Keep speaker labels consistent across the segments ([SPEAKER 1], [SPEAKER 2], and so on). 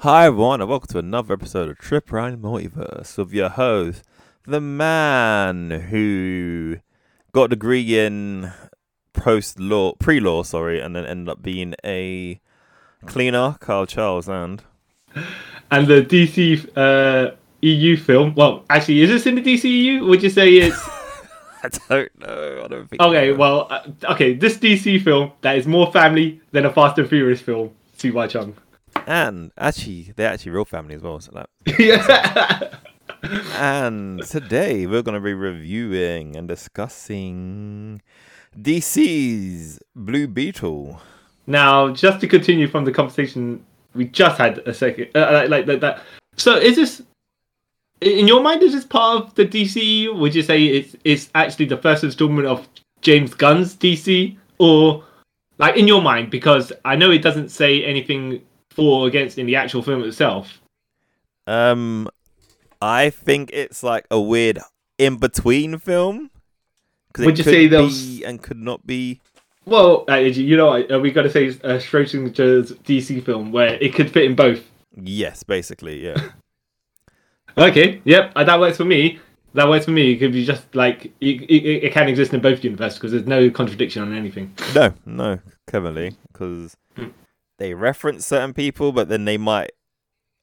[SPEAKER 1] Hi everyone, and welcome to another episode of Trip Around the Multiverse with your host, the man who got a degree in post law, pre law, sorry, and then ended up being a cleaner, Carl Charles, and
[SPEAKER 2] and the DC uh, EU film. Well, actually, is this in the DCU? Would you say it's
[SPEAKER 1] I don't know. I don't think.
[SPEAKER 2] okay? Well, uh, okay, this DC film that is more family than a Fast and Furious film. See my chung.
[SPEAKER 1] and actually, they're actually real family as well. So that
[SPEAKER 2] yeah.
[SPEAKER 1] And today we're going to be reviewing and discussing DC's Blue Beetle.
[SPEAKER 2] Now, just to continue from the conversation we just had a second, uh, like, like like that. So, is this in your mind? Is this part of the DCU? Would you say it's it's actually the first installment of James Gunn's DC, or like in your mind? Because I know it doesn't say anything for or against in the actual film itself.
[SPEAKER 1] Um, I think it's like a weird in between film. 'Cause it
[SPEAKER 2] Would you
[SPEAKER 1] could
[SPEAKER 2] say there was-
[SPEAKER 1] be and could not be?
[SPEAKER 2] Well, uh, you know, what, uh, we got to say uh, Schrodinger's DC film where it could fit in both.
[SPEAKER 1] Yes, basically, yeah.
[SPEAKER 2] Okay, yep, uh, that works for me. That works for me. It could be just like it, it, it can exist in both universes because there's no contradiction on anything.
[SPEAKER 1] no, no, cleverly, because
[SPEAKER 2] Hmm.
[SPEAKER 1] they reference certain people, but then they might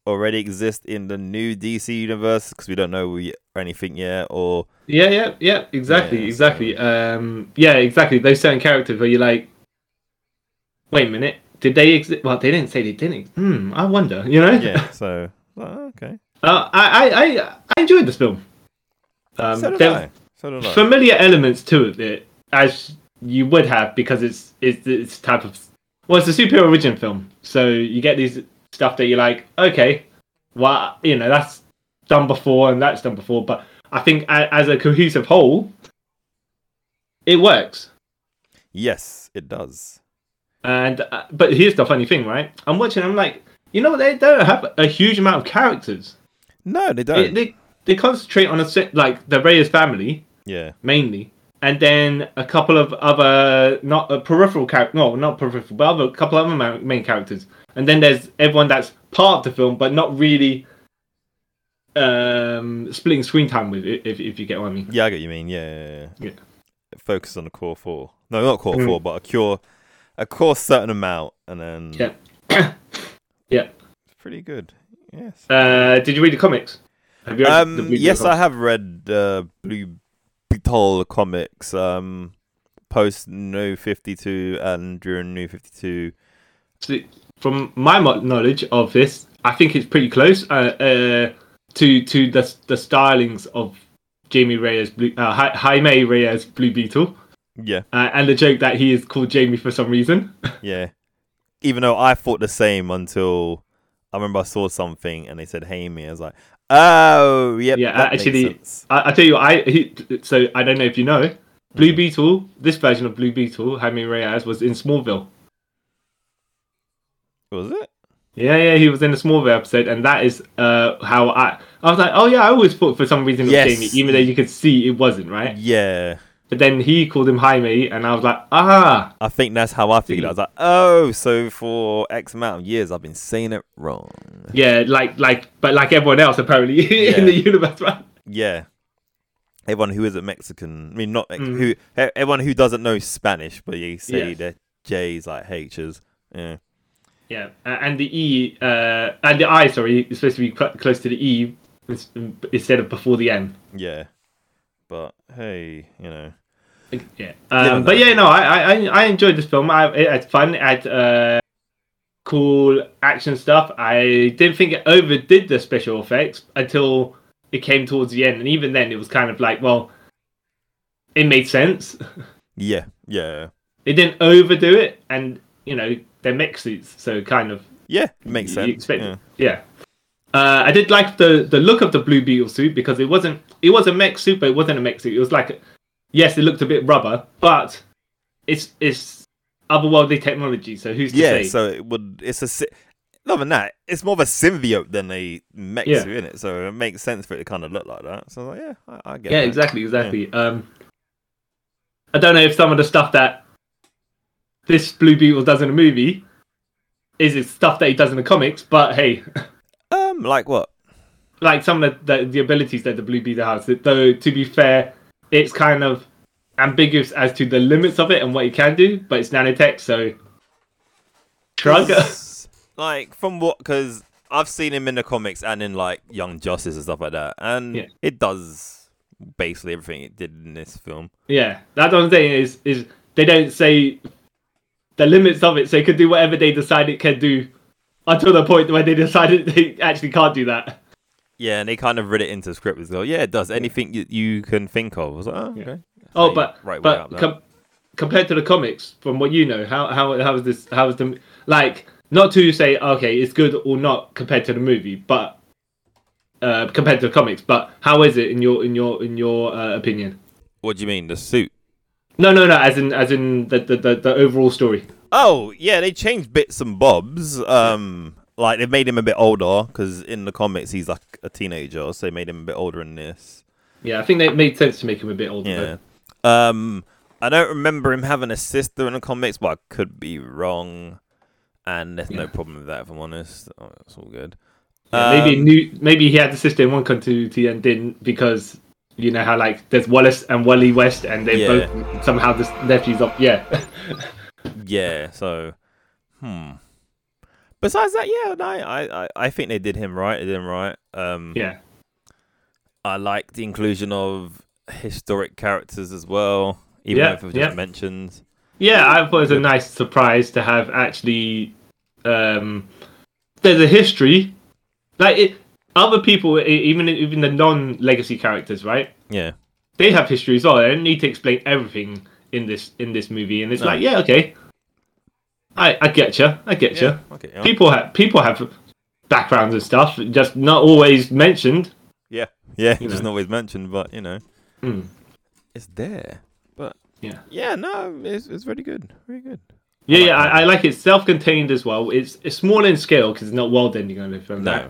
[SPEAKER 1] already exist in the new DC universe because we don't know we, anything yet, or
[SPEAKER 2] Yeah, yeah, yeah, exactly,
[SPEAKER 1] Yeah,
[SPEAKER 2] exactly. Um, yeah, exactly. Those certain characters where you're like, wait a minute, did they exist? Well, they didn't say they didn't. Hmm, I wonder. You know?
[SPEAKER 1] yeah. So well, okay,
[SPEAKER 2] Uh, I, I, I, I enjoyed this film. Um,
[SPEAKER 1] so did
[SPEAKER 2] there-
[SPEAKER 1] I. So did I.
[SPEAKER 2] familiar elements to it as you would have because it's it's it's type of well it's a superhero origin film so you get these stuff that you're like okay well you know that's done before and that's done before but i think a, as a cohesive whole it works
[SPEAKER 1] Yes, it does.
[SPEAKER 2] and uh, but here's the funny thing right i'm watching i'm like you know they don't have a huge amount of characters
[SPEAKER 1] No, they
[SPEAKER 2] they,
[SPEAKER 1] don't.
[SPEAKER 2] they, they concentrate on a se- like the reyes family
[SPEAKER 1] yeah,
[SPEAKER 2] mainly, and then a couple of other not uh, peripheral character, no, not peripheral, but other, a couple of other ma- main characters, and then there's everyone that's part of the film but not really um splitting screen time with it, if if you get what I mean.
[SPEAKER 1] yeah, I get what you mean. Yeah, yeah, yeah.
[SPEAKER 2] Yeah.
[SPEAKER 1] Focus on the core four. No, not core
[SPEAKER 2] Mm.
[SPEAKER 1] four, but a cure, a core certain amount, and then
[SPEAKER 2] Yeah. Yeah.
[SPEAKER 1] it's pretty good. Yes.
[SPEAKER 2] Uh, did you read the comics? Have you read the
[SPEAKER 1] Um,
[SPEAKER 2] Blue
[SPEAKER 1] yes,
[SPEAKER 2] Beetle
[SPEAKER 1] I have read uh, Blue Beetle comics. Um, post New Fifty Two and during New Fifty Two.
[SPEAKER 2] comics? From my mo- knowledge of this, I think it's pretty close uh, uh, to to the the stylings of Jamie Reyes, Blue, uh, Ja- Jaime Reyes Blue Beetle.
[SPEAKER 1] Yeah,
[SPEAKER 2] uh, and the joke that he is called Jamie for some reason.
[SPEAKER 1] yeah. Even though I thought the same until I remember I saw something and they said "Hey me," I was like, "Oh, yep,
[SPEAKER 2] Yeah,
[SPEAKER 1] that makes
[SPEAKER 2] actually-
[SPEAKER 1] sense."
[SPEAKER 2] I, I tell you, what, I he, so I don't know if you know, Blue Beetle. This version of Blue Beetle, Jaime Reyes, was in Smallville.
[SPEAKER 1] was it?
[SPEAKER 2] Yeah, yeah, he was in a Smallville episode, and that is uh, how I. I was like, oh yeah, I always thought for some reason it was
[SPEAKER 1] Yes.
[SPEAKER 2] Jamie, even though you could see it wasn't right.
[SPEAKER 1] Yeah.
[SPEAKER 2] But then he called him Jaime, and I was like, ah,
[SPEAKER 1] I think that's how I figured. it. I was like, oh, so for X amount of years, I've been saying it wrong.
[SPEAKER 2] yeah, like like, but like everyone else apparently
[SPEAKER 1] Yeah.
[SPEAKER 2] in the universe, right?
[SPEAKER 1] Yeah. Everyone who isn't Mexican, I mean, not Mex-
[SPEAKER 2] Mm.
[SPEAKER 1] who, e- everyone who doesn't know Spanish, but you say
[SPEAKER 2] Yes.
[SPEAKER 1] their J's like H's. Yeah.
[SPEAKER 2] Yeah, a- and the E uh, and the I, sorry, is supposed to be cl- close to the E ins- instead of before the N.
[SPEAKER 1] Yeah. But hey, you know.
[SPEAKER 2] Yeah,
[SPEAKER 1] Yeah,
[SPEAKER 2] um, but
[SPEAKER 1] no.
[SPEAKER 2] yeah, no, I I, I- I enjoyed this film. I, it had fun, it had uh, cool action stuff. I didn't think it overdid the special effects until it came towards the end, and even then, it was kind of like, well, it made sense.
[SPEAKER 1] Yeah. Yeah.
[SPEAKER 2] It didn't overdo it, and you know they're mech suits, so kind of
[SPEAKER 1] Yeah. Makes
[SPEAKER 2] you
[SPEAKER 1] sense.
[SPEAKER 2] expect
[SPEAKER 1] yeah.
[SPEAKER 2] it. yeah. Uh, I did like the the look of the blue beetle suit because it wasn't it was a mech suit, but it wasn't a mech suit. It was like yes, it looked a bit rubber, but it's it's otherworldly technology. So who's to
[SPEAKER 1] Yeah,
[SPEAKER 2] say?
[SPEAKER 1] so it would. It's a. sy- Not than that, it's more of a symbiote than a mech
[SPEAKER 2] Yeah.
[SPEAKER 1] in it, so it makes sense for it to kind of look like that. So I was like, yeah, I, I get.
[SPEAKER 2] yeah,
[SPEAKER 1] that.
[SPEAKER 2] exactly, exactly. Um, I don't know if some of the stuff that this blue beetle does in a movie is it stuff that he does in the comics, but hey,
[SPEAKER 1] Um, like what?
[SPEAKER 2] like some of the, the, the abilities that the blue beetle has. Though to be fair, it's kind of ambiguous as to the limits of it and what it can do, but it's nanotech, so shrug.
[SPEAKER 1] It's, like from what? Because I've seen him in the comics and in like Young Justice and stuff like that, and
[SPEAKER 2] Yeah.
[SPEAKER 1] it does basically everything it did in this film.
[SPEAKER 2] yeah, that's what I'm saying. Is is they don't say the limits of it, so it could do whatever they decide it can do until the point where they decided they actually can't do that.
[SPEAKER 1] Yeah, and they kind of read it into script as well. Yeah, it does anything you, you can think of. I was like, oh, okay.
[SPEAKER 2] Oh,
[SPEAKER 1] They
[SPEAKER 2] but
[SPEAKER 1] right way
[SPEAKER 2] but
[SPEAKER 1] up there.
[SPEAKER 2] com- compared to the comics, from what you know, how how how is this? How is the like? Not to say okay, it's good or not compared to the movie, but uh, compared to the comics. But how is it in your in your in your uh, opinion?
[SPEAKER 1] What do you mean the suit?
[SPEAKER 2] No, no, no. As in as in the the, the, the overall story.
[SPEAKER 1] Oh yeah, they changed bits and bobs. Um, like they made him a bit older because in the comics he's like a teenager, so they made him a bit older in this.
[SPEAKER 2] Yeah, I think that made sense to make him a bit older.
[SPEAKER 1] Yeah.
[SPEAKER 2] though.
[SPEAKER 1] Um, I don't remember him having a sister in the comics, but I could be wrong. And there's no
[SPEAKER 2] Yeah.
[SPEAKER 1] problem with that if I'm honest. Oh, it's all good.
[SPEAKER 2] Yeah, maybe
[SPEAKER 1] Um,
[SPEAKER 2] new. Maybe he had a sister in one continuity and didn't because you know how like there's Wallace and Wally West and they
[SPEAKER 1] Yeah.
[SPEAKER 2] both somehow this nephews up. Yeah.
[SPEAKER 1] Yeah. So, hmm. Besides that, yeah, no, I, I, I think they did him right. They did him right. Um,
[SPEAKER 2] yeah.
[SPEAKER 1] I like the inclusion of historic characters as well, even
[SPEAKER 2] Yeah,
[SPEAKER 1] if it was
[SPEAKER 2] yeah.
[SPEAKER 1] just mentioned.
[SPEAKER 2] Yeah, I thought it was a nice surprise to have actually. Um, there's a history, like it, other people, e- even even the non-legacy characters, right?
[SPEAKER 1] Yeah.
[SPEAKER 2] They have history as well. They don't need to explain everything in this in this movie, and it's
[SPEAKER 1] No.
[SPEAKER 2] like, yeah, okay, I I get you, I get you.
[SPEAKER 1] Okay. yeah.
[SPEAKER 2] People have people have backgrounds and stuff, just not always mentioned.
[SPEAKER 1] Yeah. Yeah.
[SPEAKER 2] You
[SPEAKER 1] Just not
[SPEAKER 2] know.
[SPEAKER 1] always mentioned, but you know,
[SPEAKER 2] Mm.
[SPEAKER 1] it's there. But
[SPEAKER 2] Yeah.
[SPEAKER 1] yeah, no, it's it's really good, really good.
[SPEAKER 2] Yeah, yeah,
[SPEAKER 1] that.
[SPEAKER 2] I, I like it. Self-contained as well. It's it's smaller in scale because it's not world-ending or anything. like
[SPEAKER 1] No,
[SPEAKER 2] that.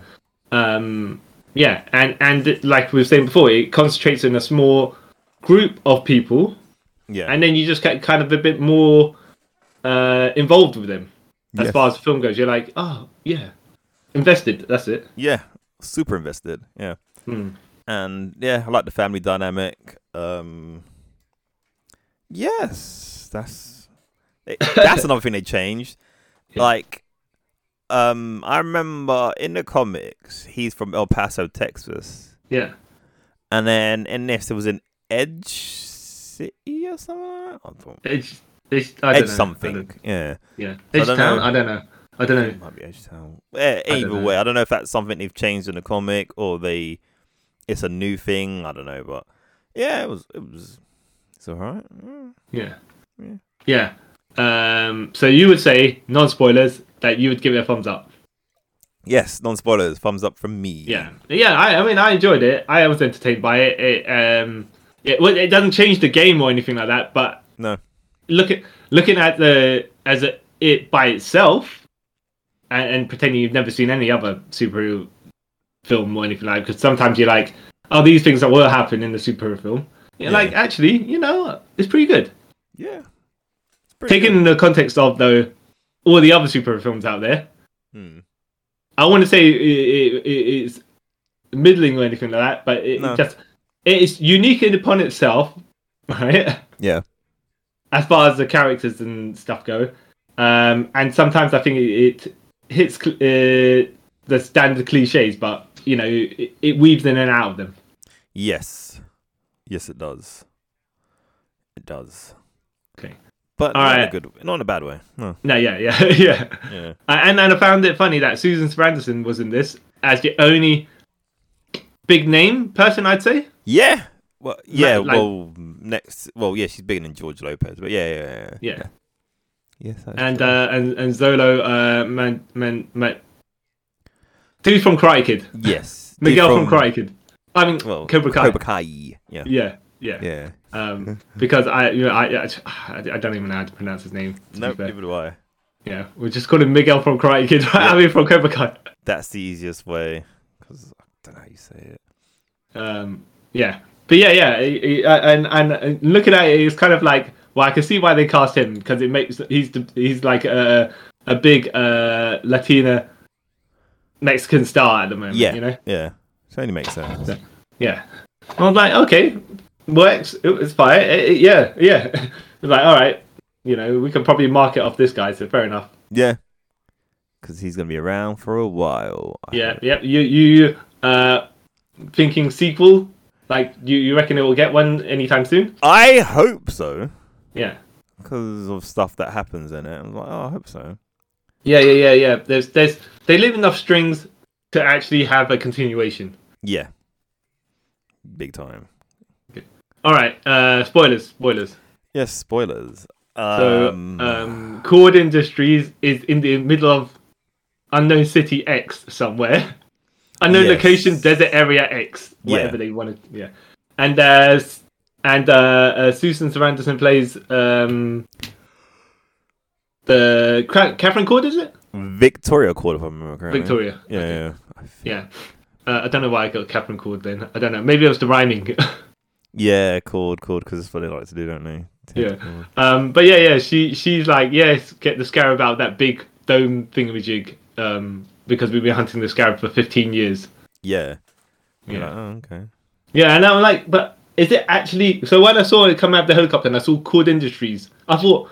[SPEAKER 2] um yeah and and like we were saying before it concentrates in a small group of people
[SPEAKER 1] yeah,
[SPEAKER 2] and then you just get kind of a bit more uh involved with them as
[SPEAKER 1] Yes.
[SPEAKER 2] far as the film goes you're like oh yeah invested that's it
[SPEAKER 1] yeah, super invested, yeah,
[SPEAKER 2] Hmm.
[SPEAKER 1] and yeah, I like the family dynamic. Um, yes, that's it, that's another thing they changed.
[SPEAKER 2] Yeah.
[SPEAKER 1] Like, um, I remember in the comics, he's from El Paso, Texas.
[SPEAKER 2] yeah
[SPEAKER 1] And then in this, there was an Edge City or something. Like that? I don't,
[SPEAKER 2] it's it's I don't
[SPEAKER 1] Edge
[SPEAKER 2] know. I
[SPEAKER 1] something.
[SPEAKER 2] don't-
[SPEAKER 1] Yeah.
[SPEAKER 2] yeah
[SPEAKER 1] I
[SPEAKER 2] edge
[SPEAKER 1] don't
[SPEAKER 2] town
[SPEAKER 1] know.
[SPEAKER 2] i don't know i don't know
[SPEAKER 1] It might be Edge Town. Eh,
[SPEAKER 2] I
[SPEAKER 1] either
[SPEAKER 2] don't know.
[SPEAKER 1] way, I don't know if that's something they've changed in the comic or they. It's a new thing. I don't know, but yeah, it was. It was. It's alright. Mm.
[SPEAKER 2] yeah yeah um so you would say non spoilers that you would give it a thumbs up
[SPEAKER 1] Yes, non spoilers. Thumbs up from me.
[SPEAKER 2] yeah yeah I, I mean i enjoyed it i was entertained by it it um it, well, it doesn't change the game or anything like that but
[SPEAKER 1] No.
[SPEAKER 2] look at looking at the as a, it by itself and, and pretending you've never seen any other superhero film or anything like because sometimes you're like oh these things that will happen in the superhero film you're
[SPEAKER 1] Yeah.
[SPEAKER 2] like actually you know it's pretty good
[SPEAKER 1] Yeah. It's pretty
[SPEAKER 2] taken in the context of though all the other superhero films out there
[SPEAKER 1] good. Hmm.
[SPEAKER 2] I want to say it, it, it's middling or anything like that, but it, it
[SPEAKER 1] No.
[SPEAKER 2] just it's unique in upon itself, right?
[SPEAKER 1] Yeah.
[SPEAKER 2] As far as the characters and stuff go, um, and sometimes I think it, it hits cl- uh, the standard cliches, but you know it, it weaves in and out of them.
[SPEAKER 1] Yes. Yes, it does. It does.
[SPEAKER 2] Okay.
[SPEAKER 1] But
[SPEAKER 2] All
[SPEAKER 1] not in a
[SPEAKER 2] right.
[SPEAKER 1] good, not in a bad way. No.
[SPEAKER 2] No, yeah, yeah, yeah.
[SPEAKER 1] Yeah.
[SPEAKER 2] Uh, and and I found it funny that Susan Sarandon was in this as the only big name person I'd say.
[SPEAKER 1] Yeah. Well, yeah.
[SPEAKER 2] like-
[SPEAKER 1] well, next. Well, yeah, she's bigger than George Lopez, but yeah, yeah, yeah.
[SPEAKER 2] Yeah.
[SPEAKER 1] Yes. that's
[SPEAKER 2] and
[SPEAKER 1] true.
[SPEAKER 2] uh, and and Zolo, uh, man, man, man, dude from Karate Kid,
[SPEAKER 1] yes, Dude
[SPEAKER 2] Miguel from, Karate Kid. I mean
[SPEAKER 1] Well,
[SPEAKER 2] Cobra Kai.
[SPEAKER 1] Cobra Kai. Yeah.
[SPEAKER 2] Yeah, yeah.
[SPEAKER 1] Yeah.
[SPEAKER 2] Um, because I, you know, I, I, I don't even know how to pronounce his name. to be
[SPEAKER 1] No,
[SPEAKER 2] fair.
[SPEAKER 1] neither do I.
[SPEAKER 2] yeah, we just call him Miguel from Karate Kid. Right? I mean from Cobra Kai.
[SPEAKER 1] That's the easiest way because I don't know how you say it.
[SPEAKER 2] Um, yeah, but yeah, yeah, he- he- uh, and and and looking at it, it's kind of like well, I can see why they cast him because it makes he's the, he's like a a big uh, Latina Mexican star at the moment.
[SPEAKER 1] Yeah.
[SPEAKER 2] You know.
[SPEAKER 1] Yeah. It only makes sense.
[SPEAKER 2] Yeah. Yeah. I'm like, okay, works. It was fine. Eh, eh, yeah, yeah. like, all right. You know, we can probably market off this guy. So fair enough.
[SPEAKER 1] Yeah. Because he's going to be around for a while. I
[SPEAKER 2] Yeah,
[SPEAKER 1] hope.
[SPEAKER 2] yeah. You, you, uh, thinking sequel? Like, you, you reckon it will get one anytime soon?
[SPEAKER 1] I hope so.
[SPEAKER 2] Yeah.
[SPEAKER 1] Because of stuff that happens in it. I'm like, oh, I hope so.
[SPEAKER 2] Yeah, yeah, yeah, yeah. There's, there's, they leave enough strings to actually have a continuation.
[SPEAKER 1] Yeah. Big time.
[SPEAKER 2] All right. Uh, spoilers, spoilers.
[SPEAKER 1] Yes, spoilers.
[SPEAKER 2] So,
[SPEAKER 1] Um,
[SPEAKER 2] um, Cord Industries is in the middle of unknown city X somewhere, unknown
[SPEAKER 1] Yes.
[SPEAKER 2] location, desert area X, whatever
[SPEAKER 1] Yeah.
[SPEAKER 2] they want to. Yeah, and uh, s- and uh, uh, Susan Sarandon plays um, the Cra- Catherine Cord, is it?
[SPEAKER 1] Victoria Court, if I remember correctly.
[SPEAKER 2] Victoria.
[SPEAKER 1] Yeah,
[SPEAKER 2] Okay.
[SPEAKER 1] yeah. I think-
[SPEAKER 2] yeah. Uh, I don't know why I got Catherine Cord then. I don't know. Maybe it was the rhyming.
[SPEAKER 1] Yeah, chord, chord, because it's what they like to do, don't they? Tend to
[SPEAKER 2] Yeah.
[SPEAKER 1] chord.
[SPEAKER 2] Um, but yeah, yeah, she she's like, yes, get the scarab out of that big dome thingamajig, um, because we've been hunting the scarab for fifteen years.
[SPEAKER 1] Yeah. You're
[SPEAKER 2] Yeah.
[SPEAKER 1] like, oh, okay.
[SPEAKER 2] Yeah, and I'm like, but is it actually? So when I saw it come out of the helicopter and I saw Cord Industries, I thought,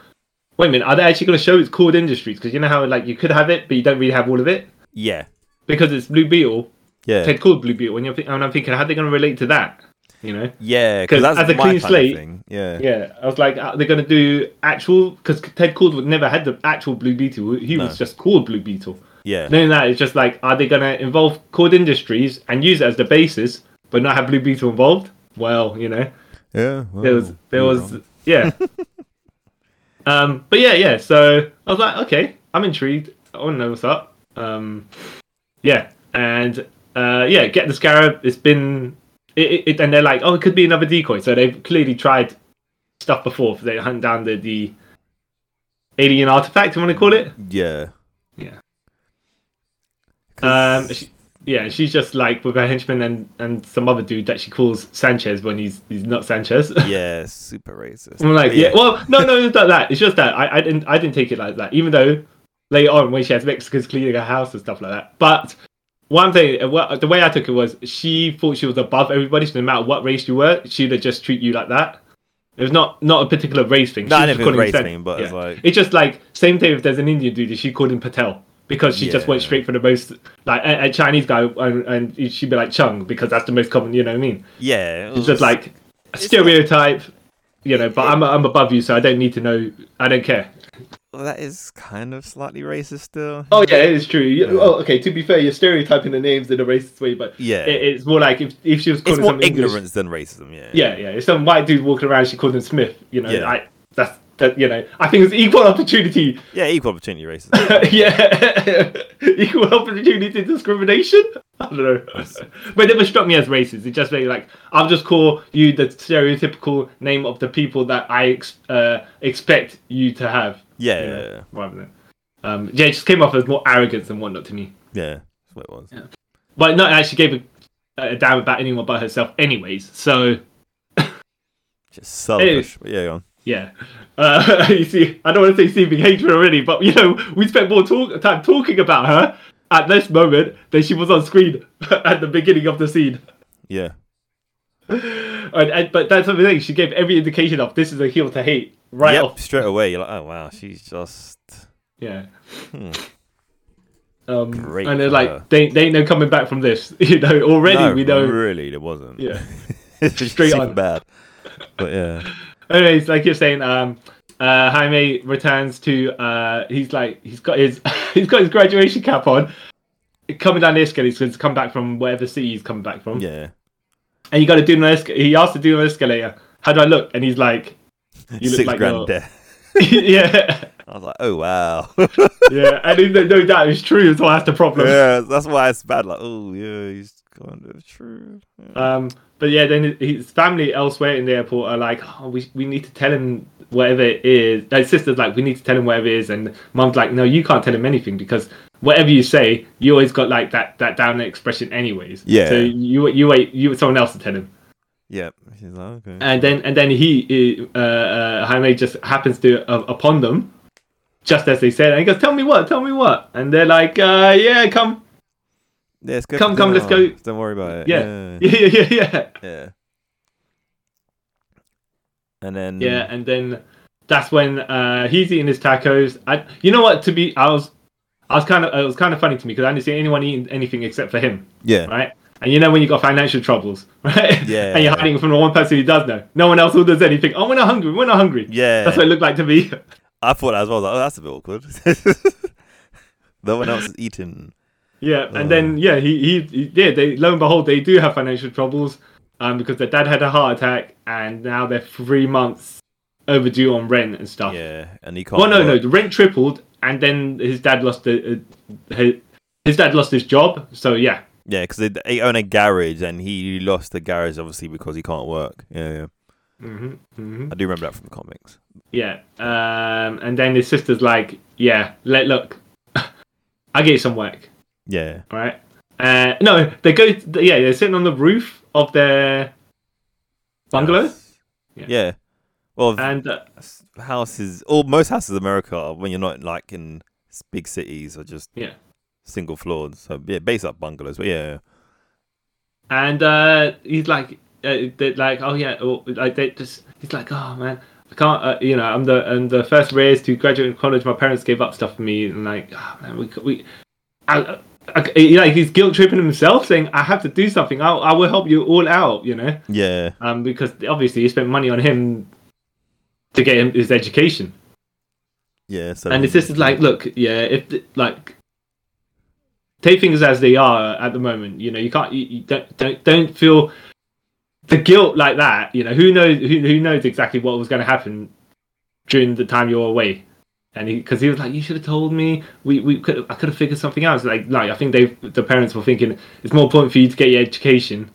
[SPEAKER 2] wait a minute, are they actually going to show it's Cord Industries? Because you know how like you could have it, but you don't really have all of it
[SPEAKER 1] Yeah.
[SPEAKER 2] because it's Blue Beetle.
[SPEAKER 1] Yeah.
[SPEAKER 2] Ted called Blue Beetle, and, you're, thi- and I'm thinking, how are they going to relate to that? You know?
[SPEAKER 1] yeah,
[SPEAKER 2] 'cause
[SPEAKER 1] because that's
[SPEAKER 2] as a
[SPEAKER 1] my
[SPEAKER 2] clean
[SPEAKER 1] kind
[SPEAKER 2] slate-
[SPEAKER 1] of thing. Yeah.
[SPEAKER 2] Yeah, I was like, are they going to do actual? Because Ted Caldwell never had the actual Blue Beetle. He
[SPEAKER 1] No.
[SPEAKER 2] was just called Blue Beetle.
[SPEAKER 1] Yeah.
[SPEAKER 2] Knowing that, it's just like, are they going to involve Cord Industries and use it as the basis, but not have Blue Beetle involved? Well, you know,
[SPEAKER 1] Yeah.
[SPEAKER 2] there was, there was, yeah. um, but yeah, yeah. So I was like, okay, I'm intrigued. I want to know what's up. Um, yeah, and uh, yeah, get the scarab. It's been, it, it, it, and they're like, oh, it could be another decoy. So they've clearly tried stuff before. They hunt down the the alien artifact. You want to call it?
[SPEAKER 1] Yeah.
[SPEAKER 2] Yeah.
[SPEAKER 1] 'Cause-
[SPEAKER 2] Um, she, yeah, she's just like with her henchman and, and some other dude that she calls Sanchez when he's he's not Sanchez.
[SPEAKER 1] yeah, super racist.
[SPEAKER 2] I'm like,
[SPEAKER 1] But
[SPEAKER 2] yeah. Well, no, no, it's not that. It's just that I, I didn't I didn't take it like that. Even though later on when she has Mexicans cleaning her house and stuff like that, but. One thing, uh, what- the way I took it was she thought she was above everybody, so no matter what race you were, she'd just treat you like that. It was not not a particular race thing.
[SPEAKER 1] No, I
[SPEAKER 2] She
[SPEAKER 1] didn't
[SPEAKER 2] was
[SPEAKER 1] think it was
[SPEAKER 2] calling
[SPEAKER 1] race
[SPEAKER 2] Sen-
[SPEAKER 1] thing, but it's like-
[SPEAKER 2] it's just like same thing. If there's an Indian dude, she called him Patel because she just went
[SPEAKER 1] Yeah.
[SPEAKER 2] straight for the most like a, a Chinese guy, and, and she'd be like Chung because that's the most common. You know what I mean?
[SPEAKER 1] yeah, it
[SPEAKER 2] It's just like a stereotype, you know. But I'm I'm above you, so I don't need to know. I don't care.
[SPEAKER 1] well, that is kind of slightly racist still.
[SPEAKER 2] Oh yeah, it's true. You- Oh okay. To be fair, you're stereotyping the names in a racist way, but
[SPEAKER 1] Yeah.
[SPEAKER 2] it, it's more like if if she was calling
[SPEAKER 1] it's more
[SPEAKER 2] someone English-
[SPEAKER 1] ignorance than racism. Yeah.
[SPEAKER 2] yeah, yeah. If some white dude walking around, she called him Smith. You know,
[SPEAKER 1] Yeah.
[SPEAKER 2] I, that's that. You know, I think it's equal opportunity
[SPEAKER 1] Yeah, equal opportunity racism.
[SPEAKER 2] yeah, equal opportunity discrimination. I don't know, but it never struck me as racist. It just made like I'll just call you the stereotypical name of the people that I ex- uh, expect you to have.
[SPEAKER 1] Yeah,
[SPEAKER 2] you
[SPEAKER 1] yeah,
[SPEAKER 2] know,
[SPEAKER 1] yeah.
[SPEAKER 2] rather than um, yeah, it just came off as more arrogance and whatnot to me.
[SPEAKER 1] yeah, that's what it was.
[SPEAKER 2] But not actually gave a, a damn about anyone but herself, anyways. So
[SPEAKER 1] Just selfish. But yeah, go on.
[SPEAKER 2] Yeah. Uh, you see, I don't want to say seeming hatred already, but you know, we spent more talk- time talking about her at this moment than she was on screen at the beginning of the scene.
[SPEAKER 1] Yeah,
[SPEAKER 2] And, and, but that's the thing, she gave every indication of this is a heel to hate right
[SPEAKER 1] yep,
[SPEAKER 2] off.
[SPEAKER 1] straight away. You're like, oh wow, she's just
[SPEAKER 2] Yeah.
[SPEAKER 1] Hmm.
[SPEAKER 2] Um,
[SPEAKER 1] Great
[SPEAKER 2] and they're
[SPEAKER 1] for her.
[SPEAKER 2] like, they, they ain't no coming back from this. You know, already
[SPEAKER 1] no,
[SPEAKER 2] we know.
[SPEAKER 1] really there wasn't.
[SPEAKER 2] Yeah.
[SPEAKER 1] it's just
[SPEAKER 2] Straight
[SPEAKER 1] super
[SPEAKER 2] on.
[SPEAKER 1] bad. But yeah,
[SPEAKER 2] Anyways, like you're saying, um, uh, Jaime returns to. Uh, he's like he's got his he's got his graduation cap on, coming down the escalator. He's going to come back from whatever city he's coming back from,
[SPEAKER 1] yeah,
[SPEAKER 2] and you got to do an escalator. He asked to do an escalator. How do I look? And he's like, you look
[SPEAKER 1] six
[SPEAKER 2] like
[SPEAKER 1] grand
[SPEAKER 2] you're-
[SPEAKER 1] debt.
[SPEAKER 2] yeah,
[SPEAKER 1] I was like, oh wow.
[SPEAKER 2] yeah. And he- no, no doubt it's true. So that's the problem.
[SPEAKER 1] yeah, that's why it's bad. Like, oh yeah, he's kind of true. Yeah.
[SPEAKER 2] Um, but yeah, then his family elsewhere in the airport are like, oh, we, we need to tell him whatever it is. His sister's like, we need to tell him whatever it is. And mom's like, no, you can't tell him anything because whatever you say, you always got like that, that down expression anyways.
[SPEAKER 1] Yeah.
[SPEAKER 2] So you, you wait, you wait someone else to tell him.
[SPEAKER 1] Yep. She's like, okay.
[SPEAKER 2] And then, and then he, uh, uh, Jaime just happens to, uh, upon them, just as they said, and he goes, tell me what, tell me what. And they're like, uh, yeah, come
[SPEAKER 1] Yeah, let's go
[SPEAKER 2] Come,
[SPEAKER 1] for
[SPEAKER 2] come,
[SPEAKER 1] dinner.
[SPEAKER 2] let's
[SPEAKER 1] Don't worry about it.
[SPEAKER 2] Yeah.
[SPEAKER 1] yeah,
[SPEAKER 2] Yeah, yeah, yeah, yeah.
[SPEAKER 1] yeah. And then
[SPEAKER 2] Yeah, and then that's when uh, he's eating his tacos. I, you know what? To be, I was, I was kind of, it was kind of funny to me because I didn't see anyone eating anything except for him,
[SPEAKER 1] yeah,
[SPEAKER 2] right? And you know when you got financial troubles, right?
[SPEAKER 1] Yeah.
[SPEAKER 2] and you're hiding from the one person who does know. No one else who does anything. Oh, we're not hungry. We're not hungry.
[SPEAKER 1] yeah.
[SPEAKER 2] That's what it looked like to me.
[SPEAKER 1] I thought that as well. I was like, oh, that's a bit awkward. no one else is eating.
[SPEAKER 2] Yeah,
[SPEAKER 1] Mm.
[SPEAKER 2] and then yeah, he, he he- yeah, they lo and behold, they do have financial troubles, um, because their dad had a heart attack and now they're three months overdue on rent and stuff.
[SPEAKER 1] Yeah, and he can't.
[SPEAKER 2] Well, no, no,
[SPEAKER 1] work.
[SPEAKER 2] the rent tripled, and then his dad lost the uh, his, his dad lost his job. So yeah,
[SPEAKER 1] Yeah, because they, they own a garage, and he lost the garage obviously because he can't work. Yeah, yeah.
[SPEAKER 2] hmm hmm
[SPEAKER 1] I do remember that from the comics.
[SPEAKER 2] yeah. Um, and then his sister's like, yeah, let look, I get you some work,
[SPEAKER 1] Yeah,
[SPEAKER 2] all right? Uh, no, they go, yeah, they're sitting on the roof of their bungalow.
[SPEAKER 1] Yes.
[SPEAKER 2] Yeah.
[SPEAKER 1] Yeah. Well,
[SPEAKER 2] And uh,
[SPEAKER 1] s- houses, or most houses in America, are when you're not like in s- big cities, are just
[SPEAKER 2] Yeah.
[SPEAKER 1] single floors. So yeah, based up bungalows. But yeah,
[SPEAKER 2] and uh, he's like, uh, they're like, oh yeah, or, like they just, he's like, oh man, I can't, uh, you know, I'm the I'm the first raised to graduate college. My parents gave up stuff for me, and like, oh man, we we, I, I, he- like he's guilt tripping himself, saying, I have to do something. I I will help you all out, you know,
[SPEAKER 1] yeah,
[SPEAKER 2] um, because obviously you spent money on him to get him his education
[SPEAKER 1] yeah. So
[SPEAKER 2] and his sister's like, look, yeah, if th- like take things as they are at the moment, you know, you can't, you, you don't, don't, don't feel the guilt like that. You know, who knows, who, who knows exactly what was going to happen during the time you were away. And because he, was like, you should have told me. We, we could, I could have figured something out. It's Like, like I think they, the parents were thinking it's more important for you to get your education,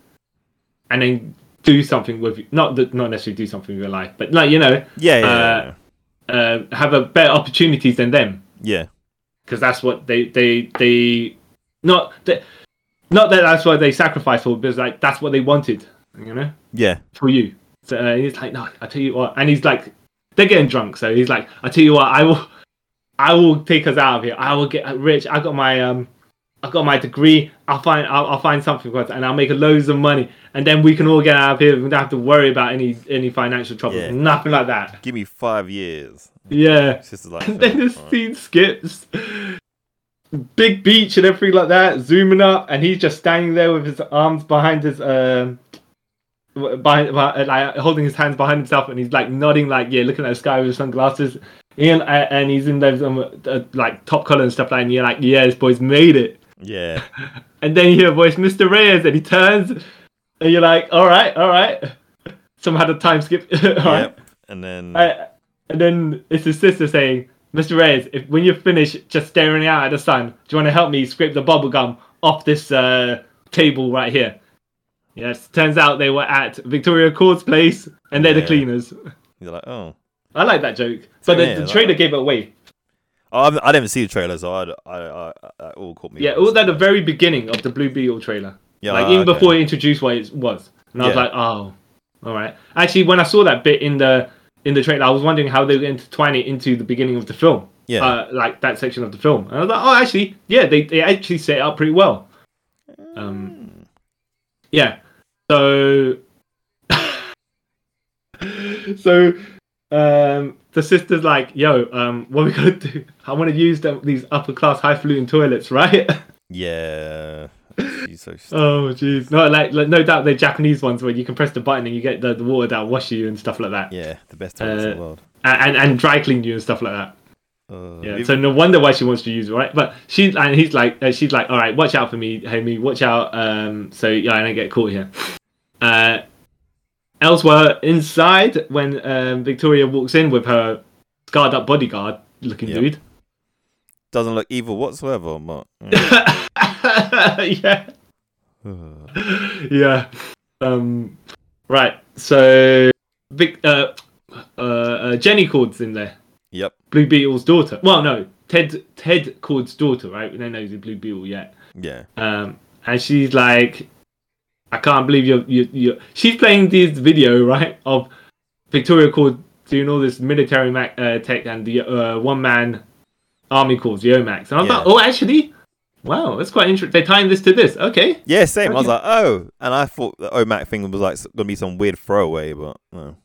[SPEAKER 2] and then do something with not that not necessarily do something with your life, but like you know,
[SPEAKER 1] yeah, yeah,
[SPEAKER 2] uh,
[SPEAKER 1] yeah,
[SPEAKER 2] uh, have a better opportunities than them
[SPEAKER 1] yeah,
[SPEAKER 2] because that's what they they they not that not that that's what they sacrificed for, but it's like that's what they wanted, you know,
[SPEAKER 1] yeah,
[SPEAKER 2] for you. So uh, he's like, no, I tell you what, and he's like, they're getting drunk, so he's like, I tell you what, I will, I will take us out of here. I will get rich. I got my um, I got my degree. I'll find I'll, I'll find something for us, and I'll make loads of money, and then we can all get out of here. We don't have to worry about any any financial trouble,
[SPEAKER 1] Yeah.
[SPEAKER 2] nothing like that.
[SPEAKER 1] Give me five years.
[SPEAKER 2] Yeah.
[SPEAKER 1] Sister's like,
[SPEAKER 2] And then
[SPEAKER 1] "Fair,
[SPEAKER 2] this
[SPEAKER 1] alright."
[SPEAKER 2] scene skips. Big beach and everything like that, zooming up, and he's just standing there with his arms behind his um, behind, behind- like holding his hands behind himself, and he's like nodding, like yeah, looking at the sky with his sunglasses, and and he's in those um, uh, like top collar and stuff like, that, and you're like, yeah, this boy's made it.
[SPEAKER 1] yeah,
[SPEAKER 2] And then you hear a voice, Mr. Reyes, and he turns, and you're like, all right, all right. Somehow the time skip. all right.
[SPEAKER 1] yep. And then
[SPEAKER 2] I, and then it's his sister saying, "Mr. Reyes, if when you're finished just staring out at the sun, do you want to help me scrape the bubble gum off this uh, table right here?" Yes. Turns out they were at Victoria Court's place, and they're the
[SPEAKER 1] Yeah.
[SPEAKER 2] cleaners.
[SPEAKER 1] you're like, oh.
[SPEAKER 2] I like that joke, but the,
[SPEAKER 1] Yeah,
[SPEAKER 2] the
[SPEAKER 1] like-
[SPEAKER 2] trailer gave it away.
[SPEAKER 1] Oh, I'm- I didn't see the trailer, so I, I, I, I all caught me.
[SPEAKER 2] Yeah,
[SPEAKER 1] by
[SPEAKER 2] all that at the
[SPEAKER 1] surprise.
[SPEAKER 2] very beginning of the Blue Beetle trailer.
[SPEAKER 1] Yeah,
[SPEAKER 2] like
[SPEAKER 1] ah,
[SPEAKER 2] even
[SPEAKER 1] okay.
[SPEAKER 2] before it introduced what it was, and I was
[SPEAKER 1] Yeah.
[SPEAKER 2] like, oh, all right. Actually, when I saw that bit in the in the trailer, I was wondering how they were going to twine it into the beginning of the film.
[SPEAKER 1] Yeah.
[SPEAKER 2] uh, like that section of the film. And I was like, oh, actually, yeah, they, they actually set it up pretty well. Um, yeah. So, so um, the sister's like, yo, um, what are we gonna do? I want to use them, these upper class highfalutin toilets, right?
[SPEAKER 1] yeah. She's so st-
[SPEAKER 2] oh, jeez, no, like, like no doubt they're Japanese ones where you can press the button and you get the, the water that'll wash you and stuff like that,
[SPEAKER 1] yeah, the best toilets in the world.
[SPEAKER 2] and, and and dry clean you and stuff like that.
[SPEAKER 1] Uh,
[SPEAKER 2] Yeah,
[SPEAKER 1] even-
[SPEAKER 2] so no wonder why she wants to use it, right? But she's and he's like, uh, she's like, all right, watch out for me, homie, watch out. Um, so yeah, I don't get caught here. Uh, elsewhere inside, when um, Victoria walks in with her scarred up bodyguard looking
[SPEAKER 1] Yeah.
[SPEAKER 2] dude,
[SPEAKER 1] doesn't look evil whatsoever. mm. Mark.
[SPEAKER 2] yeah,
[SPEAKER 1] Mm.
[SPEAKER 2] yeah. Um, right, so Vic, uh, uh, uh, Jenny Cord's in there.
[SPEAKER 1] yep.
[SPEAKER 2] Blue Beetle's daughter. Well, no, Ted Ted Cord's daughter, right? We don't know the Blue Beetle yet.
[SPEAKER 1] Yeah.
[SPEAKER 2] um, and she's like, "I can't believe you're, you you." She's playing this video right of Victoria Cord doing all this military mac- uh, tech and the uh, one man army calls the OMAX, and I was
[SPEAKER 1] Yeah.
[SPEAKER 2] like, "Oh, actually, Wow, that's quite interesting. They're tying this to this. Okay.
[SPEAKER 1] Yeah, same. I was
[SPEAKER 2] Okay.
[SPEAKER 1] like, oh, and I thought the OMAC thing was like s- gonna be some weird throwaway, but no.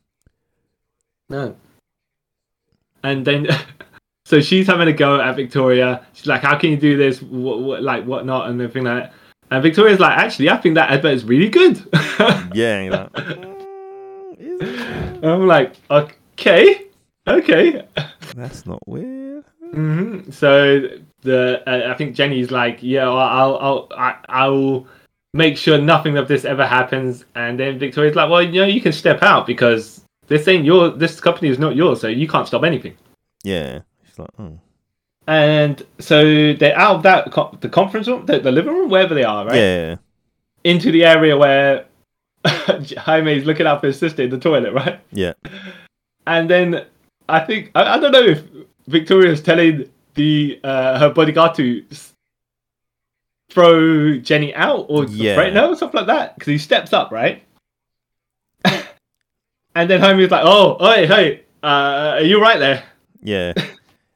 [SPEAKER 2] No. And then, so she's having a go at Victoria. She's like, "How can you do this? What, what like, what not?" And everything like that. And Victoria's like, "Actually, I think that advert is really good."
[SPEAKER 1] Yeah, and you're like, "Mm, is it?
[SPEAKER 2] I'm like, "Okay, okay."
[SPEAKER 1] that's not weird.
[SPEAKER 2] hmm So the uh, I think Jenny's like, yeah, well, I'll I'll I, I'll make sure nothing of this ever happens. And then Victoria's like, well, you know, you can step out because this ain't your this company is not yours, so you can't stop anything.
[SPEAKER 1] Yeah, she's like, oh,
[SPEAKER 2] And so they're out of that co- the conference room, the, the living room, wherever they are, right?
[SPEAKER 1] yeah,
[SPEAKER 2] Into the area where Jaime's looking out for his sister in the toilet, right?
[SPEAKER 1] yeah,
[SPEAKER 2] And then I think I, I don't know if Victoria's telling the uh, her bodyguard to s- throw Jenny out or
[SPEAKER 1] Yeah.
[SPEAKER 2] right now stuff like that because he steps up right, and then Jaime's like, "Oh, hey, hey, uh, are you right there?"
[SPEAKER 1] yeah.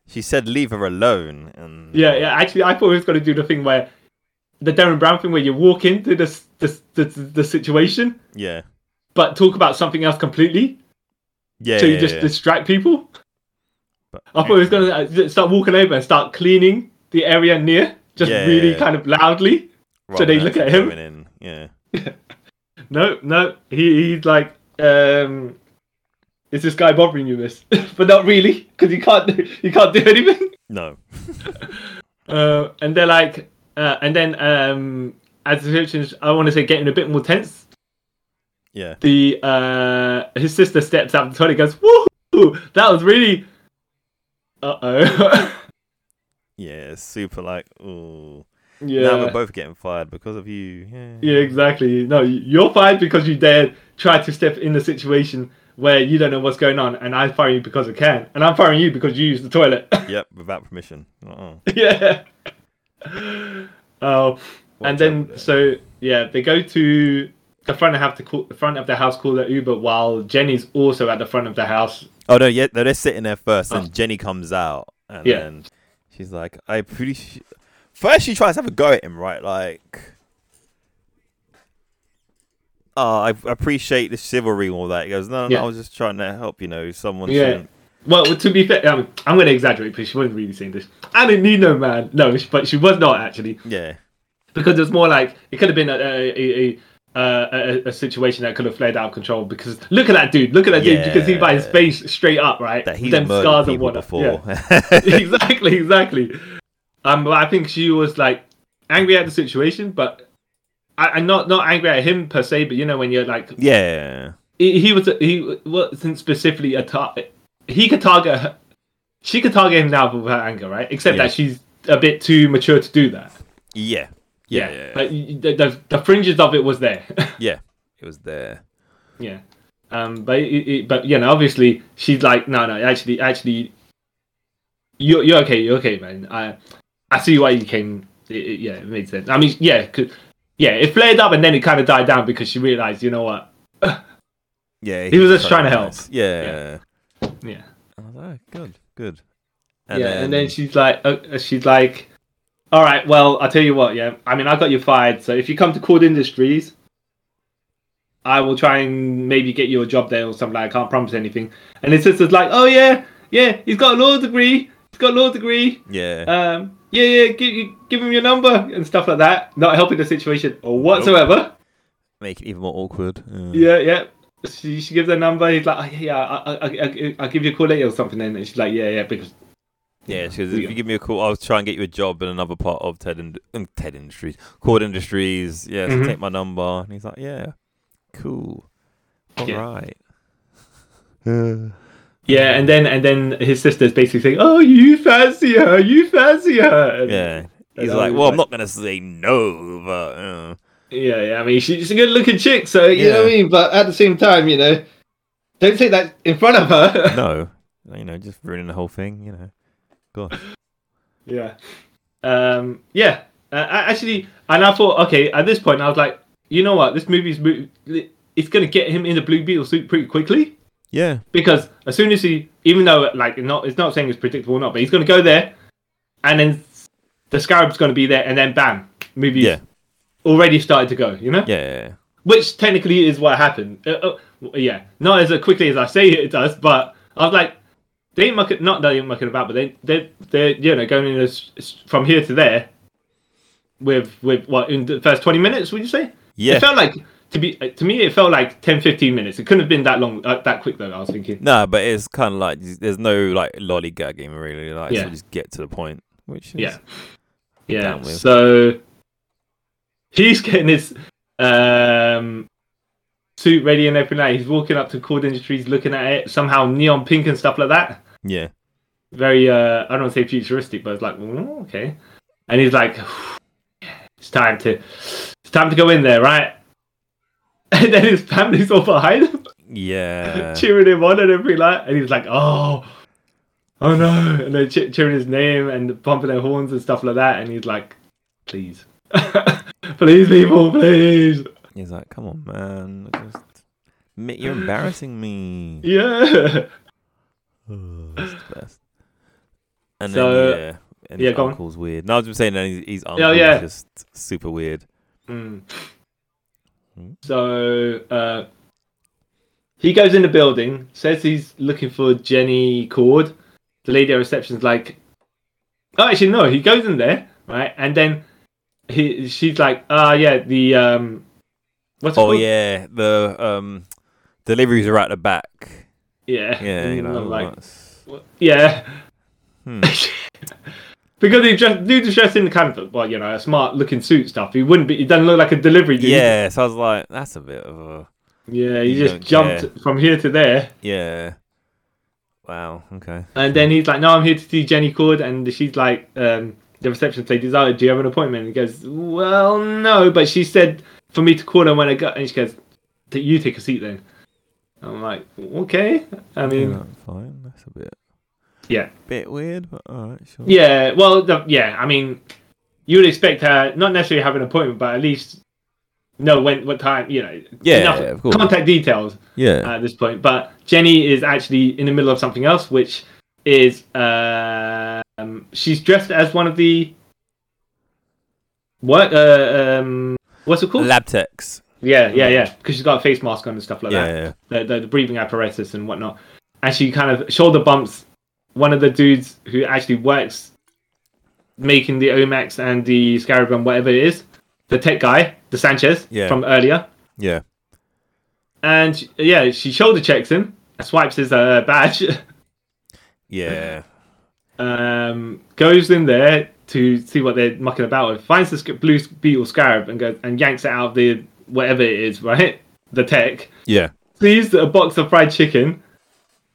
[SPEAKER 1] she said, leave her alone, and
[SPEAKER 2] Yeah, yeah. Actually, I thought he was going to do the thing where the Darren Brown thing where you walk into this the, the, the situation
[SPEAKER 1] yeah,
[SPEAKER 2] but talk about something else completely,
[SPEAKER 1] yeah.
[SPEAKER 2] so you
[SPEAKER 1] yeah,
[SPEAKER 2] just
[SPEAKER 1] yeah.
[SPEAKER 2] distract people.
[SPEAKER 1] But-
[SPEAKER 2] I thought he was gonna uh, start walking over and start cleaning the area near, just
[SPEAKER 1] Yeah.
[SPEAKER 2] really kind of loudly.
[SPEAKER 1] rather
[SPEAKER 2] they
[SPEAKER 1] than
[SPEAKER 2] look at
[SPEAKER 1] actually
[SPEAKER 2] him.
[SPEAKER 1] going in, Yeah,
[SPEAKER 2] No, no, he, he's like, um, is this guy bothering you, miss? but not really, because you can't, you can't do anything.
[SPEAKER 1] no,
[SPEAKER 2] Uh, and they're like, uh, and then um, as the situation's, I want to say, getting a bit more tense.
[SPEAKER 1] yeah,
[SPEAKER 2] The uh, his sister steps out the toilet, and goes, "Woohoo! That was really." Uh oh.
[SPEAKER 1] yeah. it's Super like, ooh.
[SPEAKER 2] yeah.
[SPEAKER 1] Now we're both getting fired because of you. Yeah.
[SPEAKER 2] Yeah, exactly. No, you- you're fired because you dared try to step in a situation where you don't know what's going on, and I fire you because I can, and I'm firing you because you used the toilet.
[SPEAKER 1] Yep, without permission. Uh-uh.
[SPEAKER 2] yeah. Oh,
[SPEAKER 1] Watch
[SPEAKER 2] and then
[SPEAKER 1] out.
[SPEAKER 2] so yeah, they go to the front of have to call, the front of the house call their Uber while Jenny's also at the front of the house.
[SPEAKER 1] Oh no, yeah, no, they're sitting there first, and Jenny comes out, and
[SPEAKER 2] Uh. Yeah.
[SPEAKER 1] then she's like, "I pretty." Sh-. First, she tries to have a go at him, right? Like, oh, I appreciate the chivalry and all that. He goes, "No, no, no,
[SPEAKER 2] Yeah.
[SPEAKER 1] I was just trying to help. You know, someone."
[SPEAKER 2] Yeah.
[SPEAKER 1] shouldn't-"
[SPEAKER 2] Well, to be fair, um, I'm going to exaggerate because she wasn't really saying this. I didn't need no man, no, she- but she was not actually.
[SPEAKER 1] yeah,
[SPEAKER 2] because it's more like it could have been a a, a, a, a, a situation that could have flared out of control. Because look at that dude, look at that dude. You can see by his
[SPEAKER 1] Yeah.
[SPEAKER 2] face straight up, right?
[SPEAKER 1] that he's
[SPEAKER 2] Them
[SPEAKER 1] murdered
[SPEAKER 2] and
[SPEAKER 1] people
[SPEAKER 2] whatnot.
[SPEAKER 1] before.
[SPEAKER 2] Yeah. exactly, exactly. Um, but I think she was like angry at the situation, but I, I'm not not angry at him per se. But you know when you're like
[SPEAKER 1] yeah,
[SPEAKER 2] he, he was he wasn't specifically a target. He could target her. She could target him now with her anger, right? Except
[SPEAKER 1] Yeah.
[SPEAKER 2] that she's a bit too mature to do that.
[SPEAKER 1] yeah,
[SPEAKER 2] Yeah,
[SPEAKER 1] yeah, yeah.
[SPEAKER 2] but y- y- the, the the fringes of it was there.
[SPEAKER 1] yeah. It was there.
[SPEAKER 2] yeah, um, but it, it, but you know, obviously she's like, no, no, actually, actually, you're you're okay, you're okay, man. I I see why you came. It, it- yeah, it made sense. I mean, yeah, 'cause- yeah, it flared up and then it kind of died down because she realized, you know what?
[SPEAKER 1] Yeah,
[SPEAKER 2] He was just trying to help.
[SPEAKER 1] nice. Yeah. yeah.
[SPEAKER 2] Yeah,
[SPEAKER 1] I was like, "Oh, good, good.
[SPEAKER 2] yeah, and then she's like, uh, she's like, all right, well, I'll tell you what, yeah. I mean, I got you fired, so if you come to Cord Industries. I will try and maybe get you a job there or something. I can't promise anything. And his sister's like, "Oh yeah, yeah, he's got a law degree. He's got a law degree.
[SPEAKER 1] yeah.
[SPEAKER 2] Um, yeah, yeah, give, give him your number and stuff like that. Not helping the situation or whatsoever.
[SPEAKER 1] make it even more awkward.
[SPEAKER 2] Yeah, yeah. She, she gives her number. He's like, oh, yeah, I, I, I, I'll give you a call later or something. And she's like, yeah, yeah, because
[SPEAKER 1] Yeah, because
[SPEAKER 2] We
[SPEAKER 1] if
[SPEAKER 2] go.
[SPEAKER 1] you give me a call, I'll try and get you a job in another part of Ted and um, Ted Industries, Cord Industries. Yeah, so
[SPEAKER 2] Mhm.
[SPEAKER 1] take my number. And he's like, yeah, cool, all
[SPEAKER 2] Yeah.
[SPEAKER 1] right.
[SPEAKER 2] yeah. And then and then his sister's basically saying, oh, you fancy her, you fancy her. And-
[SPEAKER 1] Yeah, he's
[SPEAKER 2] I
[SPEAKER 1] like,
[SPEAKER 2] was
[SPEAKER 1] well, I'm
[SPEAKER 2] like-
[SPEAKER 1] not gonna say no, but uh,
[SPEAKER 2] yeah, yeah. I mean, she, she's a good looking chick, so you know
[SPEAKER 1] Yeah.
[SPEAKER 2] what I mean. But at the same time, you know, don't say that in front of her.
[SPEAKER 1] no, you know, just ruining the whole thing. You know, God,
[SPEAKER 2] Yeah. Um, yeah. Uh, I- actually, and I thought, okay, at this point, I was like, you know what? This movie's mo- it's going to get him in the Blue Beetle suit pretty quickly
[SPEAKER 1] yeah,
[SPEAKER 2] because as soon as he, even though like not, it's not saying it's predictable or not, but he's going to go there and then the scarab's going to be there, and then bam, movies
[SPEAKER 1] Yeah.
[SPEAKER 2] already started to go. You know,
[SPEAKER 1] Yeah, yeah, yeah.
[SPEAKER 2] which technically is what happened. Uh, uh, w- yeah, not as quickly as I say it does, but I was like, they ain't mucking, not that they ain't mucking about, but they they they're you know going in as, s from here to there with with what in the first twenty minutes would you say?
[SPEAKER 1] Yeah.
[SPEAKER 2] It felt like to be uh, to me it felt like 10, 15 minutes. It couldn't have been that long, uh, that quick though. I was thinking.
[SPEAKER 1] Nah, but it's kind of like there's no like lollygagging really. Like
[SPEAKER 2] Yeah.
[SPEAKER 1] so just get to the point, which is
[SPEAKER 2] Yeah.
[SPEAKER 1] Down
[SPEAKER 2] Yeah.
[SPEAKER 1] with.
[SPEAKER 2] So he's getting his um, suit ready and everything like that. He's walking up to Cord Industries, looking at it, somehow neon pink and stuff like that.
[SPEAKER 1] yeah,
[SPEAKER 2] Very, uh, I don't want to say futuristic, but it's like, "Mm, okay. And he's like, it's time to, it's time to go in there, right? And then his family's all behind him,
[SPEAKER 1] yeah.
[SPEAKER 2] cheering him on and everything like that. And he's like, oh, oh no. And they're che- cheering his name and pumping their horns and stuff like that. And he's like, please. please, people, please.
[SPEAKER 1] He's like, come on, man, just admit you're embarrassing me.
[SPEAKER 2] Yeah.
[SPEAKER 1] Oh, That's the best. And
[SPEAKER 2] So-
[SPEAKER 1] then yeah, Oh, and
[SPEAKER 2] yeah,
[SPEAKER 1] his
[SPEAKER 2] go on.
[SPEAKER 1] uncle's weird. No, I was just saying, and his, his uncle
[SPEAKER 2] yeah.
[SPEAKER 1] is just super weird.
[SPEAKER 2] Mm.
[SPEAKER 1] Hmm.
[SPEAKER 2] So uh, he goes in the building, says he's looking for Jenny Cord. The lady at reception's like, oh, actually no. He goes in there, right, and then he she's like, ah, yeah, the um, what's it
[SPEAKER 1] Oh
[SPEAKER 2] called?
[SPEAKER 1] yeah, the um deliveries are at the back.
[SPEAKER 2] yeah,
[SPEAKER 1] Yeah, you
[SPEAKER 2] And
[SPEAKER 1] know,
[SPEAKER 2] I'm like,
[SPEAKER 1] that's-
[SPEAKER 2] "What?" yeah.
[SPEAKER 1] Hmm.
[SPEAKER 2] Because he just dude was dressed in kind of well, you know, a smart looking suit stuff. He wouldn't be. He doesn't look like a delivery dude.
[SPEAKER 1] yeah. So I was like, that's a bit of a
[SPEAKER 2] yeah. He
[SPEAKER 1] You
[SPEAKER 2] just
[SPEAKER 1] don't
[SPEAKER 2] jumped
[SPEAKER 1] care.
[SPEAKER 2] from here to there.
[SPEAKER 1] yeah. Wow. Okay.
[SPEAKER 2] And then he's like, "No, I'm here to see Jenny Cord," and she's like, um, "The receptionist lady's oh, do you have an appointment?" And he goes, "Well, no, but she said for me to call her when I got." And she goes, "T- "You take a seat then." I'm like, "Okay." I
[SPEAKER 1] Yeah,
[SPEAKER 2] mean,
[SPEAKER 1] that's fine. That's a bit.
[SPEAKER 2] Yeah.
[SPEAKER 1] Bit weird, but alright, sure.
[SPEAKER 2] yeah, well, the, yeah, I mean, you would expect her not necessarily have an appointment, but at least know when, what time, you know,
[SPEAKER 1] Yeah,
[SPEAKER 2] enough
[SPEAKER 1] yeah, of course.
[SPEAKER 2] contact details.
[SPEAKER 1] Yeah.
[SPEAKER 2] at this point. But Jenny is actually in the middle of something else, which is um, she's dressed as one of the what? Uh, um, what's it called?
[SPEAKER 1] Lab techs.
[SPEAKER 2] yeah, yeah, yeah. Because she's got a face mask on and stuff like
[SPEAKER 1] Yeah,
[SPEAKER 2] that.
[SPEAKER 1] yeah.
[SPEAKER 2] The, the, the breathing apparatus and whatnot. And she kind of shoulder bumps one of the dudes who actually works making the Omax and the Scarab and whatever it is, the tech guy, the Sanchez
[SPEAKER 1] Yeah.
[SPEAKER 2] from earlier.
[SPEAKER 1] Yeah.
[SPEAKER 2] And she- yeah, she shoulder checks him, swipes his uh, badge,
[SPEAKER 1] Yeah.
[SPEAKER 2] um, goes in there to see what they're mucking about with, finds this blue beetle scarab and goes and yanks it out of the whatever it is, right? The tech.
[SPEAKER 1] Yeah.
[SPEAKER 2] Sees a box of fried chicken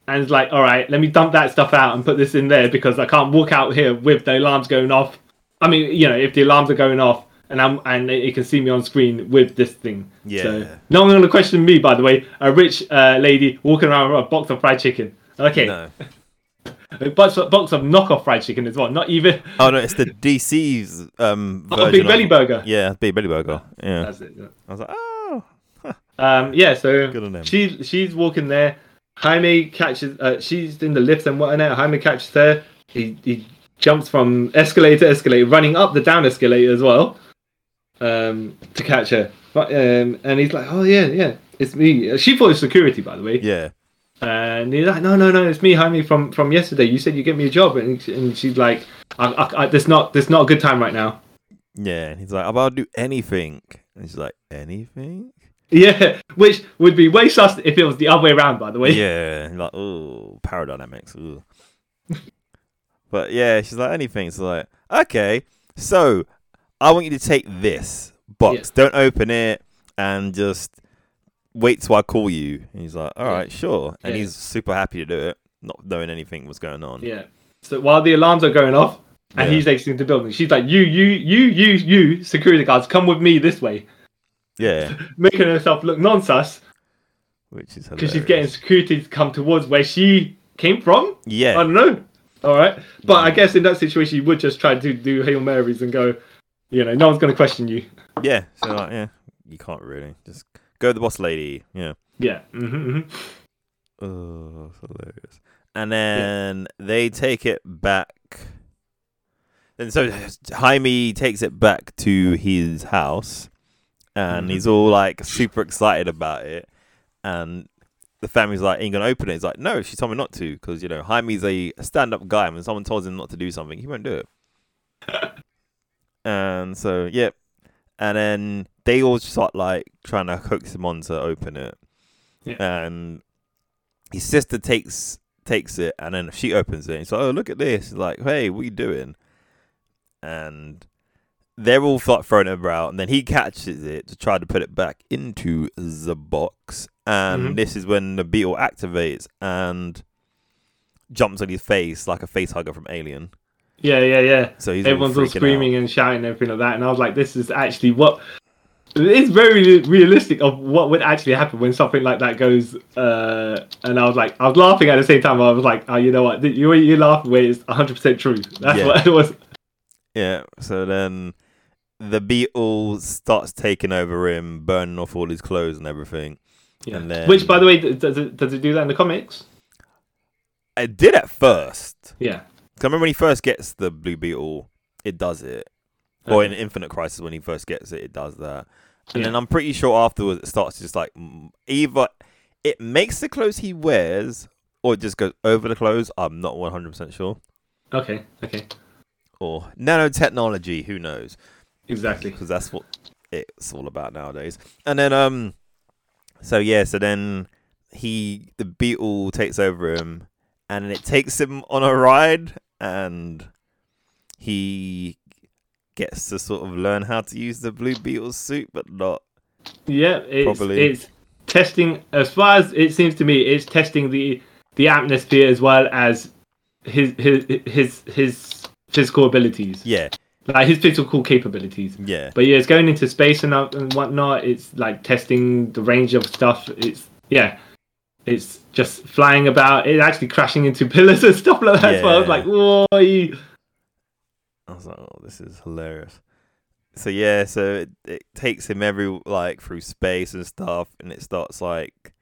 [SPEAKER 2] and is like, all right, let me dump that stuff out and put this in there because I can't walk out here with the alarms going off. I mean, you know, if the alarms are going off and I'm and it can see me on screen with this thing.
[SPEAKER 1] Yeah.
[SPEAKER 2] So, no one's going to question me, by the way. A rich uh, lady walking around with a box of fried chicken. Okay,
[SPEAKER 1] No.
[SPEAKER 2] a box, a box of knockoff fried chicken as well. Not even
[SPEAKER 1] Oh no, it's the DC's um
[SPEAKER 2] Oh,
[SPEAKER 1] version
[SPEAKER 2] Big
[SPEAKER 1] of-
[SPEAKER 2] Belly Burger.
[SPEAKER 1] Yeah, Big Belly Burger. Yeah.
[SPEAKER 2] That's it. yeah.
[SPEAKER 1] I was like, oh
[SPEAKER 2] Um, yeah. So
[SPEAKER 1] Good on them.
[SPEAKER 2] she she's walking there. Jaime catches. Uh, she's in the lift and whatnot. Jaime catches her. He he jumps from escalator to escalator, running up the down escalator as well, um, to catch her. But, um, and he's like, "Oh yeah, yeah, it's me." She thought it was security, by the way.
[SPEAKER 1] Yeah.
[SPEAKER 2] And he's like, no, no, no, it's me, Jaime, from from yesterday. You said you get me a job, and, and she's like, I, I, I, "There's not, there's not a good time right now."
[SPEAKER 1] Yeah. And he's like, "Oh, I'll do anything. And she's like, anything?
[SPEAKER 2] Yeah, which would be way sus if it was the other way around, by the way.
[SPEAKER 1] Yeah. and Like, oh, power dynamics. Ooh. but yeah, she's like, anything. So like, okay, so I want you to take this box. Don't open it and just wait till I call you. And he's like, all right, sure. And
[SPEAKER 2] Yeah.
[SPEAKER 1] he's super happy to do it, not knowing anything was going on.
[SPEAKER 2] Yeah. So while the alarms are going off and
[SPEAKER 1] Yeah.
[SPEAKER 2] he's exiting the building, she's like, "You, you, you, you, you, security guards, come with me this way,"
[SPEAKER 1] Yeah.
[SPEAKER 2] making herself look non-sus
[SPEAKER 1] Which is
[SPEAKER 2] because
[SPEAKER 1] hilarious.
[SPEAKER 2] she's getting security to come towards where she came from.
[SPEAKER 1] Yeah. Mm.
[SPEAKER 2] I don't know. All right, but I guess in that situation, you would just try to do hail marys and go, you know, no one's going to question you.
[SPEAKER 1] Yeah, so like, yeah, you can't really just go with the boss lady. Yeah, Mm-hmm,
[SPEAKER 2] Yeah. hmm
[SPEAKER 1] oh, that's hilarious. And then they take it back And so Jaime takes it back to his house, and he's all like super excited about it. And the family's like, "Ain't gonna open it." He's like, "No, she told me not to," because you know Jaime's a stand-up guy, and when someone tells him not to do something, he won't do it. and so, yep. And then they all start like trying to coax him on to open it,
[SPEAKER 2] Yeah.
[SPEAKER 1] and his sister takes takes it, and then she opens it. And he's like, "Oh, look at this!" He's like, "Hey, what you doing?" And they're all like throwing it about, and then he catches it to try to put it back into the box. And
[SPEAKER 2] Mhm.
[SPEAKER 1] this is when the beetle activates and jumps on his face like a face hugger from Alien.
[SPEAKER 2] Yeah, yeah, yeah.
[SPEAKER 1] So he's
[SPEAKER 2] Everyone's all
[SPEAKER 1] freaking out.
[SPEAKER 2] screaming and shouting and everything like that, and I was like, this is actually what. It's very re- realistic of what would actually happen when something like that goes. Uh, and I was like, I was laughing at the same time. I was like, oh, you know what? th- You you laugh where it's 100 percent true. That's
[SPEAKER 1] Yeah.
[SPEAKER 2] what it was.
[SPEAKER 1] Yeah. So then the beetle starts taking over him, burning off all his clothes and everything.
[SPEAKER 2] Yeah.
[SPEAKER 1] And then-
[SPEAKER 2] Which, by the way, th- does it does it do that in the comics?
[SPEAKER 1] I did at first. 'Cause
[SPEAKER 2] Yeah.
[SPEAKER 1] I remember when he first gets the blue beetle, it does it. Or in Infinite Crisis, when he first gets it, it does that. And then
[SPEAKER 2] Yeah.
[SPEAKER 1] I'm pretty sure afterwards it starts just like mm, either it makes the clothes he wears or it just goes over the clothes. I'm not 100% sure.
[SPEAKER 2] Okay. Okay.
[SPEAKER 1] Or nanotechnology, who knows?
[SPEAKER 2] Exactly.
[SPEAKER 1] because that's what it's all about nowadays. And then um, so yeah, so then he the beetle takes over him, and it takes him on a ride, and he gets to sort of learn how to use the blue beetle suit, but not
[SPEAKER 2] Yeah. It's,
[SPEAKER 1] Probably.
[SPEAKER 2] it's testing. As far as it seems to me, it's testing the the atmosphere as well as his his his his physical abilities,
[SPEAKER 1] yeah,
[SPEAKER 2] like his physical capabilities.
[SPEAKER 1] yeah,
[SPEAKER 2] But yeah, it's going into space and out- and whatnot. It's like testing the range of stuff. It's yeah. It's just flying about. It actually crashing into pillars and stuff like that. So I was
[SPEAKER 1] Yeah.
[SPEAKER 2] like, whoa,
[SPEAKER 1] I was like, oh, this is hilarious. So yeah, so it, it takes him every like through space and stuff, and it starts like,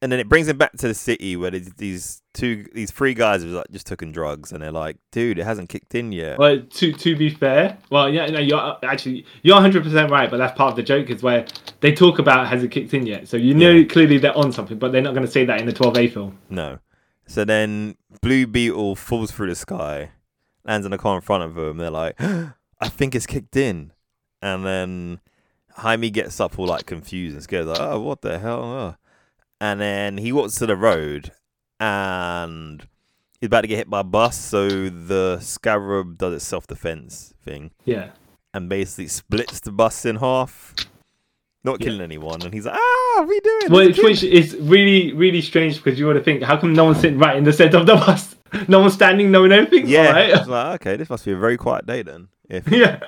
[SPEAKER 1] and then it brings him back to the city where there's these two, these three guys have like just taken drugs, and they're like, dude, it hasn't kicked in yet.
[SPEAKER 2] Well, to to be fair, well, yeah, no, you're actually you're 100 percent right, but that's part of the joke is where they talk about has it kicked in yet. So you know
[SPEAKER 1] Yeah.
[SPEAKER 2] clearly they're on something, but they're not going to say that in the 12A film.
[SPEAKER 1] No. So then Blue Beetle falls through the sky, lands in a car in front of him. They're like, I think it's kicked in. And then Jaime gets up all like confused and scared, like, oh, what the hell? Oh." And then he walks to the road and he's about to get hit by a bus. So the scarab does its self defense thing
[SPEAKER 2] Yeah,
[SPEAKER 1] and basically splits the bus in half, not
[SPEAKER 2] Yeah.
[SPEAKER 1] killing anyone. And he's like, ah, what are we doing?
[SPEAKER 2] which
[SPEAKER 1] It's a kid."
[SPEAKER 2] which is really really strange because you would have think how come no one's sitting right in the center of the bus, no one's standing, no one anything.
[SPEAKER 1] Yeah.
[SPEAKER 2] Alright.
[SPEAKER 1] It's like, okay, this must be a very quiet day then. If
[SPEAKER 2] yeah.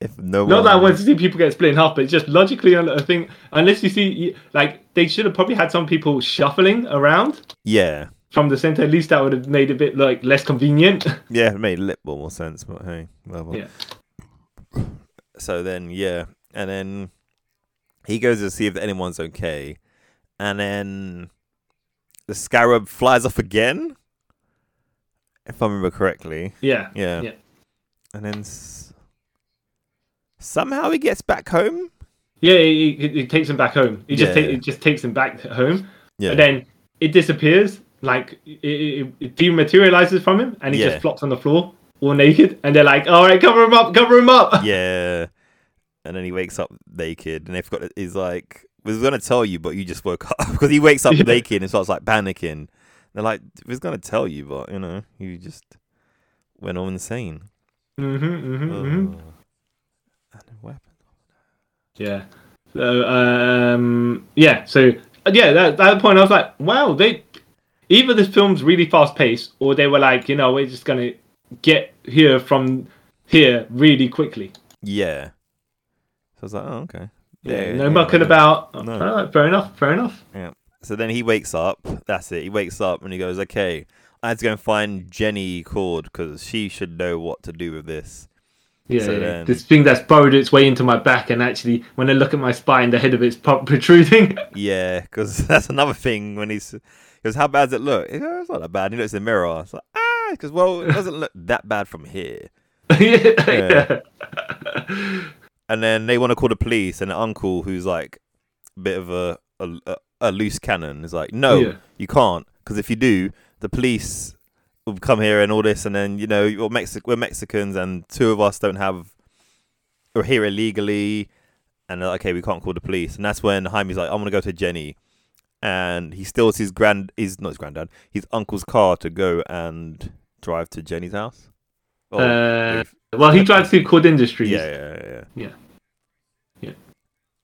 [SPEAKER 1] if no
[SPEAKER 2] Not
[SPEAKER 1] one,
[SPEAKER 2] that I want to see people get split in half, but it's just logically a thing. Unless you see, you- like, they should have probably had some people shuffling around
[SPEAKER 1] Yeah,
[SPEAKER 2] from the center. At least that would have made it a bit like less convenient.
[SPEAKER 1] yeah, it made a little bit more sense, but hey, whatever.
[SPEAKER 2] Yeah.
[SPEAKER 1] So then, yeah, and then he goes to see if anyone's okay, and then the scarab flies off again, if I remember correctly.
[SPEAKER 2] yeah.
[SPEAKER 1] Yeah.
[SPEAKER 2] Yeah.
[SPEAKER 1] And then s- somehow he gets back home.
[SPEAKER 2] Yeah, it, it, it takes him back home. It just
[SPEAKER 1] Yeah.
[SPEAKER 2] ta- it just takes him back home,
[SPEAKER 1] Yeah.
[SPEAKER 2] and then it disappears. Like it, it, it dematerializes from him, and he
[SPEAKER 1] Yeah.
[SPEAKER 2] just flops on the floor, all naked. And they're like, "All right, cover him up, cover him up."
[SPEAKER 1] yeah. And then he wakes up naked, and they've got. He's like, "Was gonna tell you, but you just woke up." Because he wakes up
[SPEAKER 2] Yeah.
[SPEAKER 1] naked and starts like panicking. They're like, "Was gonna tell you, but you know, you just went all insane."
[SPEAKER 2] hmm hmm
[SPEAKER 1] Oh.
[SPEAKER 2] hmm
[SPEAKER 1] Ugh. And then what happened?
[SPEAKER 2] Yeah. So um, yeah. So yeah, that that point I was like, wow, they either this film's really fast paced, or they were like, you know, we're just gonna get here from here really quickly.
[SPEAKER 1] Yeah. So I was like, "Oh, okay."
[SPEAKER 2] Yeah, no mucking
[SPEAKER 1] yeah.
[SPEAKER 2] about.
[SPEAKER 1] No.
[SPEAKER 2] All right, fair enough. Fair enough.
[SPEAKER 1] So then he wakes up. That's it. He wakes up and he goes, "Okay, I had to go and find Jenny Cord because she should know what to do with this."
[SPEAKER 2] Yeah,
[SPEAKER 1] So
[SPEAKER 2] yeah.
[SPEAKER 1] then-
[SPEAKER 2] this thing that's burrowed its way into my back, and actually, when I look at my spine, the head of it's pro- protruding.
[SPEAKER 1] Yeah, because that's another thing when he's because how bad does it look? He goes, it's not that bad. He looks in the mirror. It's like ah, bad because well, it doesn't look that bad from here.
[SPEAKER 2] yeah.
[SPEAKER 1] And then they want to call the police, and the uncle who's like a bit of a a, a- a loose cannon is like, no,
[SPEAKER 2] Yeah.
[SPEAKER 1] you can't because if you do, the police will come here and all this, and then you know you're Mexi- we're Mexicans, and two of us don't have are here illegally, and they're like, okay, we can't call the police, and that's when Jaime's like, I'm gonna go to Jenny, and he steals his grand, his not his granddad, his uncle's car to go and drive to Jenny's house. Oh,
[SPEAKER 2] Uh,
[SPEAKER 1] if-
[SPEAKER 2] Well, he drives through Cord Industries.
[SPEAKER 1] yeah, yeah, yeah,
[SPEAKER 2] Yeah. Yeah.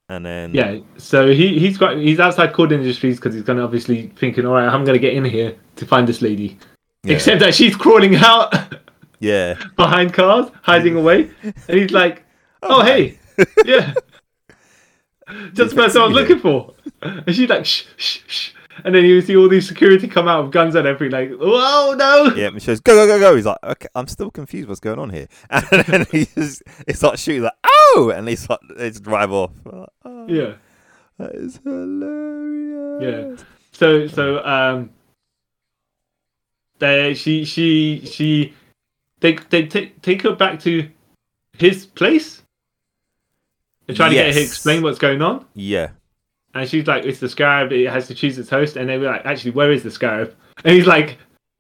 [SPEAKER 1] And then
[SPEAKER 2] Yeah, so he he's got he's outside Cord Industries because he's gonna obviously thinking, all right, I'm gonna get in here to find this lady.
[SPEAKER 1] yeah,
[SPEAKER 2] Except that she's crawling out
[SPEAKER 1] yeah.
[SPEAKER 2] behind cars,
[SPEAKER 1] Mm.
[SPEAKER 2] hiding away, and he's like, oh, hey, yeah, just the person I was
[SPEAKER 1] Yeah.
[SPEAKER 2] looking for. And she's like, shh, shh, shh, and then you see all these security come out with guns and everything, like, whoa, no.
[SPEAKER 1] Yeah, and she goes, go, go, go, go. He's like, okay, I'm still confused what's going on here. And then he just, it starts shooting, like, oh! And they start, they just drive off. I'm like, oh,
[SPEAKER 2] yeah.
[SPEAKER 1] That is hilarious.
[SPEAKER 2] So so um, they she she she they they take take her back to his place. They're trying to get her to
[SPEAKER 1] Yes.
[SPEAKER 2] explain what's going on,
[SPEAKER 1] Yeah.
[SPEAKER 2] and she's like, "It's the scarab. It has to choose its host." And they were like, "Actually, where is the scarab?" And he's like,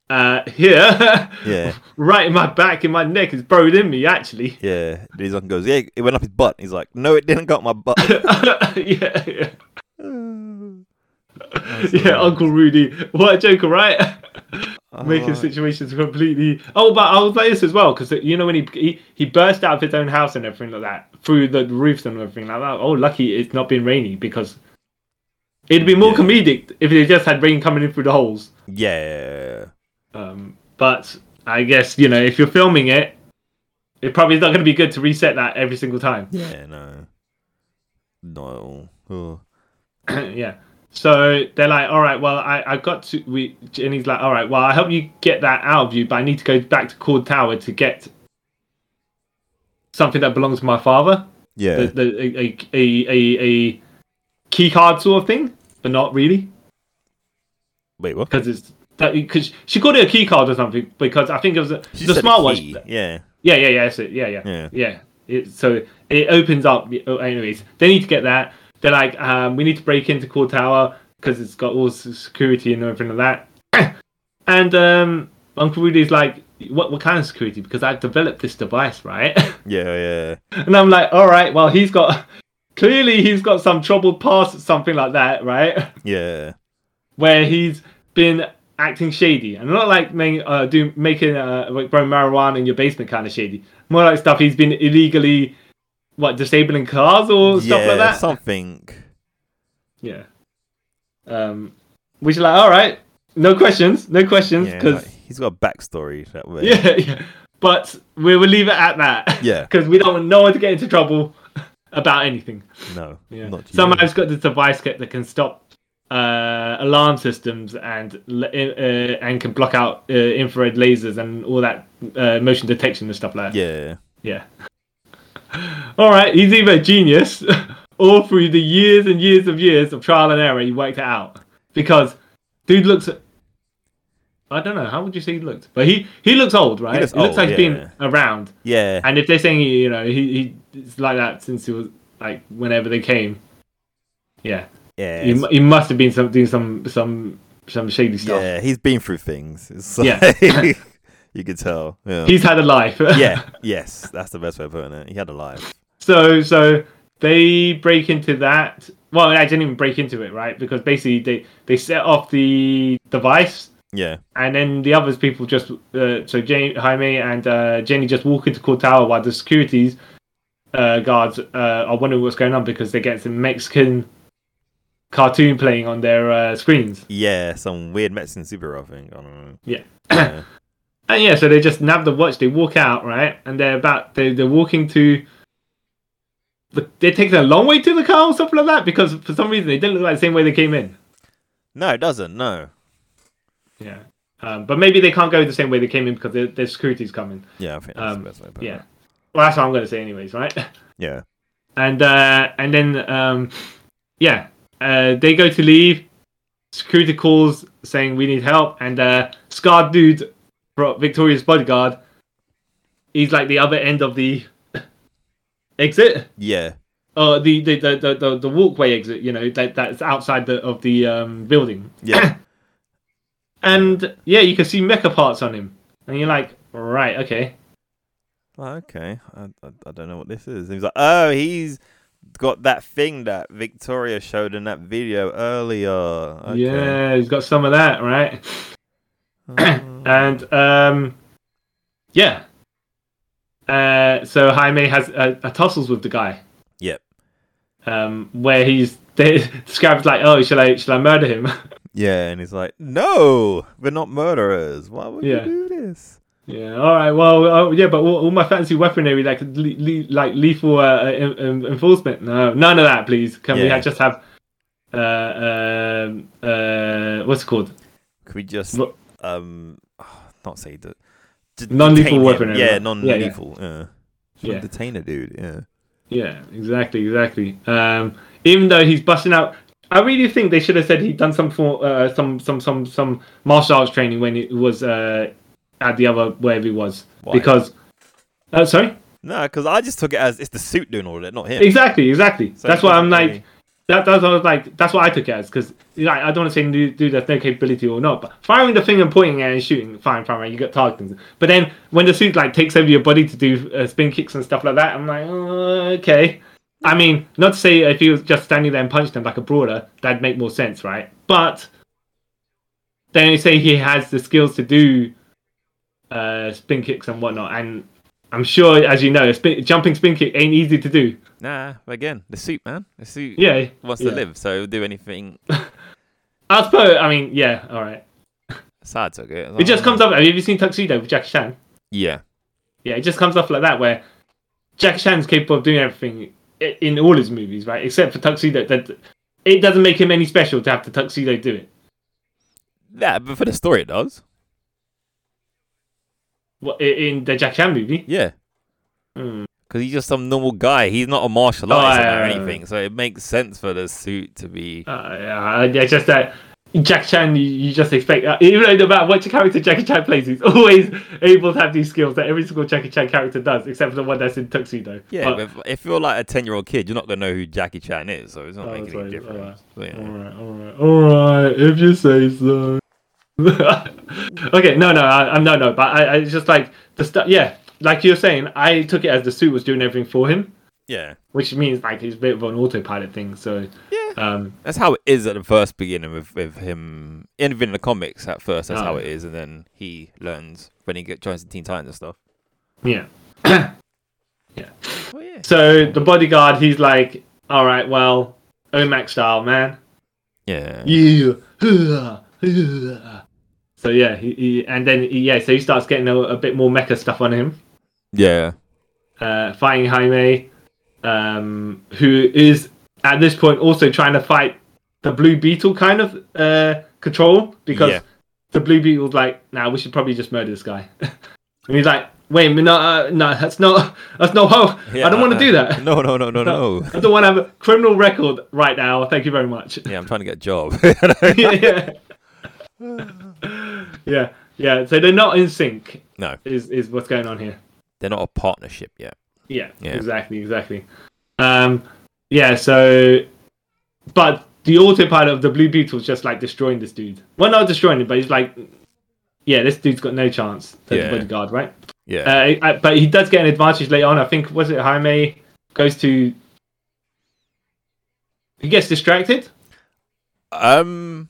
[SPEAKER 2] "Uh, here,
[SPEAKER 1] Yeah.
[SPEAKER 2] right in my back, in my neck. It's burrowed in me, actually."
[SPEAKER 1] Yeah. And his uncle goes, yeah, it went up his butt. He's like, no, it didn't go up my butt. Uh-huh.
[SPEAKER 2] yeah, yeah,
[SPEAKER 1] yeah,
[SPEAKER 2] yeah, Uncle Rudy, what a joker, right? making situations completely. Oh, but I was like this as well because you know when he, he he burst out of his own house and everything like that through the roofs and everything like that. Oh, lucky it's not been rainy because it'd be more
[SPEAKER 1] Yeah.
[SPEAKER 2] comedic if they just had rain coming in through the holes.
[SPEAKER 1] Yeah.
[SPEAKER 2] Um, but I guess you know if you're filming it, it probably is not going to be good to reset that every single time.
[SPEAKER 1] Yeah, no. Not at all. Oh.
[SPEAKER 2] yeah. So they're like, all right, well, I, I got to. We, Jenny's like, all right, well, I help you get that out of you, but I need to go back to Cord Tower to get something that belongs to my father, the,
[SPEAKER 1] Yeah.
[SPEAKER 2] the, a, a, a, a, a key card sort of thing, but not really,
[SPEAKER 1] Wait, what?
[SPEAKER 2] because it's that because she called it a key card or something because I think it was a,
[SPEAKER 1] She
[SPEAKER 2] the
[SPEAKER 1] said
[SPEAKER 2] smart one.
[SPEAKER 1] key. Yeah.
[SPEAKER 2] Yeah, yeah, yeah, that's it. Yeah, yeah,
[SPEAKER 1] Yeah.
[SPEAKER 2] yeah. It, so it opens up. oh, Anyways, they need to get that. They're like, um, we need to break into Core Tower because it's got all s- security and everything like that. and um, Uncle Rudy's like, what, what kind of security? Because I've developed this device, right?
[SPEAKER 1] Yeah, yeah.
[SPEAKER 2] and I'm like, all right, well, he's got clearly he's got some troubled past, something like that, right?
[SPEAKER 1] Yeah.
[SPEAKER 2] where he's been acting shady and not like making uh, do making uh, like growing marijuana in your basement kind of shady. More like stuff he's been illegally what disabling cars or stuff
[SPEAKER 1] yeah,
[SPEAKER 2] like that.
[SPEAKER 1] Something.
[SPEAKER 2] yeah. Um, which is like all right, no questions, no questions,
[SPEAKER 1] Yeah,
[SPEAKER 2] because
[SPEAKER 1] like, he's got a backstory that way.
[SPEAKER 2] yeah, yeah. But we will leave it at that.
[SPEAKER 1] Yeah.
[SPEAKER 2] Because we don't want no one to get into trouble about anything.
[SPEAKER 1] No.
[SPEAKER 2] Yeah.
[SPEAKER 1] Not you.
[SPEAKER 2] Someone's got this device kit that can stop uh, alarm systems and le- uh, and can block out uh, infrared lasers and all that uh, motion detection and stuff like that.
[SPEAKER 1] Yeah.
[SPEAKER 2] Yeah. all right, he's either a genius or through the years and years of years of trial and error, he worked it out because dude looks. I don't know how would you say he looked, but he he looks old, right? He
[SPEAKER 1] looks
[SPEAKER 2] looks,
[SPEAKER 1] old,
[SPEAKER 2] like he's
[SPEAKER 1] yeah.
[SPEAKER 2] been around.
[SPEAKER 1] Yeah.
[SPEAKER 2] And if they're saying you know he, he it's like that since he was like whenever they came, yeah,
[SPEAKER 1] yeah.
[SPEAKER 2] he,
[SPEAKER 1] it's-
[SPEAKER 2] mu- he must have been some doing some some some shady stuff.
[SPEAKER 1] yeah. He's been through things. It's
[SPEAKER 2] Yeah.
[SPEAKER 1] like- you could tell. Yeah.
[SPEAKER 2] He's had a life.
[SPEAKER 1] yeah. Yes. That's the best way of putting it. He had a life.
[SPEAKER 2] so so they break into that. Well, I didn't even break into it, right? Because basically they they set off the device.
[SPEAKER 1] Yeah.
[SPEAKER 2] And then the others people just uh, so Jane, Jaime and uh, Jenny just walk into Court Tower while the securities uh, guards uh, are wondering what's going on because they get some Mexican cartoon playing on their uh, screens.
[SPEAKER 1] Yeah. Some weird Mexican superhero thing. I don't know.
[SPEAKER 2] Yeah.
[SPEAKER 1] yeah.
[SPEAKER 2] And yeah, so they just nab the watch. They walk out right, and they're about they they're walking to. The, they take a long way to the car or something like that because for some reason they didn't look like the same way they came in.
[SPEAKER 1] No, it doesn't. No.
[SPEAKER 2] Yeah, um, but maybe they can't go the same way they came in because their their security's coming.
[SPEAKER 1] Yeah. I think that's
[SPEAKER 2] Um,
[SPEAKER 1] the best way of putting
[SPEAKER 2] Yeah,
[SPEAKER 1] it.
[SPEAKER 2] well that's what I'm gonna say anyways, right?
[SPEAKER 1] Yeah.
[SPEAKER 2] and uh, and then um, yeah, uh, they go to leave. Security calls saying we need help, and uh, scarred dude Ro- Victoria's bodyguard, he's like the other end of the exit,
[SPEAKER 1] Yeah.
[SPEAKER 2] or the the, the, the, the, the walkway exit. You know that that's outside the, of the um, building.
[SPEAKER 1] Yeah.
[SPEAKER 2] And yeah, you can see mecha parts on him, and you're like, right, okay,
[SPEAKER 1] Well, Oh, okay. I, I I don't know what this is. He's like, oh, he's got that thing that Victoria showed in that video earlier. Okay.
[SPEAKER 2] yeah, he's got some of that, right?
[SPEAKER 1] Oh.
[SPEAKER 2] And um, yeah. Uh, so Jaime has a, a tussles with the guy.
[SPEAKER 1] Yep.
[SPEAKER 2] Um, where he's they, Scarab's like, oh, shall I shall I murder him?
[SPEAKER 1] Yeah, and he's like, "No, we're not murderers. Why would
[SPEAKER 2] Yeah.
[SPEAKER 1] you do this?"
[SPEAKER 2] yeah. All right. Well. Oh, yeah. But all, all my fancy weaponry, like le- le- like lethal uh, en- en- enforcement. No, none of that, please. Can we
[SPEAKER 1] Yeah.
[SPEAKER 2] ha- just have uh, um uh, what's it called?
[SPEAKER 1] Could we just
[SPEAKER 2] Look-
[SPEAKER 1] um ah, not say that d-
[SPEAKER 2] Non-lethal
[SPEAKER 1] detain him.
[SPEAKER 2] weaponry,
[SPEAKER 1] Yeah,
[SPEAKER 2] right?
[SPEAKER 1] non-lethal. Yeah,
[SPEAKER 2] Yeah.
[SPEAKER 1] yeah. detain a dude. Yeah,
[SPEAKER 2] Yeah, exactly, exactly. Um, even though he's busting out, I really think they should have said he'd done some for uh, some some some some martial arts training when it was uh, at the other wherever he was.
[SPEAKER 1] Why?
[SPEAKER 2] Because, uh, sorry,
[SPEAKER 1] no, because I just took it as it's the suit doing all of it, not him.
[SPEAKER 2] exactly, exactly.
[SPEAKER 1] So
[SPEAKER 2] that's
[SPEAKER 1] it
[SPEAKER 2] why I'm
[SPEAKER 1] doesn't
[SPEAKER 2] like, that, that's what I was like. That's what I took it as because like, I don't want to say dude, dude, that's no capability or not. But firing the thing and pointing at it and shooting, fine, fine, right, you got targeting. But then when the suit like takes over your body to do uh, spin kicks and stuff like that, I'm like, oh, okay. I mean, not to say if he was just standing there and punched him like a brawler, that'd make more sense, right? But then you say he has the skills to do uh, spin kicks and whatnot, and I'm sure, as you know, a spin, jumping spin kick ain't easy to do.
[SPEAKER 1] Nah, but again, the suit, man. The suit
[SPEAKER 2] Yeah,
[SPEAKER 1] wants
[SPEAKER 2] yeah.
[SPEAKER 1] to live, so he'll do anything.
[SPEAKER 2] I suppose. I mean, yeah, all right.
[SPEAKER 1] So I took it. I was
[SPEAKER 2] It
[SPEAKER 1] like,
[SPEAKER 2] just
[SPEAKER 1] "Oh."
[SPEAKER 2] comes up. Have you seen Tuxedo with Jackie Chan?
[SPEAKER 1] Yeah,
[SPEAKER 2] Yeah, it just comes off like that, where Jackie Chan's capable of doing everything i- in all his movies, right? Except for Tuxedo. That it doesn't make him any special to have the Tuxedo do it.
[SPEAKER 1] yeah, but for the story, it does.
[SPEAKER 2] What i- in the Jackie Chan movie?
[SPEAKER 1] Yeah,
[SPEAKER 2] Hmm.
[SPEAKER 1] because he's just some normal guy. He's not a martial
[SPEAKER 2] Oh,
[SPEAKER 1] artist
[SPEAKER 2] yeah,
[SPEAKER 1] or
[SPEAKER 2] yeah, yeah.
[SPEAKER 1] anything, so it makes sense for the suit to be.
[SPEAKER 2] Uh, yeah, yeah, it's just that. Jackie Chan, you, you just expect, uh, even though no matter what character Jackie Chan plays, he's always able to have these skills that every single Jackie Chan character does, except for the one that's in Tuxedo.
[SPEAKER 1] Yeah,
[SPEAKER 2] But-
[SPEAKER 1] but if, if you're like a ten-year-old kid, you're not gonna know who Jackie Chan is, so it's not
[SPEAKER 2] Oh,
[SPEAKER 1] making
[SPEAKER 2] sorry,
[SPEAKER 1] any difference. So, yeah.
[SPEAKER 2] Alright, alright, alright, if you say so. okay, no, no, I, I'm no, no, but I, I it's just like the stuff, yeah, like you're saying, I took it as the suit was doing everything for him,
[SPEAKER 1] yeah,
[SPEAKER 2] which means like it's a bit of an autopilot thing, so,
[SPEAKER 1] Yeah.
[SPEAKER 2] um,
[SPEAKER 1] that's how it is at the first beginning with with him. Even in the comics, at first, that's how
[SPEAKER 2] Oh.
[SPEAKER 1] it is, and then he learns when he get, joins the Teen Titans and stuff.
[SPEAKER 2] yeah.
[SPEAKER 1] Oh yeah,
[SPEAKER 2] So the bodyguard, he's like, alright, well, Omac style, man.
[SPEAKER 1] yeah,
[SPEAKER 2] Yeah. So yeah, he, he and then he, yeah, so he starts getting a, a bit more mecha stuff on him.
[SPEAKER 1] yeah.
[SPEAKER 2] uh, fighting Jaime, um, who is at this point also trying to fight the Blue Beetle kind of uh, control because
[SPEAKER 1] Yeah.
[SPEAKER 2] the Blue Beetle's like, "Now we should probably just murder this guy," and he's like, "Wait, no, uh, no, that's not, that's not how. I don't want to
[SPEAKER 1] uh,
[SPEAKER 2] do that.
[SPEAKER 1] No, no, no, no, no.
[SPEAKER 2] I don't want to have a criminal record right now. Thank you very much."
[SPEAKER 1] yeah, I'm trying to get a job.
[SPEAKER 2] yeah, yeah, yeah. So they're not in sync.
[SPEAKER 1] no,
[SPEAKER 2] Is is what's going on here?
[SPEAKER 1] they're not a partnership yet.
[SPEAKER 2] Yeah,
[SPEAKER 1] Yeah.
[SPEAKER 2] exactly, exactly. Um, yeah, so, but the autopilot of the Blue Beetle's just like destroying this dude. Well, not destroying him, but he's like, yeah, this dude's got no chance. The
[SPEAKER 1] Yeah.
[SPEAKER 2] bodyguard, right?
[SPEAKER 1] Yeah,
[SPEAKER 2] Uh, I- but he does get an advantage later on. I think was it Jaime goes to. He gets distracted.
[SPEAKER 1] Um,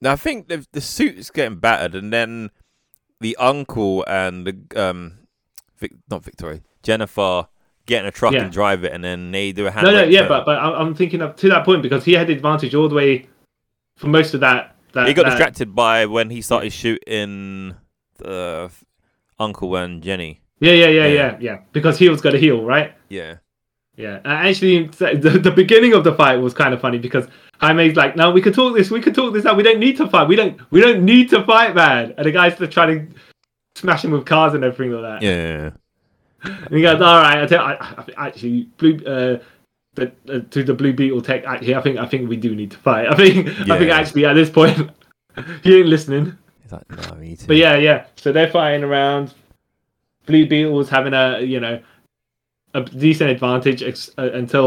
[SPEAKER 1] now I think the the suit's getting battered, and then the uncle and the um, Vic, not Victoria, Jennifer get in a truck
[SPEAKER 2] Yeah.
[SPEAKER 1] and drive it, and then they do a hand.
[SPEAKER 2] No, no,
[SPEAKER 1] wrench
[SPEAKER 2] yeah,
[SPEAKER 1] turn.
[SPEAKER 2] but but I'm, I'm thinking of to that point because he had the advantage all the way for most of that. that
[SPEAKER 1] he got
[SPEAKER 2] that-
[SPEAKER 1] distracted by when he started shooting the uncle and Jenny.
[SPEAKER 2] Yeah, yeah, yeah,
[SPEAKER 1] Yeah.
[SPEAKER 2] yeah, yeah. Because he was going to heal, right?
[SPEAKER 1] Yeah,
[SPEAKER 2] Yeah, uh, actually, the, the beginning of the fight was kind of funny because Jaime's like, "No, we could talk this. We could talk this out. We don't need to fight. We don't. We don't need to fight, man." And the guy's just trying to smash him with cars and everything like that.
[SPEAKER 1] yeah,
[SPEAKER 2] And he goes, "All right, I tell. I, I, I actually, blue." Uh, the, uh, to the blue beetle tech actually i think i think we do need to fight i think i think
[SPEAKER 1] Yeah.
[SPEAKER 2] actually at this point he ain't listening
[SPEAKER 1] He's like, no, me too.
[SPEAKER 2] But yeah, yeah. So they're fighting around. Blue Beetle's having a you know a decent advantage ex- uh, until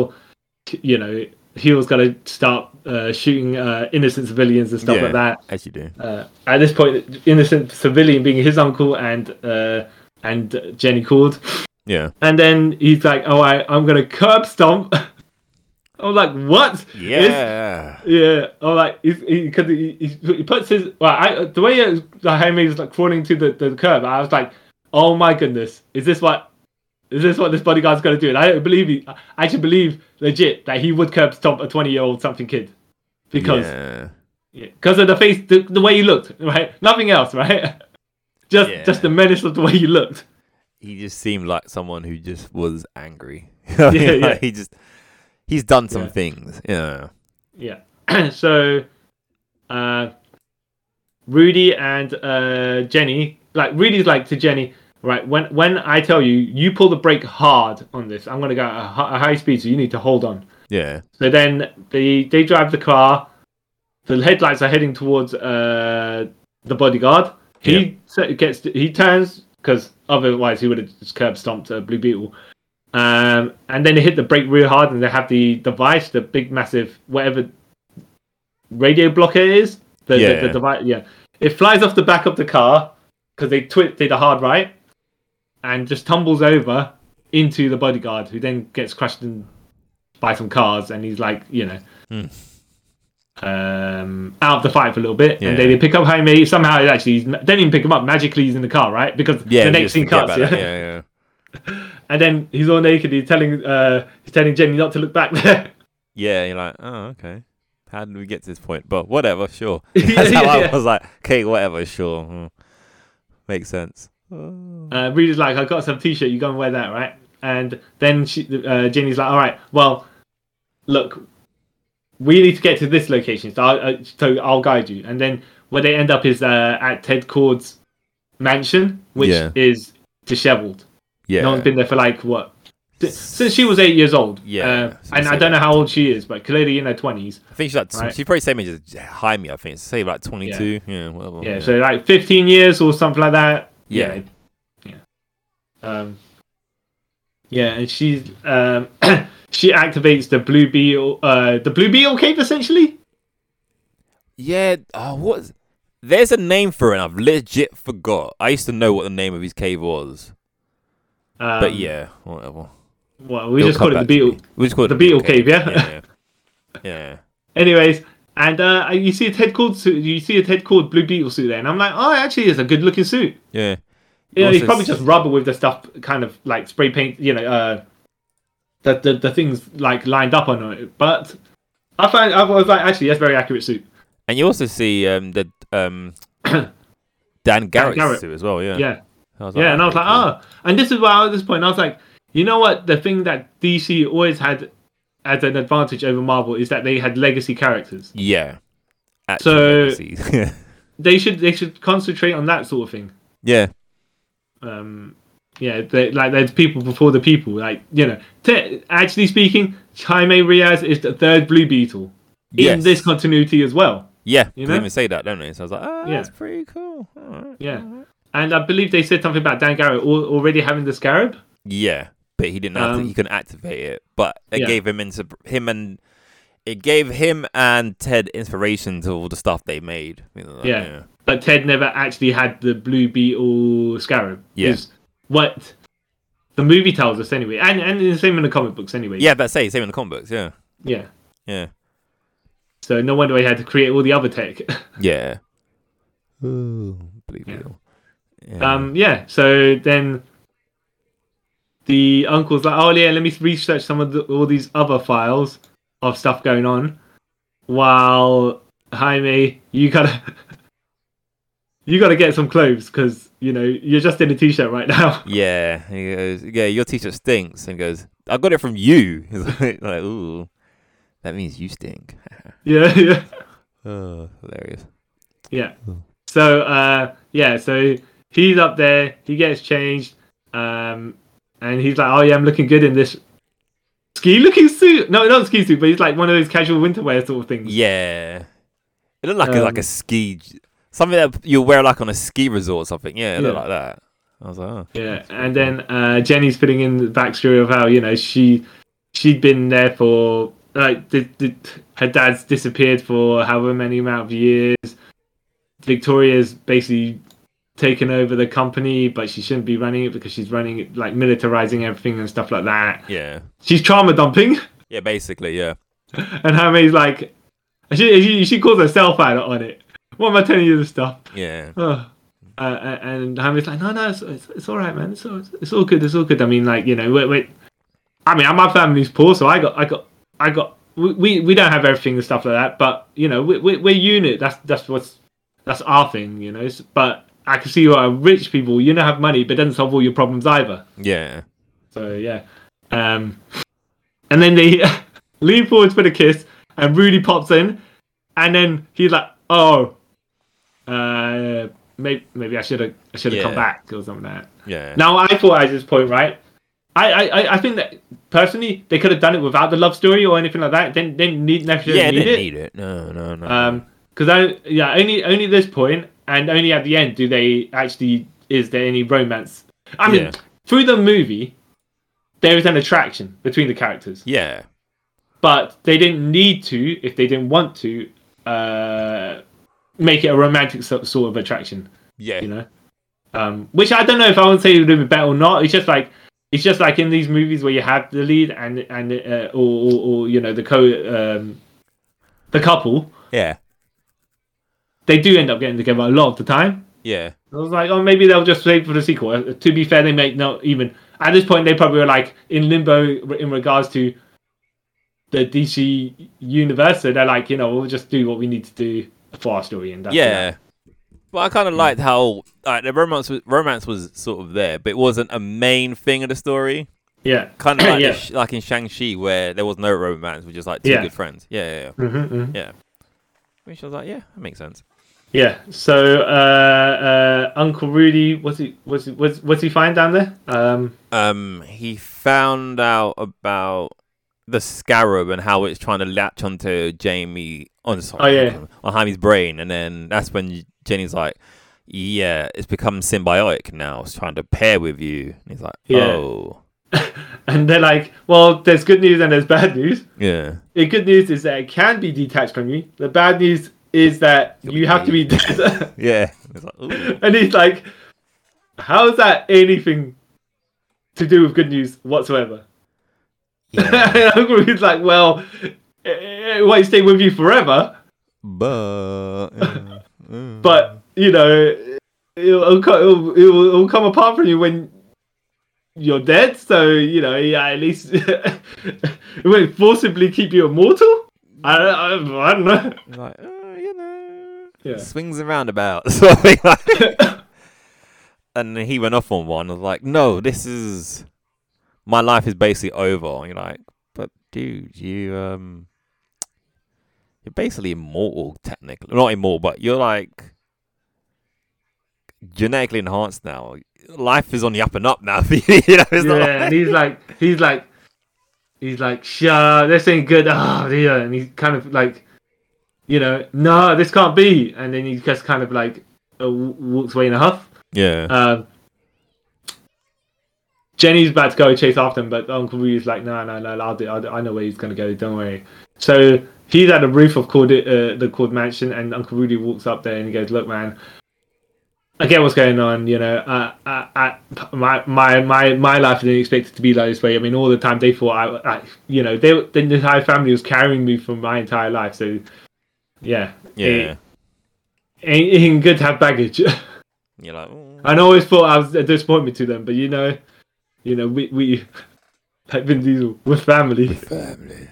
[SPEAKER 2] you know Huel's got to start uh, shooting uh, innocent civilians and stuff
[SPEAKER 1] Yeah.
[SPEAKER 2] like that.
[SPEAKER 1] as you do.
[SPEAKER 2] Uh, at this point, innocent civilian being his uncle and uh, and Jenny Cord,
[SPEAKER 1] Yeah,
[SPEAKER 2] and then he's like, "Oh, I I'm gonna curb stomp." I'm like, "What?"
[SPEAKER 1] yeah,
[SPEAKER 2] Yeah, or like because he, 'cause he, he, he puts his well, I the way it, like Jaime was like crawling to the, the curb, I was like, oh my goodness, is this what is this what this bodyguard's gonna do? And I don't believe he, I actually believe legit that he would curb stomp a twenty year old something kid because
[SPEAKER 1] yeah.
[SPEAKER 2] because of the face, the, the way he looked, right? Nothing else, right? Just
[SPEAKER 1] Yeah.
[SPEAKER 2] just the menace of the way he looked.
[SPEAKER 1] he just seemed like someone who just was angry.
[SPEAKER 2] Yeah, yeah.
[SPEAKER 1] He just he's done some
[SPEAKER 2] Yeah.
[SPEAKER 1] things. Yeah,
[SPEAKER 2] Yeah. so, uh, Rudy and uh, Jenny, like Rudy's like to Jenny, right? When when I tell you, you pull the brake hard on this. I'm gonna go at a, hi- a high speed, so you need to hold on.
[SPEAKER 1] yeah,
[SPEAKER 2] So then they they drive the car. The headlights are heading towards uh, the bodyguard. He se- gets he turns because otherwise he would have just curb stomped a blue beetle. Um, and then they hit the brake real hard, and they have the device, the big massive whatever radio blocker is. The, the-
[SPEAKER 1] Yeah.
[SPEAKER 2] the, device, yeah. It flies off the back of the car because they twit did a hard right, and just tumbles over into the bodyguard, who then gets crushed in by some cars, and he's like, you know,
[SPEAKER 1] Hmm.
[SPEAKER 2] um, out of the fight for a little bit, and
[SPEAKER 1] Yeah.
[SPEAKER 2] then they pick up Jaime. Somehow, it actually, he's, don't even pick him up. Magically, he's in the car, right? Because
[SPEAKER 1] yeah.
[SPEAKER 2] the
[SPEAKER 1] you
[SPEAKER 2] next
[SPEAKER 1] just
[SPEAKER 2] scene
[SPEAKER 1] forget
[SPEAKER 2] cuts,
[SPEAKER 1] about that.
[SPEAKER 2] yeah.
[SPEAKER 1] yeah, yeah.
[SPEAKER 2] And then he's all naked. He's telling, uh, he's telling Jenny not to look back there.
[SPEAKER 1] Yeah, you're like, oh, okay. How did we get to this point? But whatever, sure.
[SPEAKER 2] Yeah,
[SPEAKER 1] That's how
[SPEAKER 2] yeah,
[SPEAKER 1] I
[SPEAKER 2] yeah.
[SPEAKER 1] was like, okay, whatever, sure. Hmm. Makes sense. Oh.
[SPEAKER 2] uh, Reader's like, I got some t-shirt. You go and wear that, right? And then she, uh, Jenny's like, all right, well, look, we need to get to this location, so, I, I, so I'll guide you. And then where they end up is uh, at Ted Cord's mansion, which
[SPEAKER 1] Yeah.
[SPEAKER 2] is disheveled.
[SPEAKER 1] yeah.
[SPEAKER 2] No one's been there for like what since she was eight years old.
[SPEAKER 1] Yeah,
[SPEAKER 2] uh,
[SPEAKER 1] so
[SPEAKER 2] and
[SPEAKER 1] say
[SPEAKER 2] I don't know how old she is, but clearly in her twenties.
[SPEAKER 1] I think she's like,
[SPEAKER 2] Right.
[SPEAKER 1] she's probably same age as Jaime, I think. Say like 22. Yeah, whatever.
[SPEAKER 2] Yeah, so like fifteen years or something like that.
[SPEAKER 1] Yeah.
[SPEAKER 2] yeah. Um, yeah, and she's um, she activates the blue beetle, uh, the blue beetle cape essentially.
[SPEAKER 1] Yeah, oh, what? There's a name for it. and I've legit forgot. I used to know what the name of his cave was,
[SPEAKER 2] Um,
[SPEAKER 1] but yeah, whatever.
[SPEAKER 2] well, we
[SPEAKER 1] It'll
[SPEAKER 2] just
[SPEAKER 1] come
[SPEAKER 2] call
[SPEAKER 1] back
[SPEAKER 2] it the
[SPEAKER 1] to me.
[SPEAKER 2] beetle.
[SPEAKER 1] We just call it
[SPEAKER 2] The beetle cave, yeah?
[SPEAKER 1] yeah, yeah.
[SPEAKER 2] Anyways, and uh, you see a Ted Cord suit, you see a Ted Cord blue beetle suit there, and I'm like, oh, actually, it's a good looking suit.
[SPEAKER 1] yeah.
[SPEAKER 2] Yeah,
[SPEAKER 1] Also
[SPEAKER 2] he's probably
[SPEAKER 1] s-
[SPEAKER 2] just rubber with the stuff, kind of like spray paint. You know, uh, the, the the things like lined up on it. But I find I was like, actually, that's very accurate suit.
[SPEAKER 1] And you also see um the um Dan Garrett's
[SPEAKER 2] Garrett.
[SPEAKER 1] suit as well. Yeah,
[SPEAKER 2] Yeah,
[SPEAKER 1] I was
[SPEAKER 2] yeah. And I was like,
[SPEAKER 1] okay,
[SPEAKER 2] oh. And this is why at this point I was like, you know what? The thing that DC always had as an advantage over Marvel is that they had legacy characters.
[SPEAKER 1] cool. yeah.
[SPEAKER 2] So-
[SPEAKER 1] Actually, yeah.
[SPEAKER 2] They should they should concentrate on that sort of thing.
[SPEAKER 1] yeah,
[SPEAKER 2] um yeah they, like there's people before the people like you know te- actually speaking Jaime Riaz is the third blue beetle in
[SPEAKER 1] Yes.
[SPEAKER 2] this continuity as well
[SPEAKER 1] yeah.
[SPEAKER 2] You
[SPEAKER 1] they
[SPEAKER 2] know?
[SPEAKER 1] even say that, don't they? So I was like, oh,
[SPEAKER 2] Yeah.
[SPEAKER 1] that's pretty cool. Alright,
[SPEAKER 2] Yeah.
[SPEAKER 1] alright.
[SPEAKER 2] and I believe they said something about Dan Garrett al- already having the scarab
[SPEAKER 1] Yeah, but he didn't. Have to,
[SPEAKER 2] Um,
[SPEAKER 1] he couldn't activate it, but it
[SPEAKER 2] Yeah.
[SPEAKER 1] gave him into him and it gave him and Ted inspiration to all the stuff they made. You know, like,
[SPEAKER 2] Yeah. but Ted never actually had the blue beetle scarab
[SPEAKER 1] Yeah.
[SPEAKER 2] is what the movie tells us anyway and and the same in the comic books anyway
[SPEAKER 1] yeah, That's it. Same in the comic books. Yeah,
[SPEAKER 2] yeah
[SPEAKER 1] yeah,
[SPEAKER 2] so no wonder he had to create all the other tech
[SPEAKER 1] yeah. Ooh, blue
[SPEAKER 2] Yeah.
[SPEAKER 1] beetle. Yeah.
[SPEAKER 2] Um, yeah. So then the uncle's like, "Oh yeah, let me research some of the, all these other files of stuff going on." While Jaime, you gotta you gotta get some clothes because you know you're just in a t-shirt right now.
[SPEAKER 1] Yeah, and he goes, yeah, your t-shirt stinks, and he goes, I got it from you. He's like, like, ooh, that means you stink.
[SPEAKER 2] yeah, yeah,
[SPEAKER 1] oh, hilarious.
[SPEAKER 2] yeah. So uh, yeah, so he's up there. He gets changed, um, and he's like, "Oh yeah, I'm looking good in this." Ski-looking suit? No, not ski suit, but he's like one of those casual winter wear sort of things.
[SPEAKER 1] Yeah, it looked like a, like a
[SPEAKER 2] Um,
[SPEAKER 1] ski, j- Something that you'll wear like on a ski resort or something. Yeah, it looked
[SPEAKER 2] Yeah.
[SPEAKER 1] like that. I was like, oh.
[SPEAKER 2] Yeah, and then uh, Jenny's putting in the backstory of how you know she she'd been there for like the, the, her dad's disappeared for however many amount of years. Victoria's basically taken over the company, but she shouldn't be running it because she's running it like militarizing everything and stuff like that.
[SPEAKER 1] Yeah.
[SPEAKER 2] She's trauma dumping,
[SPEAKER 1] Yeah, basically, yeah.
[SPEAKER 2] and Hermione's like, she she, she calls herself out on it. What am I telling you this stuff?
[SPEAKER 1] Yeah.
[SPEAKER 2] Oh. Uh, uh, and Hamid's like, no, no, it's, it's, it's all right, man. It's all, it's all good. It's all good. I mean, like, you know, wait, wait. I mean, my family's poor, so I got, I got, I got. We, we, we don't have everything and stuff like that, but you know, we, we, we're unit. That's that's what's that's our thing, you know. It's- but I can see why rich people, you don't have money, but it doesn't solve all your problems either.
[SPEAKER 1] Yeah.
[SPEAKER 2] So yeah. Um, and then they lean forward for the kiss, and Rudy pops in, and then he's like, "Oh, uh, maybe maybe I should have I should have come
[SPEAKER 1] Yeah.
[SPEAKER 2] back or something like that."
[SPEAKER 1] Yeah.
[SPEAKER 2] Now I thought at this point, right? I, I, I- I think that personally they could have done it without the love story or anything like that. Didn't didn't need necessarily
[SPEAKER 1] yeah,
[SPEAKER 2] need
[SPEAKER 1] didn't
[SPEAKER 2] it.
[SPEAKER 1] need it. No, no, no.
[SPEAKER 2] Um 'cause because I yeah only only this point and only at the end do they actually is there any romance? I mean,
[SPEAKER 1] Yeah.
[SPEAKER 2] through the movie, there is an attraction between the characters,
[SPEAKER 1] yeah.
[SPEAKER 2] but they didn't need to if they didn't want to uh, make it a romantic so- sort of attraction,
[SPEAKER 1] Yeah.
[SPEAKER 2] you know. Um, which I don't know if I would say it would have been better or not. It's just like it's just like in these movies where you have the lead and and uh, or, or or you know the co um, the couple
[SPEAKER 1] Yeah.
[SPEAKER 2] they do end up getting together a lot of the time.
[SPEAKER 1] Yeah.
[SPEAKER 2] I was like, oh, maybe they'll just wait for the sequel. Uh, To be fair, they may not even at this point. They probably were like in limbo re- in regards to the DC universe. So they're like, you know, we'll just do what we need to do for our story, and that's
[SPEAKER 1] yeah.
[SPEAKER 2] it.
[SPEAKER 1] But I kind of liked how like, the romance was, romance was sort of there, but it wasn't a main thing of the story.
[SPEAKER 2] yeah,
[SPEAKER 1] Kind of like,
[SPEAKER 2] Yeah.
[SPEAKER 1] the sh- like in Shang-Chi where there was no romance, we're just like two
[SPEAKER 2] Yeah.
[SPEAKER 1] good friends. Yeah, yeah, yeah.
[SPEAKER 2] Mhm, mhm.
[SPEAKER 1] Which I was like, yeah, that makes sense.
[SPEAKER 2] yeah. So uh, uh, Uncle Rudy, what's he, what's he, what's, what's he find down there? Um,
[SPEAKER 1] Um, he found out about the scarab and how it's trying to latch onto Jamie on sorry,
[SPEAKER 2] Oh, yeah.
[SPEAKER 1] on Jaime's brain, and then that's when Jenny's like, "Yeah, it's become symbiotic now. It's trying to pair with you." And he's like,
[SPEAKER 2] Yeah.
[SPEAKER 1] "Oh,
[SPEAKER 2] and they're like, well, there's good news and there's bad news.
[SPEAKER 1] yeah,
[SPEAKER 2] The good news is that it can be detached from you. The bad news is that you have to be.
[SPEAKER 1] yeah." It's like, "Ooh."
[SPEAKER 2] and he's like, "How is that anything to do with good news whatsoever?"
[SPEAKER 1] yeah.
[SPEAKER 2] and Uncle Rudy's like, "Well, it, it won't stay with you forever,
[SPEAKER 1] but uh, mm.
[SPEAKER 2] but you know, it'll, it'll, co- it'll, it'll, it'll come apart from you when." You're dead, so you know. Yeah, at least it won't forcibly keep you immortal. I don't, I, I don't know.
[SPEAKER 1] He's like, "Uh, you know,
[SPEAKER 2] Yeah.
[SPEAKER 1] swings and roundabouts. something like- and he went off on one. I was like, no, this is my life is basically over. And you're like, but dude, you um, you're basically immortal technically, not immortal, but you're like genetically enhanced now. Life is on the up and up now. for you, you know, it's
[SPEAKER 2] yeah,
[SPEAKER 1] not
[SPEAKER 2] and
[SPEAKER 1] like,
[SPEAKER 2] he's like, he's like, he's like, sure, this ain't good. Oh, dear. And he's kind of like, you know, no, this can't be. And then he just kind of like uh, w- walks away in a huff.
[SPEAKER 1] yeah,
[SPEAKER 2] Um, Jenny's about to go chase after him, but Uncle Rudy's like, no, no, no, I'll do. I'll do. I know where he's gonna go. Don't worry. So he's at the roof of Cord, uh, the Cord Mansion, and Uncle Rudy walks up there and he goes, "Look, man, I get what's going on. You know, uh, I, I, my, my, my, my life didn't expect it to be like this way. I mean, all the time they thought I, I you know, they, the entire family was carrying me for my entire life. So, yeah,
[SPEAKER 1] yeah.
[SPEAKER 2] it- ain't, ain't good to have baggage."
[SPEAKER 1] You're like, "Mm."
[SPEAKER 2] I always thought I was a disappointment to them, but you know, you know, we we like Vin Diesel with family,
[SPEAKER 1] family.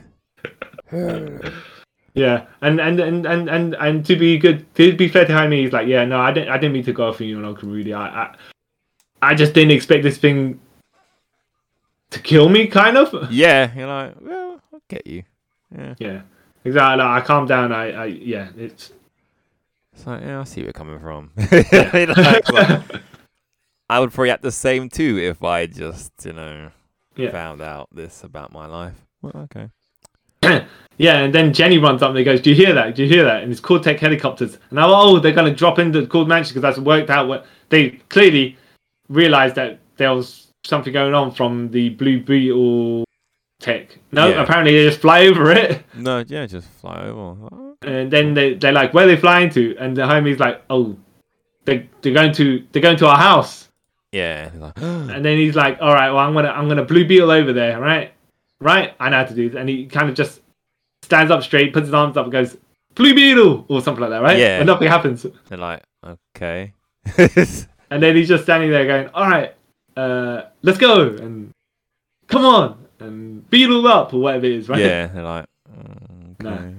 [SPEAKER 2] yeah. And and and and and, and to be good, to be fair to Jaime, he's like, yeah, no, I didn't, I didn't mean to go off on you and Uncle Rudy. I, I, I just didn't expect this thing to kill me, kind of.
[SPEAKER 1] yeah, you're like, well, I get you.
[SPEAKER 2] Yeah, exactly. I calmed down. I, I, yeah, it's
[SPEAKER 1] It's like, yeah, I see where you're coming from. You know, it's like, I would probably act the same too if I just, you know,
[SPEAKER 2] Yeah.
[SPEAKER 1] found out this about my life. Well, okay.
[SPEAKER 2] yeah, and then Jenny runs up and he goes, "Do you hear that? Do you hear that?" And it's called Tech helicopters, and now oh, they're going to drop into Cord Mansion because that's worked out. What they clearly realized that there was something going on from the Blue Beetle tech. No,
[SPEAKER 1] Yeah.
[SPEAKER 2] apparently they just fly over it,
[SPEAKER 1] No, yeah, just fly over.
[SPEAKER 2] and then they they're like, "Where are they flying to?" And the homie's like, "Oh, they they're going to they're going to our house."
[SPEAKER 1] Yeah. He's like,
[SPEAKER 2] And then he's like, "All right, well, I'm gonna I'm gonna blue beetle over there, right? Right? I know how to do this." And he kind of just stands up straight, puts his arms up, and goes, "Blue beetle" or something like that, right?
[SPEAKER 1] Yeah.
[SPEAKER 2] And nothing happens.
[SPEAKER 1] they're like, okay.
[SPEAKER 2] And then he's just standing there going, "All right, uh, let's go and come on and beetle up or whatever it is, right?"
[SPEAKER 1] Yeah. They're like, mm,
[SPEAKER 2] No.
[SPEAKER 1] okay.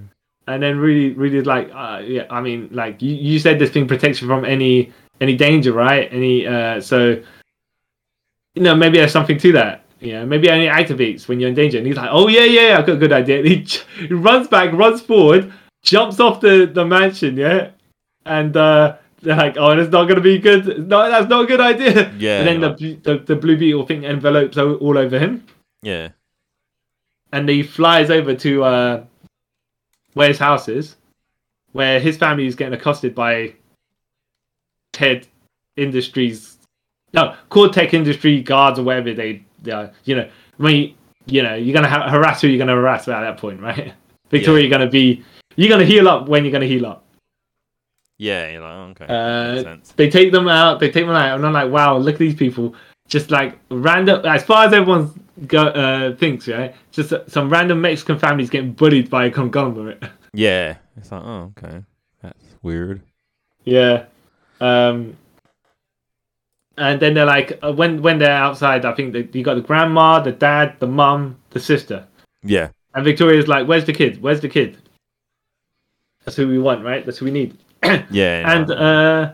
[SPEAKER 2] And then really, really like, uh, yeah. I mean, like you, you said, this thing protects you from any any danger, right? Any uh, so you know maybe there's something to that. Yeah, maybe it only activates when you're in danger. And he's like, oh yeah, yeah, I've got a good idea. And he, j- he runs back, runs forward, jumps off the the mansion, yeah. And uh, they're like, oh, it's not gonna be good. No, that's not a good idea.
[SPEAKER 1] Yeah,
[SPEAKER 2] And then
[SPEAKER 1] like-
[SPEAKER 2] the, the the blue beetle thing envelopes o- all over him
[SPEAKER 1] Yeah.
[SPEAKER 2] and he flies over to uh, where his house is, where his family is getting accosted by Ted Industries, no, Core Tech Industry guards or whatever they, they are. You know, I mean, you know, you're gonna ha- harass who you're gonna harass at that point, right? Victoria, you're gonna be, you're gonna heal up when you're gonna heal up.
[SPEAKER 1] Yeah. You're like, okay.
[SPEAKER 2] Uh,
[SPEAKER 1] makes sense.
[SPEAKER 2] they take them out. They take them out, and I'm like, wow, look at these people. Just like random, as far as everyone go, uh, thinks, right? Just uh, some random Mexican families getting bullied by a conglomerate.
[SPEAKER 1] Yeah. It's like, oh, okay. That's weird.
[SPEAKER 2] yeah. Um, and then they're like, uh, when when they're outside, I think that you got the grandma, the dad, the mum, the sister,
[SPEAKER 1] Yeah.
[SPEAKER 2] and Victoria's like, "Where's the kid? Where's the kid?" That's who we want, right? That's who we need.
[SPEAKER 1] Yeah. you're
[SPEAKER 2] and
[SPEAKER 1] like,
[SPEAKER 2] uh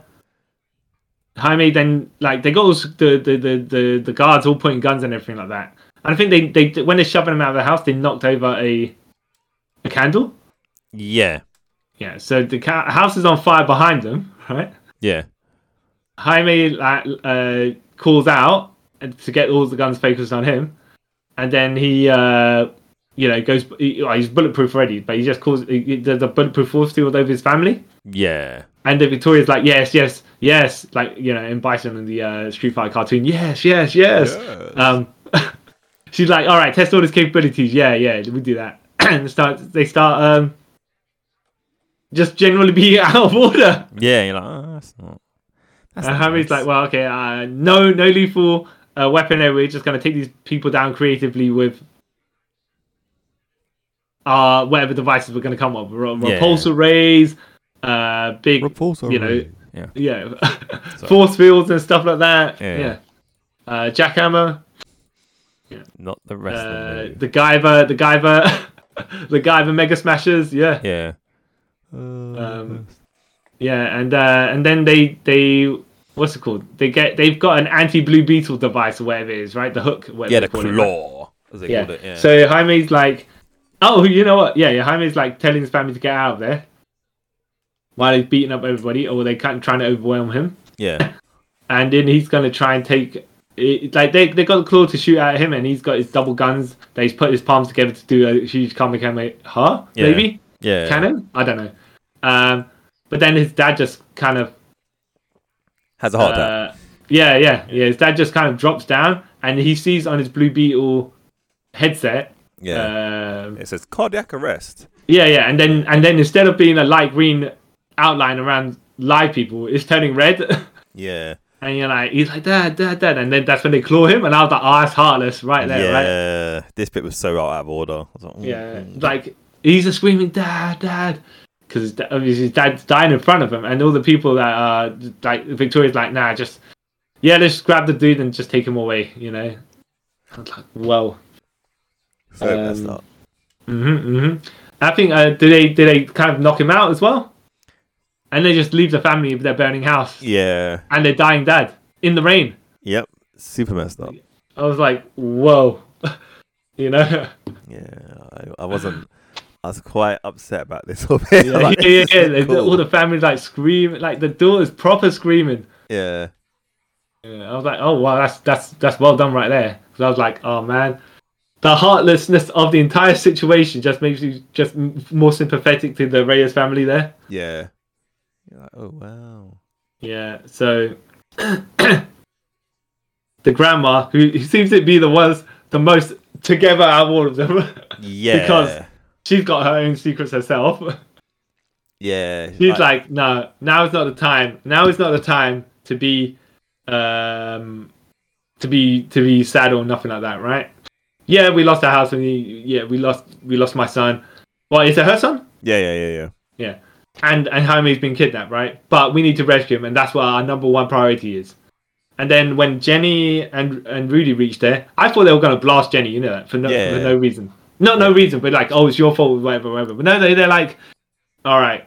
[SPEAKER 2] Jaime then like they got all s- the the, the the the guards all pointing guns and everything like that. And I think they they when they're shoving them out of the house, they knocked over a a candle.
[SPEAKER 1] yeah.
[SPEAKER 2] Yeah, so the ca- house is on fire behind them, right?
[SPEAKER 1] Yeah.
[SPEAKER 2] Jaime like uh, calls out and to get all the guns focused on him, and then he, uh, you know, goes. He, well, he's bulletproof already, but he just calls. He, he, there's a bulletproof force field over his family,
[SPEAKER 1] Yeah.
[SPEAKER 2] And the Victoria's like, yes, yes, yes, like you know, in Bison in the uh, Street Fighter cartoon, yes, yes, yes.
[SPEAKER 1] Yes.
[SPEAKER 2] Um, she's like, all right, test all his capabilities. Yeah, yeah, we do that. and start, they start um, just generally being out of order.
[SPEAKER 1] Yeah. You're like, oh, that's not. That's
[SPEAKER 2] and
[SPEAKER 1] not
[SPEAKER 2] Harry's
[SPEAKER 1] nice.
[SPEAKER 2] like, well, okay, uh, no, no lethal uh, weapon. here. We're just gonna take these people down creatively with uh whatever devices we're gonna come up with, Re-
[SPEAKER 1] Yeah.
[SPEAKER 2] repulsor rays, uh, big
[SPEAKER 1] Repulsor
[SPEAKER 2] you know,
[SPEAKER 1] ray. Yeah.
[SPEAKER 2] yeah, force fields and stuff like that.
[SPEAKER 1] Yeah.
[SPEAKER 2] Yeah, Uh, jackhammer,
[SPEAKER 1] Not the
[SPEAKER 2] uh,
[SPEAKER 1] rest of
[SPEAKER 2] the Guyver, the Guyver, the Guyver Mega Smashers. Yeah,
[SPEAKER 1] Yeah. Uh,
[SPEAKER 2] Um, yeah, and uh, and then they they what's it called? They get they've got an anti Blue Beetle device or whatever it is, right? The hook. whatever
[SPEAKER 1] yeah,
[SPEAKER 2] they
[SPEAKER 1] the
[SPEAKER 2] call it, right?
[SPEAKER 1] claw. As they
[SPEAKER 2] Yeah.
[SPEAKER 1] called it. Yeah.
[SPEAKER 2] So Jaime's like, oh, you know what? Yeah, yeah. Jaime's like telling his family to get out of there while he's beating up everybody, or they kind of trying to overwhelm him.
[SPEAKER 1] yeah.
[SPEAKER 2] and then he's gonna try and take it, like they they got the claw to shoot at him, and he's got his double guns that he's put his palms together to do a huge kamehameha, huh?
[SPEAKER 1] Yeah.
[SPEAKER 2] Maybe
[SPEAKER 1] Yeah.
[SPEAKER 2] cannon? I don't know. Um, but then his dad just kind of
[SPEAKER 1] Has a heart attack.
[SPEAKER 2] uh, yeah, yeah, yeah. His dad just kind of drops down, and he sees on his Blue Beetle headset.
[SPEAKER 1] Yeah.
[SPEAKER 2] Um,
[SPEAKER 1] it says cardiac arrest.
[SPEAKER 2] yeah, yeah, and then and then instead of being a light green outline around live people, it's turning red.
[SPEAKER 1] Yeah.
[SPEAKER 2] And you're like, he's like, dad, dad, dad. And then that's when they claw him. And I was like, oh, that's heartless right there, right?
[SPEAKER 1] yeah. This bit was so out of order. I was like, mm,
[SPEAKER 2] Yeah.
[SPEAKER 1] mm.
[SPEAKER 2] Like, he's just screaming, dad, dad. Because obviously his dad's dying in front of him. And all the people that are, like, Victoria's like, nah, just, yeah, let's grab the dude and just take him away, you know? I was like, well.
[SPEAKER 1] so messed
[SPEAKER 2] um,
[SPEAKER 1] up.
[SPEAKER 2] hmm hmm I think, uh, did they did they kind of knock him out as well? And they just leave the family with their burning house
[SPEAKER 1] Yeah.
[SPEAKER 2] and their dying dad in the rain.
[SPEAKER 1] Yep. Super messed up.
[SPEAKER 2] I was like, whoa. you know?
[SPEAKER 1] Yeah. I, I wasn't. I was quite upset about this whole bit.
[SPEAKER 2] Yeah,
[SPEAKER 1] Like,
[SPEAKER 2] yeah, yeah.
[SPEAKER 1] this
[SPEAKER 2] yeah.
[SPEAKER 1] is
[SPEAKER 2] The- the- All
[SPEAKER 1] cool.
[SPEAKER 2] the families like screaming, like the daughter's proper screaming.
[SPEAKER 1] yeah.
[SPEAKER 2] Yeah, I was like, oh wow, that's that's that's well done right there. 'Cause I was like, oh man, the heartlessness of the entire situation just makes you just m- more sympathetic to the Reyes family there.
[SPEAKER 1] Yeah. You're like, oh wow.
[SPEAKER 2] Yeah, so the grandma who, who seems to be the ones the most together out of all of them.
[SPEAKER 1] Yeah.
[SPEAKER 2] She's got her own secrets herself.
[SPEAKER 1] yeah.
[SPEAKER 2] She's like, no, now is not the time. Now is not the time to be, um, to be to be sad or nothing like that, right? Yeah, we lost our house and we, yeah, we lost we lost my son. Well, is it her son?
[SPEAKER 1] yeah, yeah, yeah, yeah.
[SPEAKER 2] Yeah. And and Jaime's been kidnapped, right? But we need to rescue him, and that's what our number one priority is. And then when Jenny and and Rudy reached there, I thought they were gonna blast Jenny, you know that for no
[SPEAKER 1] Yeah.
[SPEAKER 2] for no reason. Not no reason, but like, oh, it's your fault, whatever, whatever. But no, they they're like, all right,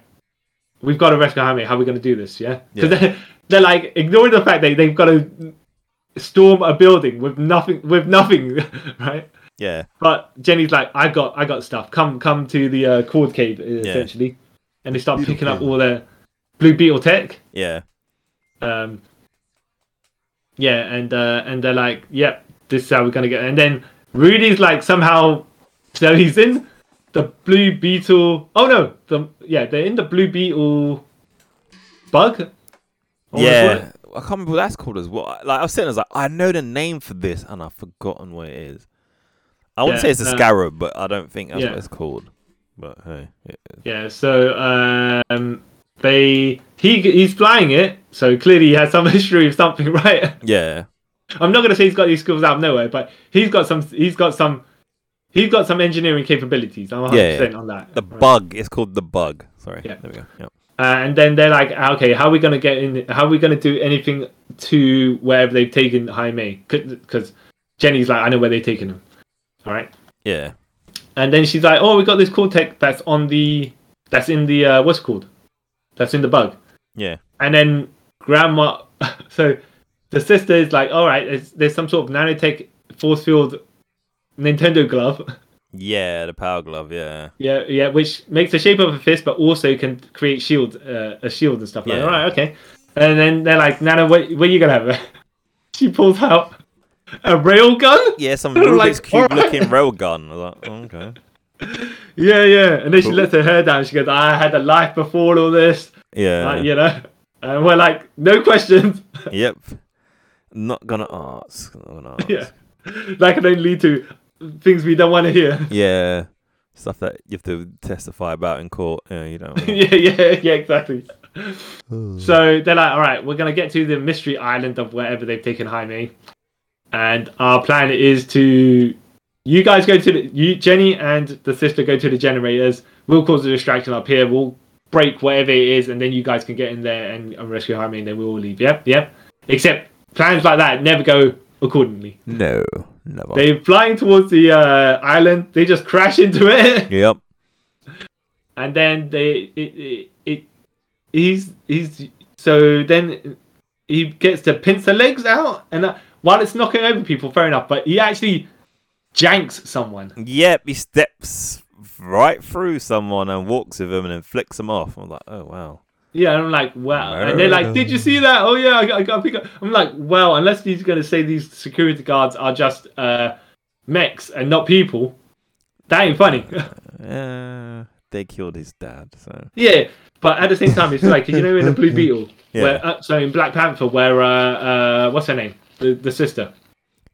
[SPEAKER 2] we've got to rescue Jaime. How are we gonna do this? Yeah, because
[SPEAKER 1] Yeah.
[SPEAKER 2] they're, they're like ignoring the fact that they've got to storm a building with nothing, with nothing, right?
[SPEAKER 1] Yeah.
[SPEAKER 2] But Jenny's like, I got, I got stuff. Come, come to the uh, cord cave, uh, essentially, and they start picking up all their blue beetle tech.
[SPEAKER 1] Yeah.
[SPEAKER 2] Um, yeah, and uh, and they're like, yep, this is how we're gonna get. And then Rudy's like, somehow, so he's in the blue beetle. Oh no, the yeah, they're in the blue beetle bug. Or what-
[SPEAKER 1] Yeah. I can't remember what that's called as well. Like I was sitting, I was like, I know the name for this, and I've forgotten what it is. I wouldn't
[SPEAKER 2] Yeah,
[SPEAKER 1] say it's a
[SPEAKER 2] uh,
[SPEAKER 1] scarab, but I don't think that's
[SPEAKER 2] yeah.
[SPEAKER 1] what it's called. But hey, it-
[SPEAKER 2] Yeah, so um, they he he's flying it, so clearly he has some history of something, right?
[SPEAKER 1] yeah,
[SPEAKER 2] I'm not gonna say he's got these skills out of nowhere, but he's got some he's got some he's got some engineering capabilities. I'm 100
[SPEAKER 1] Yeah, yeah.
[SPEAKER 2] percent on that.
[SPEAKER 1] the
[SPEAKER 2] right?
[SPEAKER 1] bug. It's called the bug. Sorry.
[SPEAKER 2] Yeah.
[SPEAKER 1] There we go. Yep.
[SPEAKER 2] Uh, and then they're like, okay, how are we gonna get in? How are we gonna do anything to wherever they've taken Jaime? Because Jenny's like, I know where they've taken him. All right.
[SPEAKER 1] Yeah.
[SPEAKER 2] And then she's like, "Oh, we got this cool tech that's on the that's in the uh, what's it called that's in the bug."
[SPEAKER 1] Yeah.
[SPEAKER 2] And then grandma, so the sister is like, "All right, there's, there's some sort of nanotech force field Nintendo glove,
[SPEAKER 1] Yeah. The power glove. Yeah.
[SPEAKER 2] yeah, yeah, which makes the shape of a fist, but also can create shield uh, a shield and stuff like
[SPEAKER 1] Yeah.
[SPEAKER 2] that." All right, okay. And then they're like, "Nana, what, what are you gonna have?" she pulls out a rail gun.
[SPEAKER 1] Yeah. Some
[SPEAKER 2] Like,
[SPEAKER 1] Rubik's cube
[SPEAKER 2] alright.
[SPEAKER 1] looking railgun. I was like, "Oh, okay.
[SPEAKER 2] Yeah, yeah. And then she
[SPEAKER 1] Cool.
[SPEAKER 2] lets her hair down. She goes, "I had a life before all this."
[SPEAKER 1] Yeah.
[SPEAKER 2] like, you know, and we're like, no questions.
[SPEAKER 1] Yep. Not gonna ask. Not gonna ask.
[SPEAKER 2] yeah, that can only lead to things we don't want to hear.
[SPEAKER 1] Yeah. Stuff that you have to testify about in court. Yeah, you don't. wanna-
[SPEAKER 2] yeah, yeah, yeah, exactly. So they're like, all right, we're gonna get to the mystery island of wherever they've taken Jaime, and our plan is to. You guys go to the you Jenny and the sister go to the generators. We'll cause a distraction up here. We'll break whatever it is, and then you guys can get in there and, and rescue Jaime, and then we'll all leave. Yep, yep. Except plans like that never go accordingly.
[SPEAKER 1] no, never.
[SPEAKER 2] They flying towards the uh, island. They just crash into it,
[SPEAKER 1] Yep.
[SPEAKER 2] and then they it, it, it he's he's so then he gets to pinch the legs out, and uh, while it's knocking over people, fair enough. But he actually janks someone.
[SPEAKER 1] Yep. He steps right through someone and walks with him and then flicks him off. I'm like, oh wow.
[SPEAKER 2] Yeah, and I'm like, wow. And they're like, did you see that? Oh yeah, I got, I got to pick up. I'm like, well, unless he's gonna say these security guards are just uh, mechs and not people, that ain't funny.
[SPEAKER 1] Yeah. Uh, They killed his dad. So
[SPEAKER 2] Yeah, but at the same time, it's like you know in the Blue Beetle,
[SPEAKER 1] Yeah.
[SPEAKER 2] where uh, so in Black Panther, where uh, uh what's her name, the, the sister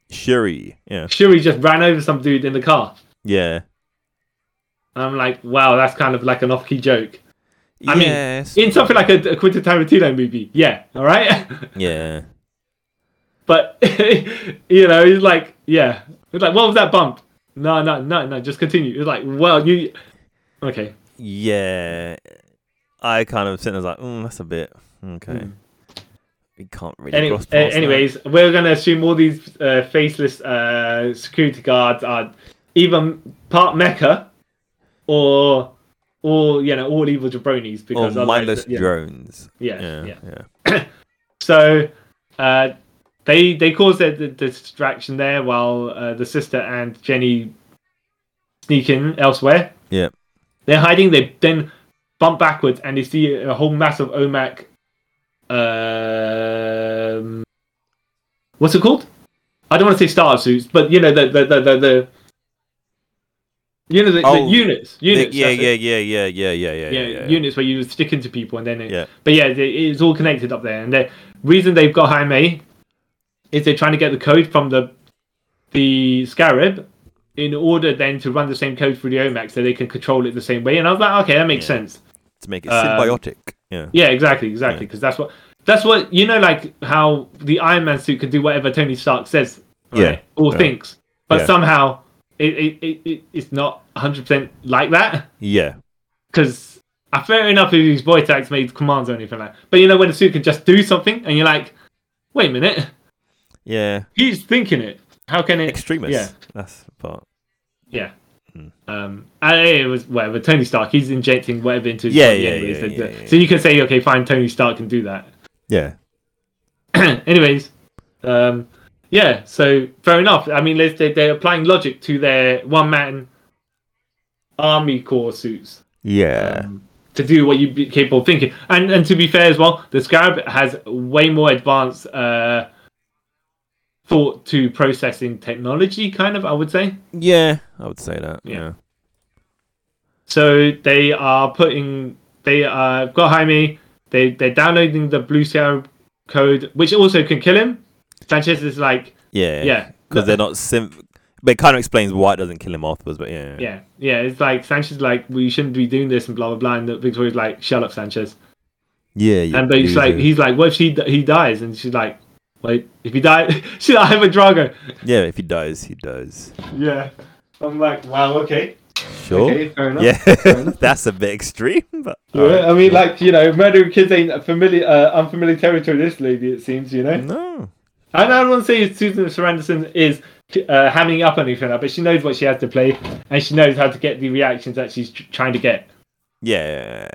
[SPEAKER 1] Shuri. Yeah.
[SPEAKER 2] Shuri just ran over some dude in the car.
[SPEAKER 1] Yeah.
[SPEAKER 2] And I'm like, wow, that's kind of like an off-key joke I mean,
[SPEAKER 1] yes.
[SPEAKER 2] in something like a, a Quentin Tarantino movie. Yeah, all right,
[SPEAKER 1] yeah.
[SPEAKER 2] but you know, he's like, yeah, it's like, what was that bump? No, no, no, no, just continue. It's like, well, you, okay,
[SPEAKER 1] Yeah. I kind of sitting there like, mm, that's a bit okay. We can't really.
[SPEAKER 2] Hmm. Any,
[SPEAKER 1] cross
[SPEAKER 2] uh,
[SPEAKER 1] paths now.
[SPEAKER 2] anyways, we're going to assume all these uh, faceless uh, security guards are either part mecha or or you know all evil jabronis
[SPEAKER 1] Or
[SPEAKER 2] because otherwise-
[SPEAKER 1] Oh, mindless
[SPEAKER 2] yeah,
[SPEAKER 1] drones.
[SPEAKER 2] yeah,
[SPEAKER 1] Yeah.
[SPEAKER 2] yeah.
[SPEAKER 1] Yeah.
[SPEAKER 2] So uh, they they cause the, the distraction there while uh, the sister and Jenny sneak in elsewhere.
[SPEAKER 1] Yeah.
[SPEAKER 2] They're hiding. They then bump backwards and they see a whole mass of Omac. Um, what's it called? I don't want to say star suits, but you know the the the the, the You know the,
[SPEAKER 1] Oh,
[SPEAKER 2] the units, units.
[SPEAKER 1] yeah,
[SPEAKER 2] that's it.
[SPEAKER 1] yeah, yeah, yeah, yeah, yeah, yeah,
[SPEAKER 2] yeah,
[SPEAKER 1] yeah, yeah, yeah.
[SPEAKER 2] units where you stick into people and then it,
[SPEAKER 1] Yeah.
[SPEAKER 2] but yeah they- it's all connected up there and the reason they've got Jaime is they're trying to get the code from the the scarab in order then to run the same code through the omac so they can control it the same way and i was like okay that makes
[SPEAKER 1] Yeah.
[SPEAKER 2] sense
[SPEAKER 1] To make it
[SPEAKER 2] Um,
[SPEAKER 1] symbiotic. Yeah.
[SPEAKER 2] yeah exactly exactly because that's what that's what you know like how the iron man suit can do whatever tony stark says
[SPEAKER 1] Yeah,
[SPEAKER 2] or
[SPEAKER 1] yeah.
[SPEAKER 2] thinks but
[SPEAKER 1] Yeah.
[SPEAKER 2] somehow it, it, it, it it's not 100% like that
[SPEAKER 1] Yeah.
[SPEAKER 2] because I fair enough if his voice acts made commands or anything like that. But you know when the suit can just do something and you're like, wait a minute,
[SPEAKER 1] Yeah.
[SPEAKER 2] he's thinking it. How can it?
[SPEAKER 1] Extremists.
[SPEAKER 2] Yeah.
[SPEAKER 1] That's the part.
[SPEAKER 2] Yeah.
[SPEAKER 1] Hmm.
[SPEAKER 2] Um, and it was whatever Tony Stark. He's injecting whatever into his
[SPEAKER 1] Yeah,
[SPEAKER 2] body
[SPEAKER 1] yeah,
[SPEAKER 2] anyways.
[SPEAKER 1] yeah, yeah, yeah.
[SPEAKER 2] So you can say, okay, fine, Tony Stark can do that.
[SPEAKER 1] Yeah.
[SPEAKER 2] anyways, um, yeah. So fair enough. I mean, they're, they're applying logic to their one man army corps suits.
[SPEAKER 1] Yeah.
[SPEAKER 2] um, to do what you be capable of thinking. And and to be fair as well, the Scarab has way more advanced uh, thought to processing technology, kind of I would say.
[SPEAKER 1] yeah. I would say that. Yeah.
[SPEAKER 2] Yeah. So they are putting they uh, got Jaime. They they're downloading the Blue Scarab code, which also can kill him. Sanchez is like,
[SPEAKER 1] Yeah.
[SPEAKER 2] yeah,
[SPEAKER 1] Because they're not sim. But it kind of explains why it doesn't kill him afterwards. But yeah.
[SPEAKER 2] yeah, yeah. It's like Sanchez is like, we shouldn't be doing this and blah blah blah. And Victoria's like, shut up, Sanchez.
[SPEAKER 1] Yeah. you
[SPEAKER 2] and but he's like,
[SPEAKER 1] loser.
[SPEAKER 2] he's like, what if she he dies? And she's like, wait, if he dies, she's like, I'm a Drago.
[SPEAKER 1] yeah. If he dies, he dies.
[SPEAKER 2] Yeah, I'm like, wow, okay,
[SPEAKER 1] Sure.
[SPEAKER 2] fair enough.
[SPEAKER 1] Oh, Yeah. That's a bit extreme. But
[SPEAKER 2] I mean, like you know, murdering kids ain't a familiar, uh, unfamiliar territory. to This lady, it seems, you know.
[SPEAKER 1] No.
[SPEAKER 2] And I don't want to say Susan Sarandon is uh, hamming up on anything, like, but she knows what she has to play, and she knows how to get the reactions that she's tr- trying to get.
[SPEAKER 1] Yeah.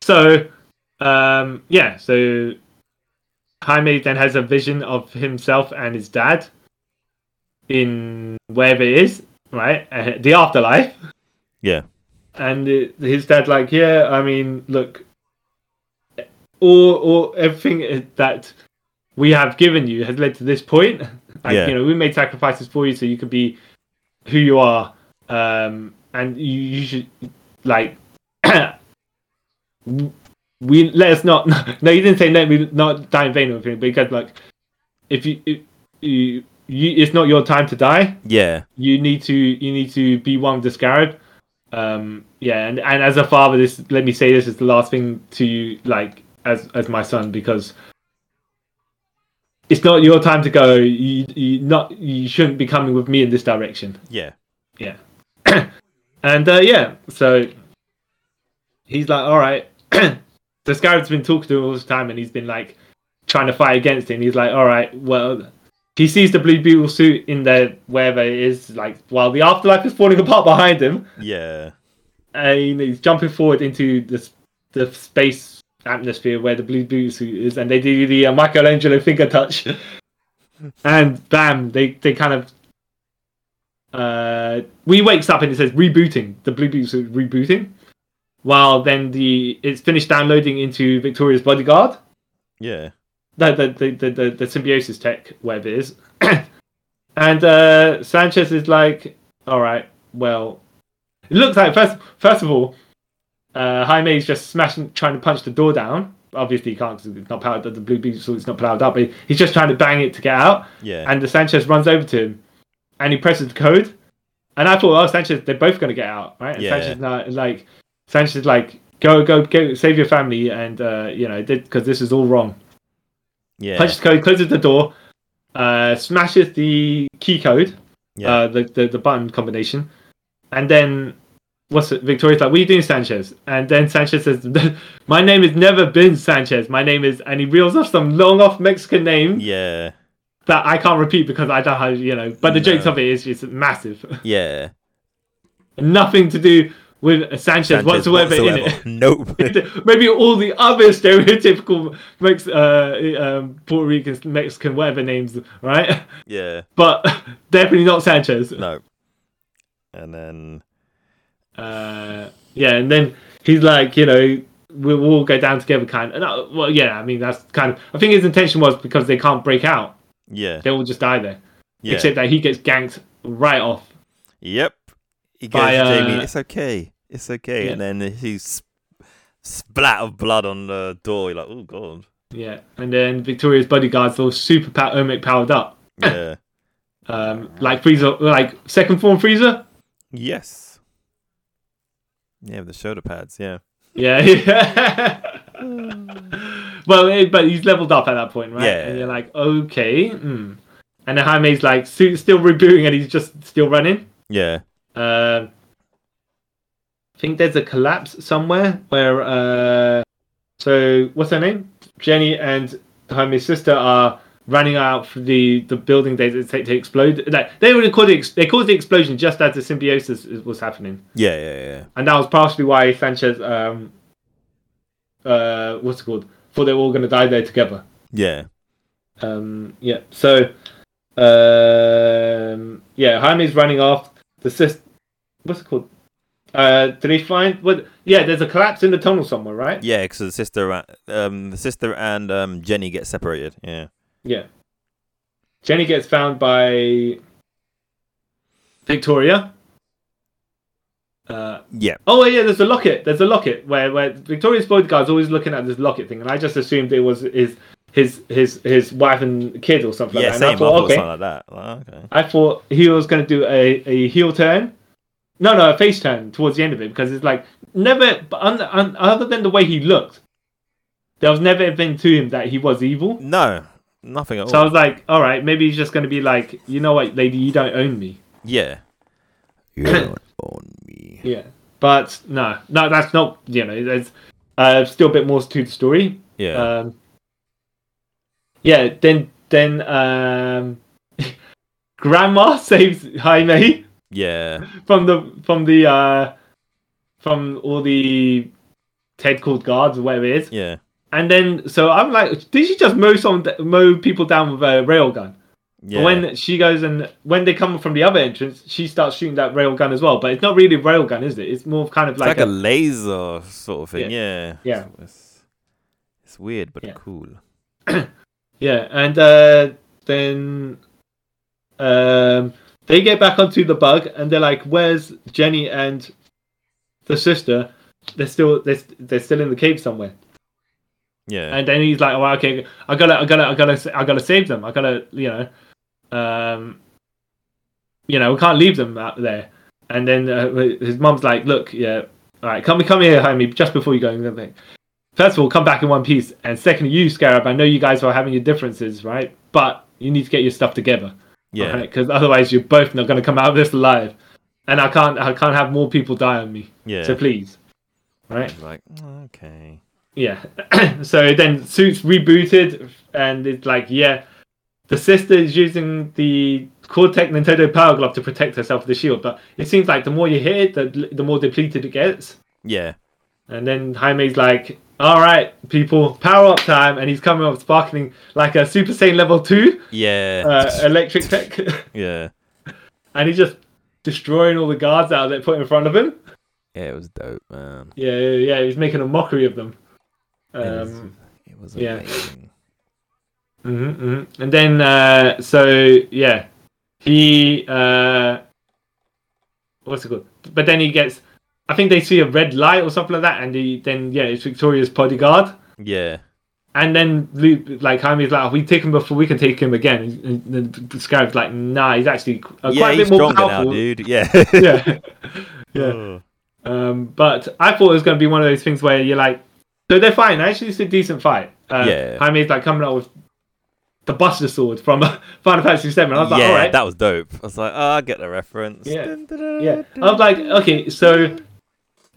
[SPEAKER 2] So, um, yeah, so Jaime then has a vision of himself and his dad in wherever it is, right? Uh, the afterlife.
[SPEAKER 1] Yeah.
[SPEAKER 2] And it, his dad, like, yeah, I mean, look, all, all everything that we have given you has led to this point. Like,
[SPEAKER 1] Yeah.
[SPEAKER 2] you know, we made sacrifices for you so you could be who you are, um, and you, you should like we let us not. No, you didn't say let me not die in vain or anything, but you guys like if you if you, you it's not your time to die.
[SPEAKER 1] Yeah.
[SPEAKER 2] You need to you need to be one with the scarab. Um, yeah, and, and as a father, this let me say this is the last thing to you, like as as my son, because it's not your time to go. You you not you shouldn't be coming with me in this direction.
[SPEAKER 1] Yeah.
[SPEAKER 2] And uh, yeah, so he's like, all right. the Scarab's been talking to him all this time, and he's been like trying to fight against it. And he's like, all right, well, he sees the blue beetle suit in there, wherever it is, like while the afterlife is falling apart behind him,
[SPEAKER 1] Yeah.
[SPEAKER 2] and he's jumping forward into the s- the space atmosphere where the blue beetle suit is, and they do the uh, Michelangelo finger touch, and bam, they they kind of. Uh, we wakes up and it says rebooting. The blue beetle suit rebooting, while then the it's finished downloading into Victoria's bodyguard.
[SPEAKER 1] Yeah.
[SPEAKER 2] No, the the the, the, the symbiosis tech, whatever it is. and uh, Sanchez is like, all right, well, it looks like first first of all, uh, Jaime is just smashing, trying to punch the door down. Obviously, he can't 'cause it's not powered. up, The blue beetle suit's not powered up, but he's just trying to bang it to get out.
[SPEAKER 1] Yeah.
[SPEAKER 2] And the Sanchez runs over to him, and he presses the code. And I thought, oh, Sanchez, they're both going to get out, right? And
[SPEAKER 1] Yeah.
[SPEAKER 2] Sanchez na- like, Sanchez is like, go, go, go, save your family, and uh, you know, because this is all wrong
[SPEAKER 1] yeah.
[SPEAKER 2] punches the code, closes the door, uh, smashes the key code,
[SPEAKER 1] Yeah.
[SPEAKER 2] uh, the, the the button combination, and then what's it? Victoria's like, "What are you doing, Sanchez?" And then Sanchez says, "My name has never been Sanchez. My name is," and he reels off some long off Mexican name
[SPEAKER 1] yeah.
[SPEAKER 2] that I can't repeat because I don't have you know. But the jokes
[SPEAKER 1] No.
[SPEAKER 2] of it is just massive.
[SPEAKER 1] Yeah.
[SPEAKER 2] Nothing to do with Sanchez,
[SPEAKER 1] Sanchez
[SPEAKER 2] whatsoever, in it.
[SPEAKER 1] whatsoever. Nope.
[SPEAKER 2] Maybe all the other stereotypical Mex- uh, um, Puerto Rican, Mexican, whatever names, right?
[SPEAKER 1] yeah.
[SPEAKER 2] but definitely not Sanchez.
[SPEAKER 1] No. And then
[SPEAKER 2] Uh, yeah, and then he's like, you know, we'll all go down together, kind. And uh, well, yeah, I mean that's kind of. I think his intention was because they can't break out;
[SPEAKER 1] yeah.
[SPEAKER 2] they all just die there.
[SPEAKER 1] Yeah.
[SPEAKER 2] Except that he gets ganked right off.
[SPEAKER 1] Yep. He goes
[SPEAKER 2] By,
[SPEAKER 1] to Jamie,
[SPEAKER 2] uh,
[SPEAKER 1] it's okay, it's okay.
[SPEAKER 2] yeah.
[SPEAKER 1] And then he's splat of blood on the door. You're like, oh, God.
[SPEAKER 2] Yeah, and then Victoria's bodyguards all super pow- Ermic powered up,
[SPEAKER 1] Yeah.
[SPEAKER 2] um, like Freezer, like second form Freezer.
[SPEAKER 1] yes. Yeah, with the shoulder pads, yeah.
[SPEAKER 2] Yeah, yeah. well, eh, but he's leveled up at that point, right?
[SPEAKER 1] Yeah.
[SPEAKER 2] And you're like, okay. Mm. And then Jaime's like su- still rebooting, and he's just still running.
[SPEAKER 1] Yeah.
[SPEAKER 2] Uh, I think there's a collapse somewhere where. Uh, so what's her name? Jenny and Jaime's sister are running out for the the building they they take to explode. Like, they would called it, they caused the explosion just as the symbiosis is- was happening,
[SPEAKER 1] Yeah, yeah, yeah.
[SPEAKER 2] and that was partially why Sanchez um uh what's it called thought they were all gonna die there together.
[SPEAKER 1] Yeah.
[SPEAKER 2] Um, yeah. So, um, yeah, Jaime's running off. The system. What's it called? Uh, did he find? What? Yeah, there's a collapse in the tunnel somewhere, right?
[SPEAKER 1] Yeah, because the sister, a- um, the sister and um, Jenny get separated. Yeah,
[SPEAKER 2] Yeah. Jenny gets found by Victoria. Uh,
[SPEAKER 1] yeah,
[SPEAKER 2] oh yeah, there's a locket. There's a locket where where Victoria's bodyguard's always looking at this locket thing, and I just assumed it was his his his his wife and kid or something
[SPEAKER 1] yeah.
[SPEAKER 2] like that.
[SPEAKER 1] Same.
[SPEAKER 2] and I
[SPEAKER 1] I
[SPEAKER 2] thought,
[SPEAKER 1] thought
[SPEAKER 2] okay,
[SPEAKER 1] something like that. Like, okay.
[SPEAKER 2] I thought he was going to do a, a heel turn. No, no, a face turn towards the end of it because it's like never, but un, un, other than the way he looked, there was never been to him that he was evil.
[SPEAKER 1] No, nothing at
[SPEAKER 2] So I
[SPEAKER 1] all.
[SPEAKER 2] was like, all right, maybe he's just going to be like, you know what, lady, you don't own me.
[SPEAKER 1] Yeah. You don't own me.
[SPEAKER 2] Yeah. But no, no, that's not, you know, there's uh, still a bit more to the story,
[SPEAKER 1] Yeah.
[SPEAKER 2] Um, yeah, then then um, grandma saves Jaime
[SPEAKER 1] yeah.
[SPEAKER 2] from the from the uh, from all the Ted called guards or whatever it is,
[SPEAKER 1] Yeah.
[SPEAKER 2] and then so I'm like, did she just mow some mow people down with a railgun?
[SPEAKER 1] Yeah.
[SPEAKER 2] When she goes and when they come from the other entrance, she starts shooting that railgun as well. But it's not really a railgun, is it? It's more kind of
[SPEAKER 1] it's like,
[SPEAKER 2] like,
[SPEAKER 1] a,
[SPEAKER 2] a,
[SPEAKER 1] laser sort of thing. Yeah.
[SPEAKER 2] Yeah.
[SPEAKER 1] It's, it's weird but
[SPEAKER 2] Yeah.
[SPEAKER 1] cool.
[SPEAKER 2] yeah, and uh, then um, they get back onto the bug, and they're like, "Where's Jenny and the sister?" They're still they're, they're still in the cave somewhere.
[SPEAKER 1] Yeah.
[SPEAKER 2] And then he's like, "Well, okay, I gotta, I gotta, I gotta, I gotta save them. I gotta, you know, um, you know, we can't leave them out there." And then uh, his mum's like, "Look, yeah, all right, come, come here, homie, just before you go." and everything. First of all, come back in one piece, and secondly, you, Scarab, I know you guys are having your differences, right? But you need to get your stuff together,
[SPEAKER 1] yeah.
[SPEAKER 2] Because otherwise, you're both not gonna come out of this alive, and I can't, I can't have more people die on me.
[SPEAKER 1] Yeah.
[SPEAKER 2] So please, right?
[SPEAKER 1] It's like "Mm, okay.
[SPEAKER 2] Yeah. so then Suits rebooted, and it's like, yeah, the sister is using the Cortec Nintendo Power Glove to protect herself with the shield, but it seems like the more you hit it, the, the more depleted it gets.
[SPEAKER 1] Yeah.
[SPEAKER 2] And then Jaime's like, all right, people, power up time, and he's coming up sparkling like a Super Saiyan level 2
[SPEAKER 1] Yeah.
[SPEAKER 2] uh, electric tech,
[SPEAKER 1] yeah.
[SPEAKER 2] and he's just destroying all the guards out that put in front of him.
[SPEAKER 1] Yeah. It was dope, man.
[SPEAKER 2] Yeah, yeah, yeah, he's making a mockery of them. Um,
[SPEAKER 1] it was
[SPEAKER 2] yeah.
[SPEAKER 1] amazing.
[SPEAKER 2] hmm And then, uh, so yeah, he uh, what's it called? But then he gets, I think they see a red light or something like that, and he then yeah, it's Victoria's bodyguard,
[SPEAKER 1] Yeah.
[SPEAKER 2] and then Lu- like Jaime's like, we take him before we can take him again, and, and then Scarab's like, nah, he's actually uh,
[SPEAKER 1] yeah,
[SPEAKER 2] quite a
[SPEAKER 1] he's
[SPEAKER 2] bit more
[SPEAKER 1] stronger
[SPEAKER 2] powerful.
[SPEAKER 1] now, dude. Yeah.
[SPEAKER 2] yeah, yeah.
[SPEAKER 1] Oh.
[SPEAKER 2] Um, but I thought it was going to be one of those things where you're like, so they're fine. Actually, it's a decent fight. Uh,
[SPEAKER 1] Yeah.
[SPEAKER 2] Jaime's like coming out with the Buster Sword from Final Fantasy VII. I was like,
[SPEAKER 1] yeah,
[SPEAKER 2] all right.
[SPEAKER 1] that was dope. I was like, oh, I get the reference.
[SPEAKER 2] Yeah.
[SPEAKER 1] Dun, dun, dun,
[SPEAKER 2] yeah.
[SPEAKER 1] dun,
[SPEAKER 2] I was like,
[SPEAKER 1] dun,
[SPEAKER 2] okay, so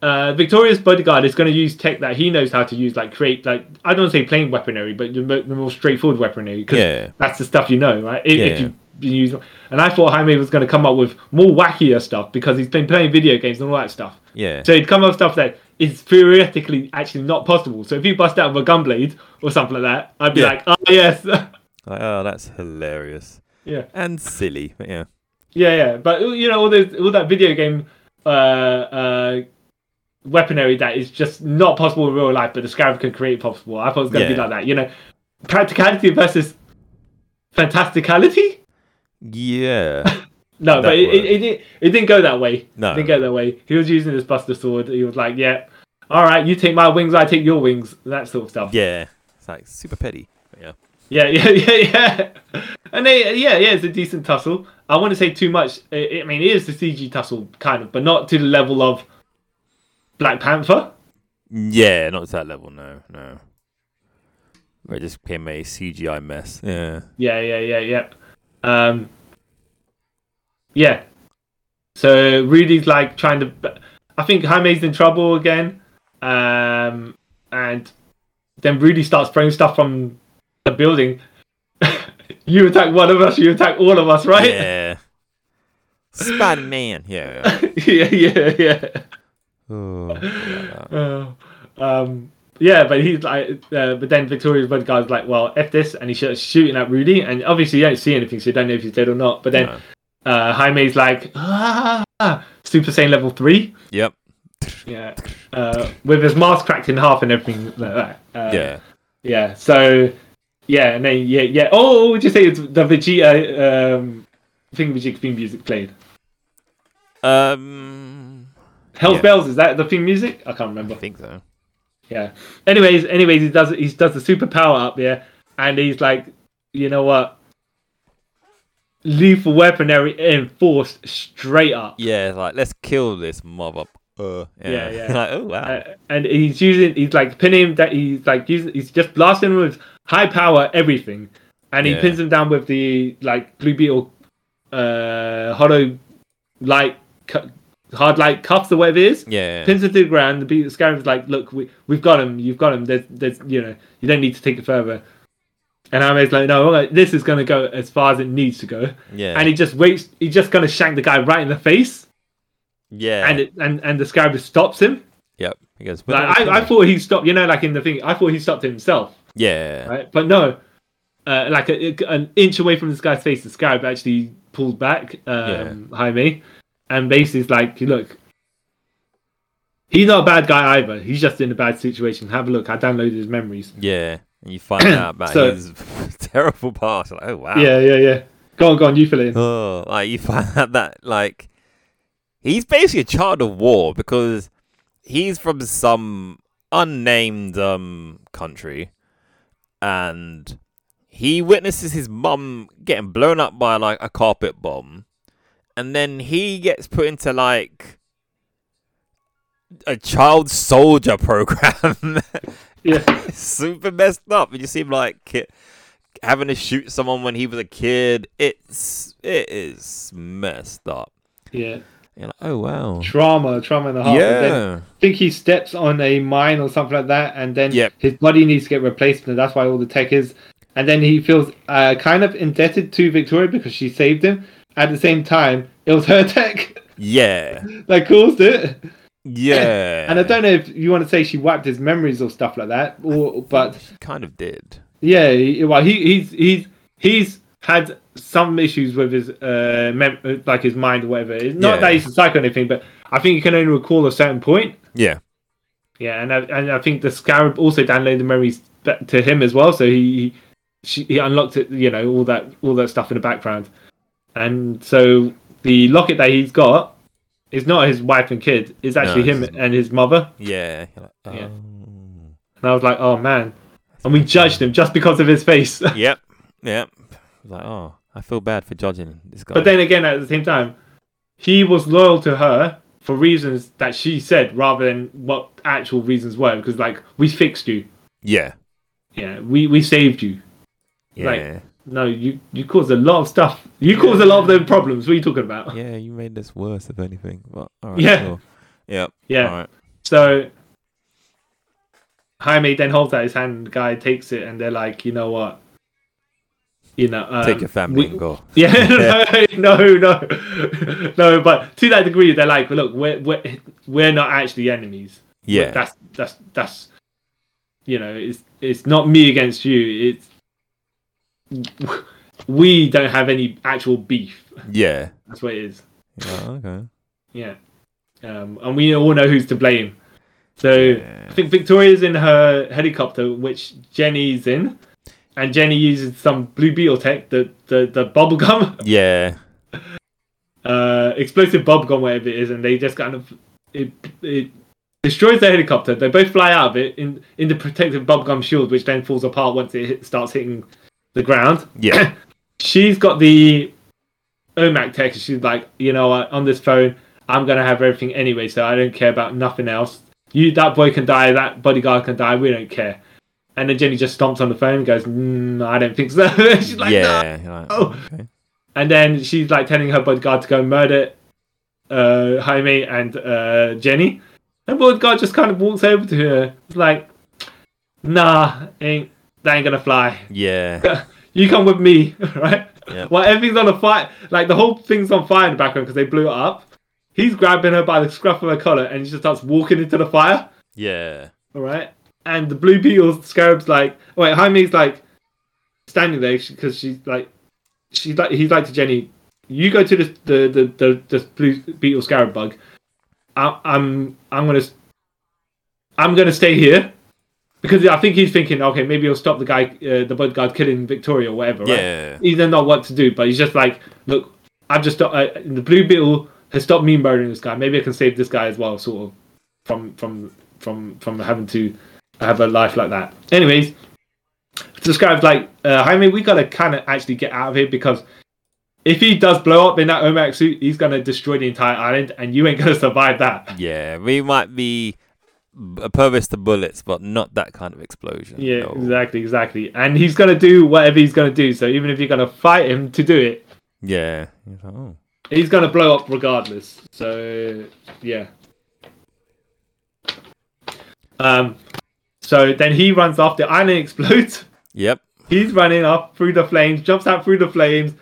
[SPEAKER 2] uh, Victoria's bodyguard is going to use tech that he knows how to use, like create, like, I don't want to say plain weaponry, but the, mo- the more straightforward weaponry. 'cause
[SPEAKER 1] Yeah.
[SPEAKER 2] That's the stuff you know, right? If, if
[SPEAKER 1] Yeah.
[SPEAKER 2] you you use, and I thought Jaime was going to come up with more wackier stuff because he's been playing video games and all that stuff.
[SPEAKER 1] Yeah.
[SPEAKER 2] So he'd come up with stuff that is theoretically actually not possible. So if you bust out with a gun blade or something like that, I'd be
[SPEAKER 1] Yeah.
[SPEAKER 2] like, oh yes, yeah,
[SPEAKER 1] Like, oh, that's hilarious
[SPEAKER 2] yeah,
[SPEAKER 1] and silly. But yeah.
[SPEAKER 2] yeah. But you know, all those all that video game uh, uh, weaponry that is just not possible in real life, but the scarab can create possible. I thought it was gonna be
[SPEAKER 1] Yeah.
[SPEAKER 2] like that. You know, practicality versus fantasticality.
[SPEAKER 1] Yeah.
[SPEAKER 2] No,
[SPEAKER 1] That
[SPEAKER 2] but it,
[SPEAKER 1] word.
[SPEAKER 2] it, it, didn't- it didn't go that way.
[SPEAKER 1] No.
[SPEAKER 2] It didn't go that way. He was using his Buster Sword. He was like, yeah, all right, you take my wings, I take your wings, that sort of stuff.
[SPEAKER 1] Yeah, it's like super petty. Yeah,
[SPEAKER 2] Yeah, yeah, yeah, yeah. And they, yeah, yeah, it's a decent tussle. I wouldn't say too much. I I mean, it is the CG tussle kind of, but not to the level of Black Panther.
[SPEAKER 1] yeah, not to that level. No, no. Where it just became a CGI mess. Yeah,
[SPEAKER 2] Yeah, yeah, yeah, yeah. Um, yeah. So Rudy's like trying to. I think Jaime's in trouble again, um, and then Rudy starts throwing stuff from the building. you attack one of us, you attack all of us, right?
[SPEAKER 1] yeah. Spider Man. Yeah.
[SPEAKER 2] yeah, yeah, yeah.
[SPEAKER 1] Oh, yeah.
[SPEAKER 2] Uh, um, yeah, but he's like, uh, but then Victoria's red guy's like, well, f this, and he starts shooting at Rudy, and obviously you don't see anything, so you don't know if he's dead or not. But then
[SPEAKER 1] No.
[SPEAKER 2] uh, Jaime's like, ah, Super Saiyan level three,
[SPEAKER 1] Yep.
[SPEAKER 2] yeah, uh, with his mask cracked in half and everything like that. Uh,
[SPEAKER 1] yeah.
[SPEAKER 2] yeah. So, yeah, and then yeah, yeah. Oh, what would you say it's the Vegeta um, thing? Vegeta theme music played.
[SPEAKER 1] Um,
[SPEAKER 2] Hell's
[SPEAKER 1] Yeah.
[SPEAKER 2] Bells is that the theme music? I can't remember.
[SPEAKER 1] I think so.
[SPEAKER 2] Yeah. Anyways, anyways, he does he does the superpower up there, and he's like, you know what? Lethal weaponry enforced straight up,
[SPEAKER 1] Yeah, it's like let's kill this mob up. Uh, yeah,
[SPEAKER 2] Yeah, yeah.
[SPEAKER 1] like oh wow.
[SPEAKER 2] Uh, and he's using he's like pinning him that he's like using he's just blasting him with high power everything, and he
[SPEAKER 1] Yeah.
[SPEAKER 2] pins him down with the like blue beetle, uh, hollow light cu- hard light cuffs or whatever it is.
[SPEAKER 1] yeah.
[SPEAKER 2] pins it to the ground. The beat Skyrim's like, look, we we've got him. You've got him. There's, there's you know, you don't need to take it further. And Ahmed's like, no, all right, this is gonna go as far as it needs to go.
[SPEAKER 1] yeah.
[SPEAKER 2] And he just waits. He's just gonna shank the guy right in the face.
[SPEAKER 1] yeah.
[SPEAKER 2] And it, and and the Skyrim stops him.
[SPEAKER 1] yep. He goes. "But
[SPEAKER 2] Like,
[SPEAKER 1] that was
[SPEAKER 2] I, I
[SPEAKER 1] him."
[SPEAKER 2] thought he stopped. You know, like in the thing, I thought he stopped himself.
[SPEAKER 1] Yeah.
[SPEAKER 2] Right, but no. Uh, like a, an inch away from this guy's face, the Scarab actually pulled back, um, Jaime, and basically is like, look, he's not a bad guy either. He's just in a bad situation. Have a look. I downloaded his memories.
[SPEAKER 1] Yeah. And you find out about
[SPEAKER 2] So-
[SPEAKER 1] his terrible past. Like, oh wow.
[SPEAKER 2] Yeah, yeah, yeah. Go on, go on. You fill it in.
[SPEAKER 1] Oh, like you find out that like he's basically a child of war because he's from some unnamed um country, and he witnesses his mum getting blown up by like a carpet bomb, and then he gets put into like a child soldier program.
[SPEAKER 2] Yeah,
[SPEAKER 1] super messed up. And you seem like ki- having to shoot someone when he was a kid. It's it is messed up.
[SPEAKER 2] yeah.
[SPEAKER 1] You're like, oh wow,
[SPEAKER 2] Trauma, trauma in the heart. And then
[SPEAKER 1] yeah,
[SPEAKER 2] I think he steps on a mine or something like that, and then
[SPEAKER 1] Yep.
[SPEAKER 2] his body needs to get replaced, and that's why all the tech is. And then he feels uh, kind of indebted to Victoria because she saved him. At the same time, it was her tech
[SPEAKER 1] yeah,
[SPEAKER 2] that caused it.
[SPEAKER 1] yeah.
[SPEAKER 2] And I don't know if you want to say she wiped his memories or stuff like that, or but
[SPEAKER 1] She kind of did.
[SPEAKER 2] yeah, he- well, he, he's he's he's had some issues with his uh, mem- like his mind or whatever. It's not
[SPEAKER 1] Yeah.
[SPEAKER 2] that he's a psycho or anything, but I think you can only recall a certain point.
[SPEAKER 1] Yeah,
[SPEAKER 2] Yeah, and I, and I think the Scarab also downloaded the memories ba- to him as well, so he she, he unlocked it, you know, all that all that stuff in the background, and so the locket that he's got is not his wife and kid; it's actually
[SPEAKER 1] it's
[SPEAKER 2] him
[SPEAKER 1] his-
[SPEAKER 2] and his mother.
[SPEAKER 1] yeah. You're like,
[SPEAKER 2] Yeah.
[SPEAKER 1] "Oh."
[SPEAKER 2] And I was like, oh man, and we judged him just because of his face.
[SPEAKER 1] yep, yep. I was like, oh, I feel bad for judging this guy.
[SPEAKER 2] but then again, at the same time, he was loyal to her for reasons that she said, rather than what actual reasons were, because like we fixed you,
[SPEAKER 1] yeah,
[SPEAKER 2] yeah, we we saved you.
[SPEAKER 1] yeah,
[SPEAKER 2] like, No, you you caused a lot of stuff. You caused a lot of the problems. What are you talking about? Yeah.
[SPEAKER 1] yeah. You made this worse, if anything. But all right,
[SPEAKER 2] Yeah.
[SPEAKER 1] cool. yep, all right.
[SPEAKER 2] So Jaime then holds out his hand. The guy takes it, and they're like, you know what? You know, um,
[SPEAKER 1] Take your family
[SPEAKER 2] we-
[SPEAKER 1] and go.
[SPEAKER 2] Yeah, no, no, no, no. But to that degree, they're like, look, we're we're, we're not actually enemies.
[SPEAKER 1] Yeah,
[SPEAKER 2] that's that's that's you know, it's it's not me against you. It's we don't have any actual beef.
[SPEAKER 1] yeah.
[SPEAKER 2] That's what it is.
[SPEAKER 1] You're like, okay.
[SPEAKER 2] Yeah. Um, and we all know who's to blame. So
[SPEAKER 1] Yeah.
[SPEAKER 2] I think Victoria's in her helicopter, which Jenny's in, and Jenny uses some blue beetle tech, the the, the bubble gum,
[SPEAKER 1] Yeah.
[SPEAKER 2] uh, explosive bomb gun, whatever it is, and they just kind of it it destroys their helicopter. They both fly out of it in in the protective bomb gun shield, which then falls apart once it hit, starts hitting the ground.
[SPEAKER 1] Yeah.
[SPEAKER 2] She's got the OMAC tech. and She's like, you know what? On this phone, I'm gonna have everything anyway, so I don't care about nothing else. You, that boy can die. That bodyguard can die. We don't care. And then Jenny just stomps on the phone and goes, mm, I don't think so. she's like, Oh. "No."
[SPEAKER 1] yeah. you're like,
[SPEAKER 2] no.
[SPEAKER 1] okay.
[SPEAKER 2] And then she's like telling her bodyguard to go and murder uh, Jaime and uh, Jenny. And bodyguard just kind of walks over to her. It's like, nah, ain't that ain't gonna fly.
[SPEAKER 1] Yeah.
[SPEAKER 2] You come with me, right?
[SPEAKER 1] Yeah.
[SPEAKER 2] While everything's on a fire, like the whole thing's on fire in the background because they blew it up. He's grabbing her by the scruff of her collar and she just starts walking into the fire.
[SPEAKER 1] Yeah.
[SPEAKER 2] All right. And the blue beetle scarab's like, wait, Jaime's like standing there because she's like, she's like, he's like to Jenny, you go to the the the, the, the blue beetle scarab bug. I, I'm I'm gonna s- I'm gonna stay here because I think he's thinking, okay, maybe he'll stop the guy, uh, the bodyguard killing Victoria or whatever. Right?
[SPEAKER 1] Yeah.
[SPEAKER 2] he doesn't know what to do, but he's just like, look, I've just uh, the blue beetle has stopped me murdering this guy. Maybe I can save this guy as well, sort of, from from from from having to have a life like that. Anyways, describes like uh, Jaime, we gotta kind of actually get out of here because if he does blow up in that Omac suit, he's gonna destroy the entire island, and you ain't gonna survive that.
[SPEAKER 1] Yeah. We might be opposed to bullets, but not that kind of explosion.
[SPEAKER 2] Yeah,
[SPEAKER 1] No.
[SPEAKER 2] exactly, exactly. And he's gonna do whatever he's gonna do. So even if you're gonna fight him to do it,
[SPEAKER 1] Yeah. You're like, oh.
[SPEAKER 2] he's gonna blow up regardless. So yeah. Um, so then he runs off. The island explodes.
[SPEAKER 1] Yep.
[SPEAKER 2] He's running up through the flames, jumps out through the flames,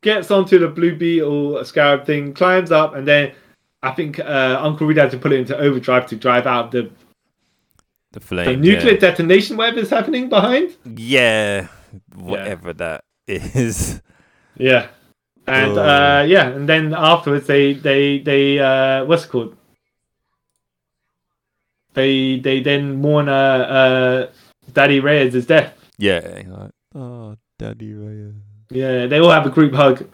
[SPEAKER 2] gets onto the blue beetle scarab thing, climbs up, and then I think uh, Uncle Reed had to put it into overdrive to drive out the,
[SPEAKER 1] The
[SPEAKER 2] the
[SPEAKER 1] flame.
[SPEAKER 2] nuclear detonation, whatever's happening behind.
[SPEAKER 1] Yeah. yeah. Whatever that is.
[SPEAKER 2] Yeah. And
[SPEAKER 1] Oh.
[SPEAKER 2] uh, yeah, and then afterwards they they they uh, what's it called? They they then mourn uh, uh, Daddy Reyes' death.
[SPEAKER 1] Yeah. you're like, oh, Daddy Raya.
[SPEAKER 2] Yeah, they all have a group hug,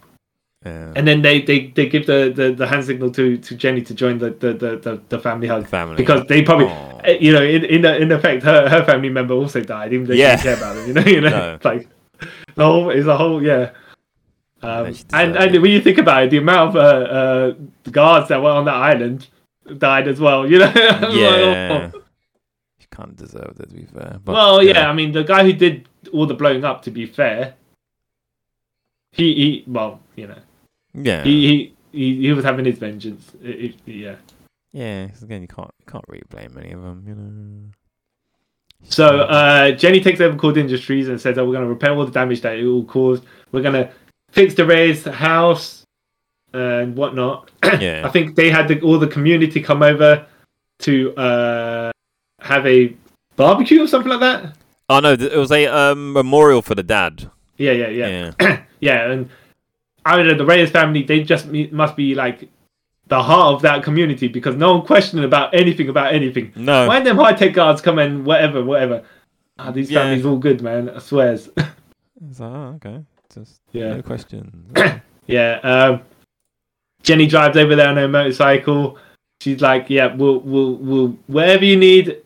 [SPEAKER 1] Yeah.
[SPEAKER 2] and then they they, they give the, the, the hand signal to, to Jenny to join the the, the, the, the family hug
[SPEAKER 1] Family. Oh.
[SPEAKER 2] because they probably
[SPEAKER 1] Aw.
[SPEAKER 2] eh, you know in in, in effect her, her family member also died even though
[SPEAKER 1] Yeah.
[SPEAKER 2] she didn't care about them you know you know
[SPEAKER 1] No.
[SPEAKER 2] like the whole is a whole yeah. Um,
[SPEAKER 1] she
[SPEAKER 2] and
[SPEAKER 1] deserved
[SPEAKER 2] and
[SPEAKER 1] it.
[SPEAKER 2] when you think about it, the amount of uh, uh, guards that were on that island died as well. You know, I'm like,
[SPEAKER 1] Yeah.
[SPEAKER 2] oh.
[SPEAKER 1] She kind of deserved it, to be fair. But,
[SPEAKER 2] well, yeah. I mean, the guy who did all the blowing up, to be fair, he, he well, you know,
[SPEAKER 1] Yeah.
[SPEAKER 2] he, he he he was having his vengeance. It- it- yeah.
[SPEAKER 1] Yeah, 'cause again, you can't you can't really blame any of them, you know.
[SPEAKER 2] So uh, Jenny takes over Cord Industries and says that we're going to repair all the damage that it all caused. We're going to fix the Ray's house and whatnot.
[SPEAKER 1] Yeah.
[SPEAKER 2] I think they had the, all the community come over to uh, have a barbecue or something like that.
[SPEAKER 1] oh no, th- it was a um, memorial for the dad.
[SPEAKER 2] Yeah, yeah, yeah, yeah.
[SPEAKER 1] Yeah,
[SPEAKER 2] and I mean, the Reyes family, they just me- must be like the heart of that community because no one questioned about anything about anything.
[SPEAKER 1] no,
[SPEAKER 2] Why them high tech guards come and whatever, whatever? Ah, these
[SPEAKER 1] Yeah.
[SPEAKER 2] families all good, man. I swears.
[SPEAKER 1] It's like, oh, okay, just
[SPEAKER 2] Yeah.
[SPEAKER 1] no question.
[SPEAKER 2] Yeah. Um, Jenny drives over there on her motorcycle. She's like, "Yeah, we'll, we'll, we'll, wherever you need,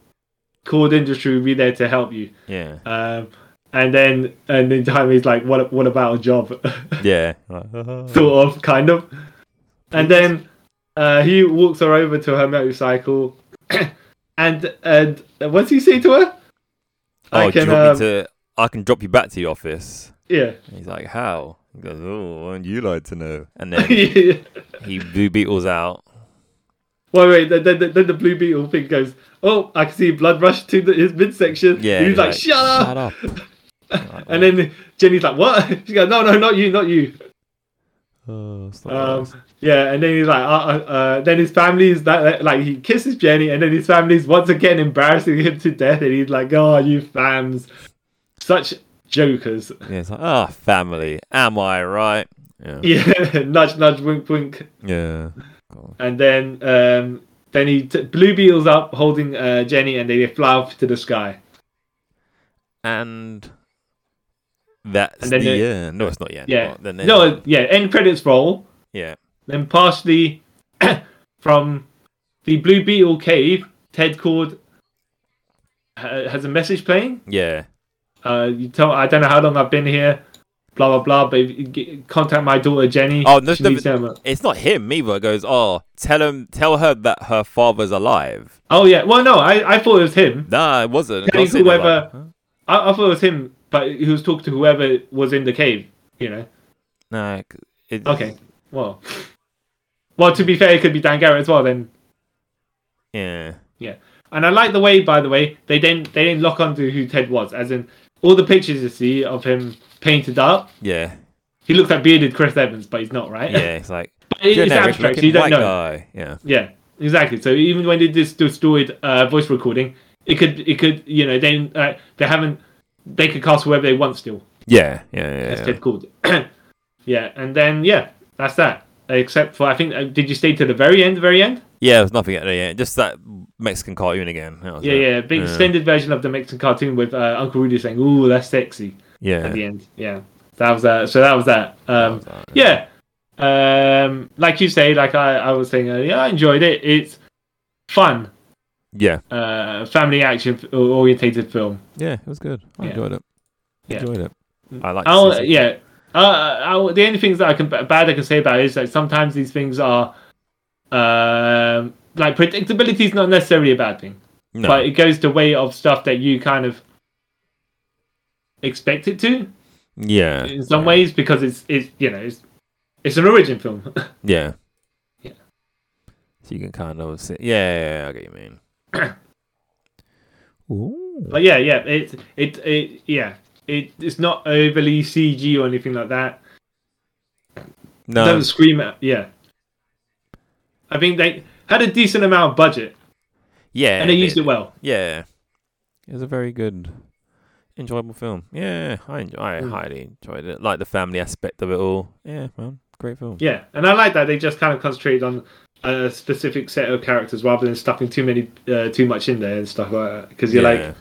[SPEAKER 2] Cord Industry will be there to help you."
[SPEAKER 1] yeah,
[SPEAKER 2] Um, and then, and then Jaime's like, "What, what about a job?"
[SPEAKER 1] yeah, like, oh.
[SPEAKER 2] sort of, kind of. And then uh, he walks her over to her motorcycle, and and uh, what's he say to her?
[SPEAKER 1] oh,
[SPEAKER 2] I can,
[SPEAKER 1] do you want
[SPEAKER 2] um,
[SPEAKER 1] me to? I can drop you back to the office.
[SPEAKER 2] Yeah.
[SPEAKER 1] And he's like, how? He goes, oh, would you like to know? And then
[SPEAKER 2] yeah.
[SPEAKER 1] he blue beetles out.
[SPEAKER 2] Wait, wait. Then, then, then the blue beetle thing goes. Oh, I can see blood rush to the, his midsection.
[SPEAKER 1] Yeah,
[SPEAKER 2] he's
[SPEAKER 1] he's
[SPEAKER 2] like, shut up.
[SPEAKER 1] Shut up. Like,
[SPEAKER 2] And then Jenny's like, what? She goes, no, no, not you, not you.
[SPEAKER 1] oh, it's not
[SPEAKER 2] Um,
[SPEAKER 1] nice.
[SPEAKER 2] yeah. And then he's like, uh, uh, uh, then his family's that like he kisses Jenny, and then his family's once again embarrassing him to death, and he's like, oh, you fams, such jokers.
[SPEAKER 1] yeah, it's like, ah, family. Am I right? Yeah,
[SPEAKER 2] Yeah, nudge, nudge, wink, wink.
[SPEAKER 1] yeah.
[SPEAKER 2] And then um, then he t- blue beetles up, holding uh, Jenny, and they fly off to the sky.
[SPEAKER 1] and that's
[SPEAKER 2] And then
[SPEAKER 1] the
[SPEAKER 2] the-
[SPEAKER 1] end. No, it's not the end.
[SPEAKER 2] Yeah.
[SPEAKER 1] but then they-
[SPEAKER 2] No, yeah. End credits roll.
[SPEAKER 1] yeah,
[SPEAKER 2] Then partially from the Blue Beetle cave, Ted Cord ha- has a message playing.
[SPEAKER 1] Yeah.
[SPEAKER 2] Uh, you tell I don't know how long I've been here. Blah blah blah. But if you get- contact my daughter Jenny.
[SPEAKER 1] Oh, no,
[SPEAKER 2] She
[SPEAKER 1] no,
[SPEAKER 2] needs
[SPEAKER 1] but-
[SPEAKER 2] them.
[SPEAKER 1] It's not him either. It goes, oh, tell him, tell her that her father's alive.
[SPEAKER 2] Oh yeah. Well, no, I, I thought it was him.
[SPEAKER 1] Nah, it wasn't.
[SPEAKER 2] Telling
[SPEAKER 1] It wasn't
[SPEAKER 2] whoever-
[SPEAKER 1] alive. Huh?
[SPEAKER 2] I, I thought it was him, but he was talking to whoever was in the cave. You know.
[SPEAKER 1] Nah, c- it-
[SPEAKER 2] Okay. Well. Well, to be fair, it could be Dan Garrett as well. Then
[SPEAKER 1] Yeah.
[SPEAKER 2] And I like the way, by the way, they didn't they didn't lock onto who Ted was, as in all the pictures you see of him painted up.
[SPEAKER 1] Yeah.
[SPEAKER 2] He looks like bearded Chris Evans, but he's not, right?
[SPEAKER 1] Yeah. It's like
[SPEAKER 2] But it- it's
[SPEAKER 1] generic
[SPEAKER 2] abstract, so you
[SPEAKER 1] looking white
[SPEAKER 2] don't know.
[SPEAKER 1] guy. Yeah.
[SPEAKER 2] Yeah, exactly. So even when they just destroyed uh, voice recording, it could it could you know they uh, they haven't they could cast whoever they want still.
[SPEAKER 1] Yeah. Yeah.
[SPEAKER 2] That's
[SPEAKER 1] Yeah.
[SPEAKER 2] Ted called. yeah, and then yeah, that's that. Except for I think uh, did you stay to the very end? Very end?
[SPEAKER 1] Yeah. There's nothing at the end. Just that Mexican cartoon again. That was
[SPEAKER 2] Yeah,
[SPEAKER 1] it.
[SPEAKER 2] yeah. Big extended version of the Mexican cartoon with uh, Uncle Rudy saying, "Ooh, that's sexy."
[SPEAKER 1] Yeah.
[SPEAKER 2] at the end. Yeah, that was that. So that was that.
[SPEAKER 1] That
[SPEAKER 2] Um,
[SPEAKER 1] was that,
[SPEAKER 2] yeah, um, like you say, like I, I was saying earlier, I enjoyed it. It's fun,
[SPEAKER 1] Yeah.
[SPEAKER 2] uh, family action f- orientated film.
[SPEAKER 1] Yeah, it was good. I
[SPEAKER 2] Yeah.
[SPEAKER 1] enjoyed it.
[SPEAKER 2] Yeah. Mm.
[SPEAKER 1] Enjoyed it. I like.
[SPEAKER 2] I'll- yeah. Uh, I'll, the only things that I can bad I can say about it is that sometimes these things are, um, like predictability is not necessarily a bad thing,
[SPEAKER 1] No.
[SPEAKER 2] but it goes the way of stuff that you kind of expect it to
[SPEAKER 1] yeah.
[SPEAKER 2] in some ways because it's it's you know it's it's an origin film.
[SPEAKER 1] Yeah.
[SPEAKER 2] Yeah.
[SPEAKER 1] So you can kind of see. Yeah, yeah, yeah, I get what you mean. Ooh.
[SPEAKER 2] But yeah, yeah, it it it yeah, it it's not overly CG or anything like that. It
[SPEAKER 1] No.
[SPEAKER 2] doesn't scream out. Yeah, I think they had a decent amount of budget
[SPEAKER 1] yeah.
[SPEAKER 2] and they
[SPEAKER 1] it
[SPEAKER 2] used
[SPEAKER 1] did.
[SPEAKER 2] it well.
[SPEAKER 1] Yeah. It was a very good, enjoyable film. Yeah, I enjoy. I
[SPEAKER 2] Mm.
[SPEAKER 1] highly enjoyed it. Like the family aspect of it all. Yeah, man, great film.
[SPEAKER 2] Yeah, and I like that they just kind of concentrated on a specific set of characters rather than stuffing too many uh, too much in there and stuff like that. Because you're like,
[SPEAKER 1] Yeah.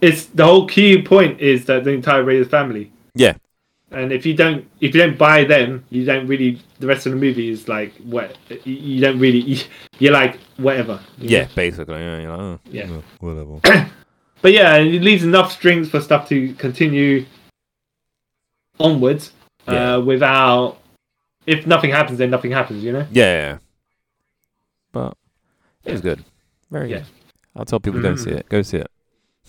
[SPEAKER 2] it's the whole key point is that the entire Raiders family.
[SPEAKER 1] Yeah.
[SPEAKER 2] And if you don't if you don't buy them, you don't really. The rest of the movie is like what you- you don't really. You're like whatever. you know?
[SPEAKER 1] Yeah, basically. Yeah, you're like, oh,
[SPEAKER 2] Yeah.
[SPEAKER 1] well, Whatever.
[SPEAKER 2] But yeah, it leaves enough strings for stuff to continue onwards uh,
[SPEAKER 1] Yeah.
[SPEAKER 2] without. If nothing happens, then nothing happens, you know?
[SPEAKER 1] Yeah. But it was good. Very
[SPEAKER 2] Yeah. Mm.
[SPEAKER 1] good. I'll tell people go see it. Go see it.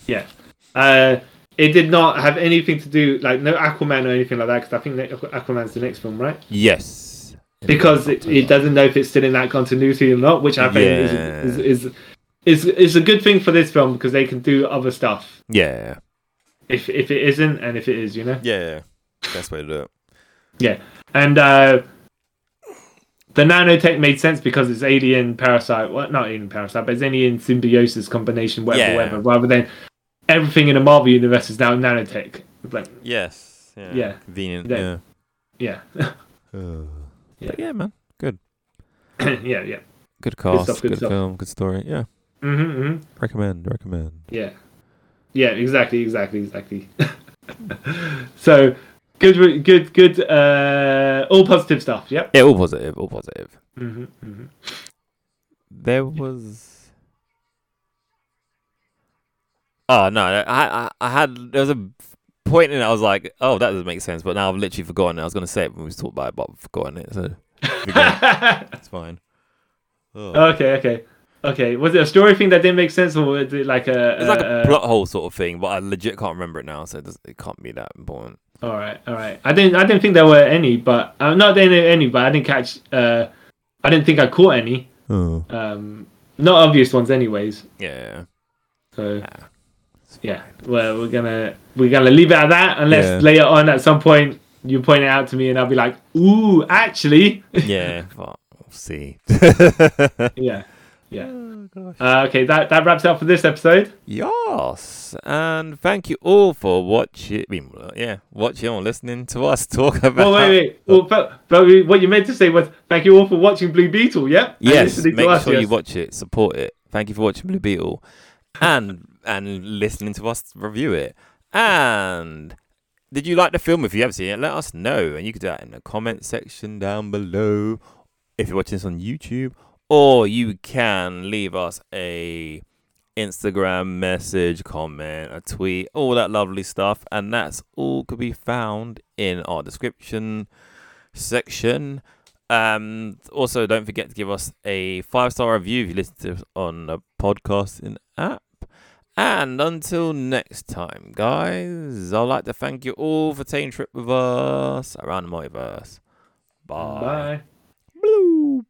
[SPEAKER 2] Yeah. Uh, it did not have anything to do, like, no Aquaman or anything like that, because I think ne- Aquaman's the next film, right?
[SPEAKER 1] Yes.
[SPEAKER 2] Because it, it doesn't know if it's still in that continuity or not, which I think
[SPEAKER 1] Yeah.
[SPEAKER 2] is, is, is, is, is a good thing for this film because they can do other stuff
[SPEAKER 1] Yeah.
[SPEAKER 2] if, if it isn't and if it is, you know?
[SPEAKER 1] Yeah. Best way to do it.
[SPEAKER 2] Yeah, and uh, the nanotech made sense because it's alien parasite. Well, not alien parasite, but it's alien symbiosis combination, whatever,
[SPEAKER 1] Yeah.
[SPEAKER 2] whatever. Rather than everything in the Marvel universe is now nanotech. Like,
[SPEAKER 1] Yes. Yeah.
[SPEAKER 2] Yeah.
[SPEAKER 1] Convenient.
[SPEAKER 2] Yeah. yeah,
[SPEAKER 1] Yeah.
[SPEAKER 2] Yeah.
[SPEAKER 1] But yeah, man.
[SPEAKER 2] yeah, yeah.
[SPEAKER 1] Good cast.
[SPEAKER 2] stuff,
[SPEAKER 1] good
[SPEAKER 2] good stuff.
[SPEAKER 1] film. Good story. Yeah.
[SPEAKER 2] hmm hmm
[SPEAKER 1] Recommend. Recommend.
[SPEAKER 2] Yeah, yeah. Exactly, exactly, exactly. so good, re- good, good. Uh, all positive stuff. Yep.
[SPEAKER 1] Yeah. All positive. All positive.
[SPEAKER 2] hmm hmm
[SPEAKER 1] There was. Oh no! I I, I had there was a point in it I was like, oh, that doesn't make sense. But now I've literally forgotten. it. I was gonna say it when we talked about it, but I've forgotten it. So it's fine. Ugh.
[SPEAKER 2] okay, okay, okay. Was it a story thing that didn't make sense, or was it like a?
[SPEAKER 1] It's like
[SPEAKER 2] uh,
[SPEAKER 1] a
[SPEAKER 2] uh,
[SPEAKER 1] plot hole sort of thing, but I legit can't remember it now, so it, does, it can't be that important.
[SPEAKER 2] All right, all right. I didn't, I didn't think there were any, but uh, not there were any, but I didn't catch. Uh, I didn't think I caught any.
[SPEAKER 1] Oh.
[SPEAKER 2] Um, not obvious ones, anyways.
[SPEAKER 1] Yeah.
[SPEAKER 2] So
[SPEAKER 1] It's
[SPEAKER 2] yeah, well, we're gonna we're gonna leave it at that, unless
[SPEAKER 1] Yeah.
[SPEAKER 2] later on at some point you point it out to me, and I'll be like, "Ooh, actually,
[SPEAKER 1] fine. Yeah, but we'll see.
[SPEAKER 2] yeah, yeah."
[SPEAKER 1] oh, gosh.
[SPEAKER 2] Uh, okay, that that wraps up for this episode.
[SPEAKER 1] Yes, and thank you all for watching. I mean, yeah, watching or listening to us talk about.
[SPEAKER 2] Well, Oh, wait, wait. Well, but, but we- what you meant to say was, "Thank you all for watching Blue Beetle." Yeah. And
[SPEAKER 1] Yes,
[SPEAKER 2] listening to
[SPEAKER 1] make
[SPEAKER 2] us,
[SPEAKER 1] sure
[SPEAKER 2] yes.
[SPEAKER 1] you watch it, support it. Thank you for watching Blue Beetle, and and listening to us review it. And did you like the film? If you have seen it, let us know, and you can do that in the comment section down below, if you're watching this on YouTube, or you can leave us a Instagram message, comment, a tweet, all that lovely stuff, and that's all could be found in our description section. Um, also, don't forget to give us a five star review if you listen to us on a podcasting app. And until next time, guys, I'd like to thank you all for taking a trip with us around the multiverse. Bye.
[SPEAKER 2] Bye.
[SPEAKER 1] Bloop.